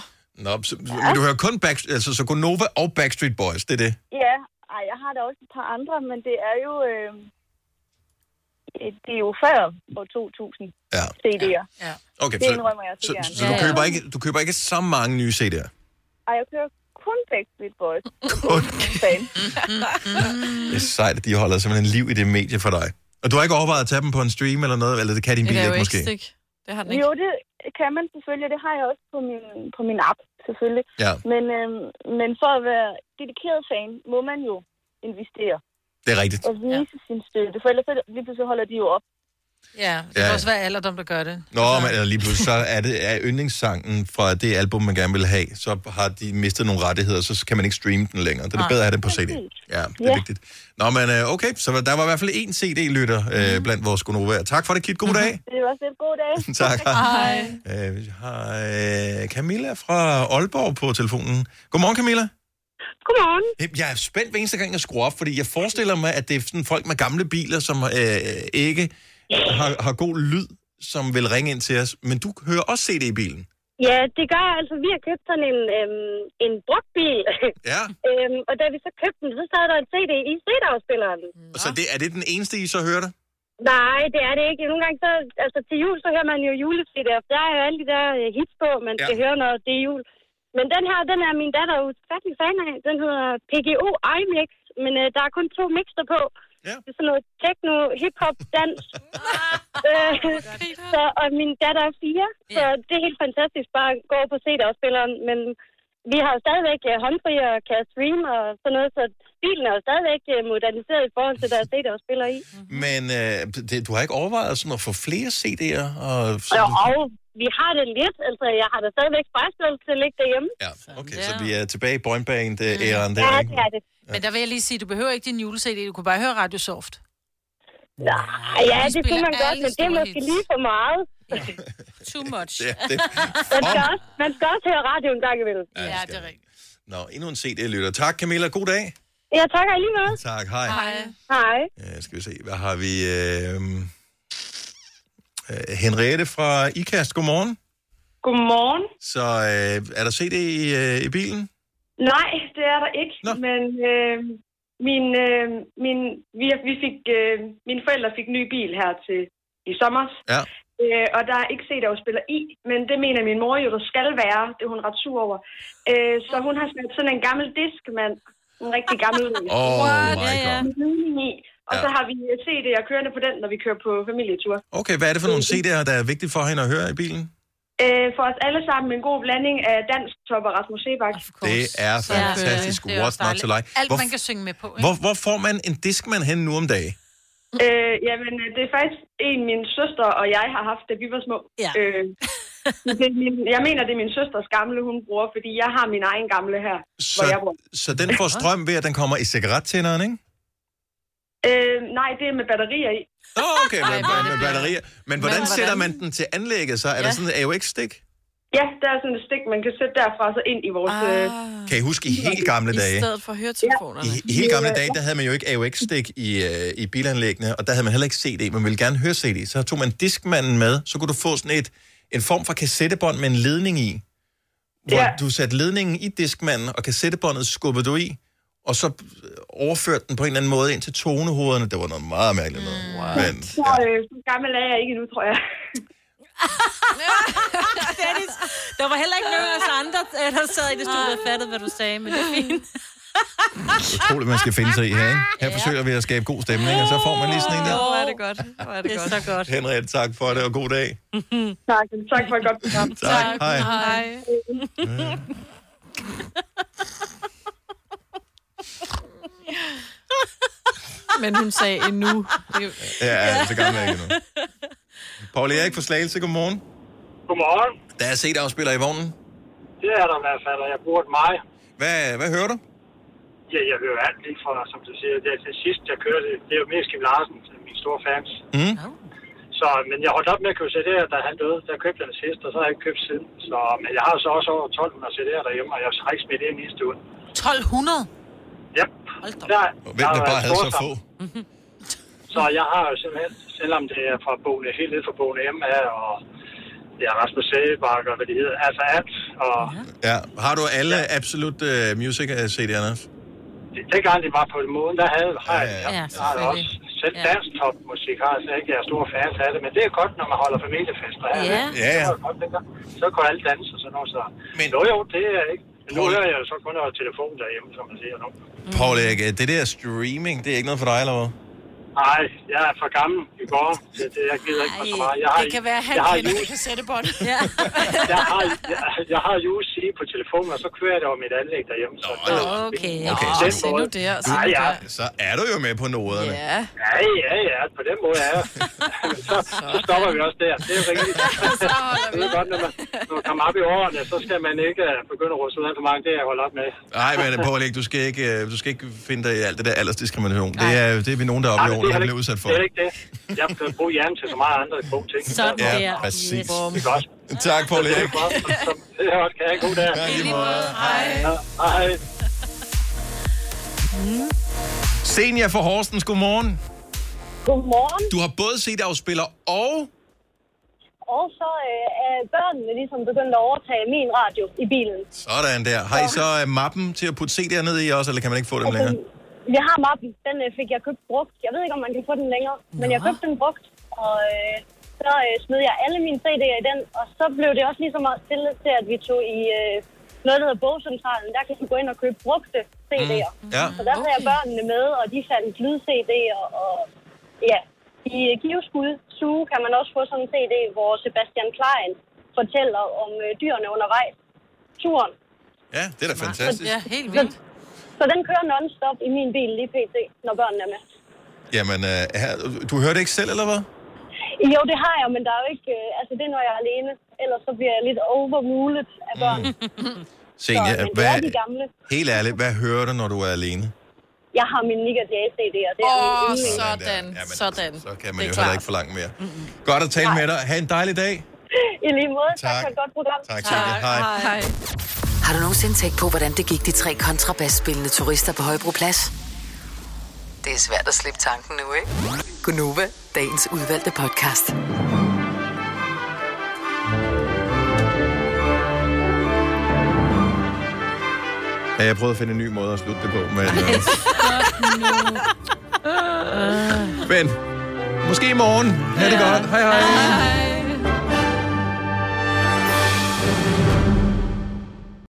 Speaker 1: Nå, så, men du hører kun back, altså, så Gonova og Backstreet Boys, det er det?
Speaker 10: ja, ej, jeg har da også et par andre, men det er jo... Øh, det er jo før år 2000
Speaker 1: Ja.
Speaker 10: CD'er.
Speaker 2: Ja.
Speaker 1: Okay,
Speaker 10: det
Speaker 1: så-
Speaker 10: indrømmer jeg så,
Speaker 1: Så,
Speaker 10: gerne.
Speaker 1: så du, køber ikke, du køber ikke så mange nye CD'er?
Speaker 10: Ej, jeg kører kun Backstreet Boys.
Speaker 1: Kun?
Speaker 10: Fan.
Speaker 1: Det er sejt, at de holder simpelthen liv i det medie for dig. Og du har ikke overvejet at tage dem på en stream eller noget, eller det kan din bil ikke måske?
Speaker 3: Det har
Speaker 10: den ikke. Jo, det kan man selvfølgelig, og det har jeg også på min, på min app, selvfølgelig.
Speaker 1: Ja.
Speaker 10: Men, øhm, men for at være dedikeret fan, må man jo investere
Speaker 1: Det er rigtigt.
Speaker 10: og vise ja. sin støtte, for ellers så, lige pludselig holder de jo op.
Speaker 2: Ja, det
Speaker 1: Ja.
Speaker 2: kan også være alderdom, der gør det.
Speaker 1: Nå, men eller lige pludselig så er det er yndlingssangen fra det album, man gerne vil have. Så har de mistet nogle rettigheder, så kan man ikke streame den længere. Det er det
Speaker 2: Nej.
Speaker 1: bedre at have den på CD. Ja, det er
Speaker 2: Ja.
Speaker 1: vigtigt. Nå, men øh, okay, så der var i hvert fald én CD-lytter øh, blandt vores gonovaer. Tak for det, Kit. God dag.
Speaker 10: Det var også en god dag.
Speaker 1: tak.
Speaker 10: Hej.
Speaker 1: Øh, vi har øh, Camilla fra Aalborg på telefonen. Godmorgen, Camilla.
Speaker 20: Godmorgen.
Speaker 1: Jeg er spændt hver eneste gang, jeg skruer op, fordi jeg forestiller mig, at det er sådan folk med gamle biler, som øh, ikke har, har god lyd, som vil ringe ind til os. Men du hører også CD i bilen.
Speaker 20: Ja, det gør jeg. altså. Vi har købt sådan en, øhm, en brugt bil.
Speaker 1: Ja.
Speaker 20: øhm, og da vi så købte den, så sad der en CD i CD-afspilleren.
Speaker 1: Og så det, er det den eneste, I så hører det?
Speaker 20: Nej, det er det ikke. Nogle gange så, altså til jul, så hører man jo jule-CD'er. Der er jo alle de der øh, hits på, man skal
Speaker 1: Ja.
Speaker 20: høre, når det er jul. Men den her, den er min datter utrolig fan af. Den hedder PGO iMix, men øh, der er kun to mixer på.
Speaker 1: Ja.
Speaker 20: Det er sådan noget techno, hip-hop, dans. Øh, så, og min datter er fire, så det er helt fantastisk bare at gå over på CD-afspilleren. Men vi har jo stadigvæk øh, håndfri og kan streame og sådan noget, så bilen er jo stadigvæk øh, moderniseret i forhold til, der er CD-afspiller i.
Speaker 1: Men øh, det, du har ikke overvejet sådan at få flere CD'er? Og,
Speaker 20: Jo, og vi har det lidt. Altså, jeg har da stadigvæk spejsel til at ligge derhjemme.
Speaker 1: Ja, okay, så vi er tilbage i boingband-æren mm.
Speaker 20: Ja,
Speaker 1: der, ikke?
Speaker 20: det er det.
Speaker 2: Men der vil jeg lige sige, du behøver ikke din jule-CD, du kunne bare høre Radio Soft.
Speaker 20: Nej, ja, det kunne man godt, men det er måske lige for meget.
Speaker 4: Too much.
Speaker 1: Ja, det.
Speaker 20: man, skal også, man skal også høre radio en gang imellem.
Speaker 1: Ja, det skal man. Nå, endnu en CD-lytter. Tak, Camilla. God dag.
Speaker 20: Ja, tak og i lige måde.
Speaker 1: Tak, hej.
Speaker 20: Hej.
Speaker 1: Ja, skal vi se, hvad har vi? Øh, øh, Henriette fra IKAST, godmorgen.
Speaker 21: Godmorgen.
Speaker 1: Så øh, er der CD i, øh, i bilen?
Speaker 21: Nej, det er der ikke, Nå. men øh, min, øh, min, vi, vi fik, øh, mine forældre fik ny bil her til i sommer.
Speaker 1: Ja.
Speaker 21: Øh, og der er ikke set, at spiller i, men det mener min mor jo, der skal være. Det er hun ret sur over. Øh, så hun har sat sådan en gammel diskmand. En rigtig gammel en.
Speaker 1: Oh What? my God.
Speaker 21: Med ledning i. Og
Speaker 1: Ja.
Speaker 21: ja. så har vi CD'er kørende på den, når vi kører på familietur.
Speaker 1: Okay, hvad er det for nogle CD'er, der er vigtigt for hende at høre i bilen?
Speaker 21: Øh, for os alle sammen en god blanding af dansk top og Rasmus Sebak.
Speaker 1: Det er fantastisk.
Speaker 21: øh, det
Speaker 1: Ja,
Speaker 21: er også
Speaker 1: What's not
Speaker 21: dejligt.
Speaker 1: to like.
Speaker 21: Alt,
Speaker 1: Hvor,
Speaker 21: man kan
Speaker 2: synge med på,
Speaker 1: hvor, hvor får man en diskmand hen nu om dagen?
Speaker 21: Øh, jamen, øh, det er faktisk en, min søster og jeg har haft, da vi var små.
Speaker 4: Ja.
Speaker 21: Øh, det er min, jeg mener, det er min søsters gamle, hun bruger, fordi jeg har min egen gamle her, så... hvor jeg
Speaker 1: Så,
Speaker 21: bor.
Speaker 1: så den får strøm ved, at den kommer i cigarettænderen, ikke?
Speaker 21: Øh, nej, det er med batterier i.
Speaker 1: Nå, okay, med, med, med batterier. Men hvordan
Speaker 21: hvordan?
Speaker 1: sætter man den til anlægget så? Er der
Speaker 21: Ja.
Speaker 1: sådan et AUX-stik?
Speaker 21: Ja, der er sådan et stik, man kan sætte derfra og så ind i vores... Ah.
Speaker 1: Kan I huske i helt gamle
Speaker 3: I
Speaker 1: dage?
Speaker 3: stedet for høretelefonerne.
Speaker 1: I, I helt gamle dage, der havde man jo ikke AUX-stik i, øh, i bilanlæggene, og der havde man heller ikke CD. Man ville gerne høre CD. Så tog man diskmanden med, så kunne du få sådan et, en form for kassettebånd med en ledning i. Hvor ja.
Speaker 21: Ja.
Speaker 1: du satte ledningen i diskmanden, og kassettebåndet skubbede du i, og så øh, overførte den på en eller anden måde ind til tonehovederne. Det var noget meget mærkeligt noget. Wow. Men,
Speaker 21: Så, øh, så gammel er jeg ikke nu, tror jeg.
Speaker 4: Dennis, der var heller ikke nogen af os andre, øh, der sad i det studie og fattede, hvad du sagde, men det er fint.
Speaker 1: utroligt, man skal finde sig i her, ikke? Her forsøger vi at skabe god stemning, og så får man lige sådan en
Speaker 3: Åh,
Speaker 1: der.
Speaker 3: hvor er det godt. Hvor er det, det er godt. så godt.
Speaker 1: Henrik, tak for det, og god dag.
Speaker 21: tak, tak for et godt program.
Speaker 1: Tak, hej.
Speaker 3: Hej. Men hun sagde endnu.
Speaker 1: Ja, altså, ja. så gammel er jeg ikke endnu. Paul Erik fra Slagelse, godmorgen.
Speaker 9: Godmorgen.
Speaker 1: Der er set afspiller i vognen.
Speaker 9: Det er der i hvert fald, og jeg bruger den meget.
Speaker 1: Hvad, hvad hører du?
Speaker 9: Ja, jeg hører alt lige fra, som du siger, det er til sidst, jeg kørte, det er jo mest Kim Larsen, som er min store fans.
Speaker 1: Mm.
Speaker 9: Så, men jeg holdt op med at købe CD'er, da han døde. Der købte jeg den sidst, og så har jeg ikke købt siden. Så, men jeg har så også over 1200 CD'er derhjemme, og jeg har ikke smidt ind i stuen.
Speaker 2: 1200?
Speaker 9: Ja. Der,
Speaker 1: Hvem der
Speaker 9: der
Speaker 1: bare
Speaker 9: er
Speaker 1: havde så
Speaker 9: storsom.
Speaker 1: få.
Speaker 9: Så jeg har jo simpelthen, selvom det er fra Bone, helt ned fra Bone M her, og det er Rasmus Sægebakke, og hvad de hedder, altså alt, og
Speaker 1: Ja. Har du alle ja. Absolut uh, Music øh, CD'erne?
Speaker 9: Det- Dengang det var på den måde, der havde har jeg, ja,
Speaker 1: ja,
Speaker 9: jeg har det også. Selv ja. dansk topmusik har jeg slet ikke. Jeg er stor fan af det, men det er godt, når man holder familiefester. her.
Speaker 1: Ja. Ja, ja.
Speaker 9: Så, er det godt, det gør. så kan alle danse og sådan noget. Så. Men, jo, jo, det er ikke. Men nu hører jeg jo så kun over telefonen derhjemme, som man siger nu.
Speaker 1: Paul Erik, øh, det der streaming, det er ikke noget for dig, eller hvad?
Speaker 9: Nej, jeg er for gammel i går. Det, det, jeg gider ikke for så meget. Jeg har,
Speaker 2: det kan være, at han
Speaker 9: jeg har,
Speaker 2: kender det
Speaker 9: U-
Speaker 2: kassettebånd. Ja.
Speaker 9: jeg, har, jeg, jeg har UC på telefonen, og så kører jeg det over mit anlæg derhjemme. Så Nå,
Speaker 4: okay.
Speaker 1: Okay,
Speaker 9: så
Speaker 1: så
Speaker 9: nu
Speaker 1: du-
Speaker 9: der.
Speaker 1: du-
Speaker 9: Nej, ja.
Speaker 1: Så er du jo med på noderne.
Speaker 9: Ja. Ja, ja, ja. På den måde er jeg. så, så stopper vi også der. Det er rigtigt. det er godt, når man, når man kommer op i årene, så skal man ikke øh, begynde at ruste ud af for mange. Det er jeg holdt op med.
Speaker 1: Nej, men Paul Erik, du skal ikke, øh, du skal ikke finde dig i alt det der aldersdiskrimination. Det er, det er vi nogen, der
Speaker 9: Nej,
Speaker 1: oplever,
Speaker 9: men
Speaker 1: når vi
Speaker 9: heller
Speaker 1: bliver udsat for.
Speaker 9: Det er ikke det. Jeg kan bruge hjernen til så meget andre gode ting.
Speaker 1: Sådan Ja, der. præcis.
Speaker 9: Det er godt.
Speaker 1: Tak, Paul Erik.
Speaker 9: Det er godt. Kan jeg have en god dag?
Speaker 1: Ja, i lige måde.
Speaker 9: Hej. Hej.
Speaker 1: Senior Mm. fra Horsens, godmorgen.
Speaker 10: Godmorgen.
Speaker 1: Du har både CD-afspiller og...
Speaker 10: Og så øh, er børnene ligesom begyndt at overtage min radio i bilen.
Speaker 1: Sådan der. Har I så øh, mappen til at putte CD'er ned i også, eller kan man ikke få
Speaker 10: Altså,
Speaker 1: dem længere?
Speaker 10: Jeg har mappen. Den øh, fik jeg købt brugt. Jeg ved ikke, om man kan få den længere, men jeg købte den brugt. Og øh, så øh, smed jeg alle mine CD'er i den, og så blev det også ligesom stille til, at vi tog i øh, noget, der hedder Bogcentralen. Der kan du gå ind og købe brugte CD'er.
Speaker 1: Mm, ja.
Speaker 10: Så der havde jeg børnene med, og de fandt lyd-CD'er, og ja, i øh, Giveskud Zoo kan man også få sådan en CD, hvor Sebastian Klein fortæller om øh, dyrene undervejs. Turen.
Speaker 1: Ja, det er da fantastisk.
Speaker 10: Ja, helt vildt. Så den kører non-stop i min bil lige pt., når børnene er med.
Speaker 1: Jamen, øh, her- du hørte ikke selv, eller hvad?
Speaker 10: Jo, det har jeg, men der er jo ikke... Øh, altså, det er, når jeg er alene. Ellers så bliver jeg lidt overmulet af børn. Mm.
Speaker 1: Senior,
Speaker 10: men det
Speaker 1: hvad,
Speaker 10: er de gamle.
Speaker 1: helt ærligt, hvad hører du, når du er alene?
Speaker 10: Jeg har min Nick Jay-CD, og det er min
Speaker 3: Åh,
Speaker 10: yndling.
Speaker 3: sådan, sådan.
Speaker 1: Så kan man jo heller ikke forlange mere. Godt at tale med dig. Ha' en dejlig dag.
Speaker 10: I lige måde.
Speaker 1: Tak.
Speaker 10: for et godt program.
Speaker 1: Tak, tak. Hej.
Speaker 10: Hej.
Speaker 5: Har du nogensinde tænkt på, hvordan det gik de tre kontrabasspillende turister på Højbroplads? Det er svært at slippe tanken nu, ikke? Gunova, dagens udvalgte podcast.
Speaker 1: Ja, jeg prøvede at finde en ny måde at slutte det på, men, øh, men måske i morgen. Ha' det godt. Hej hej. hej.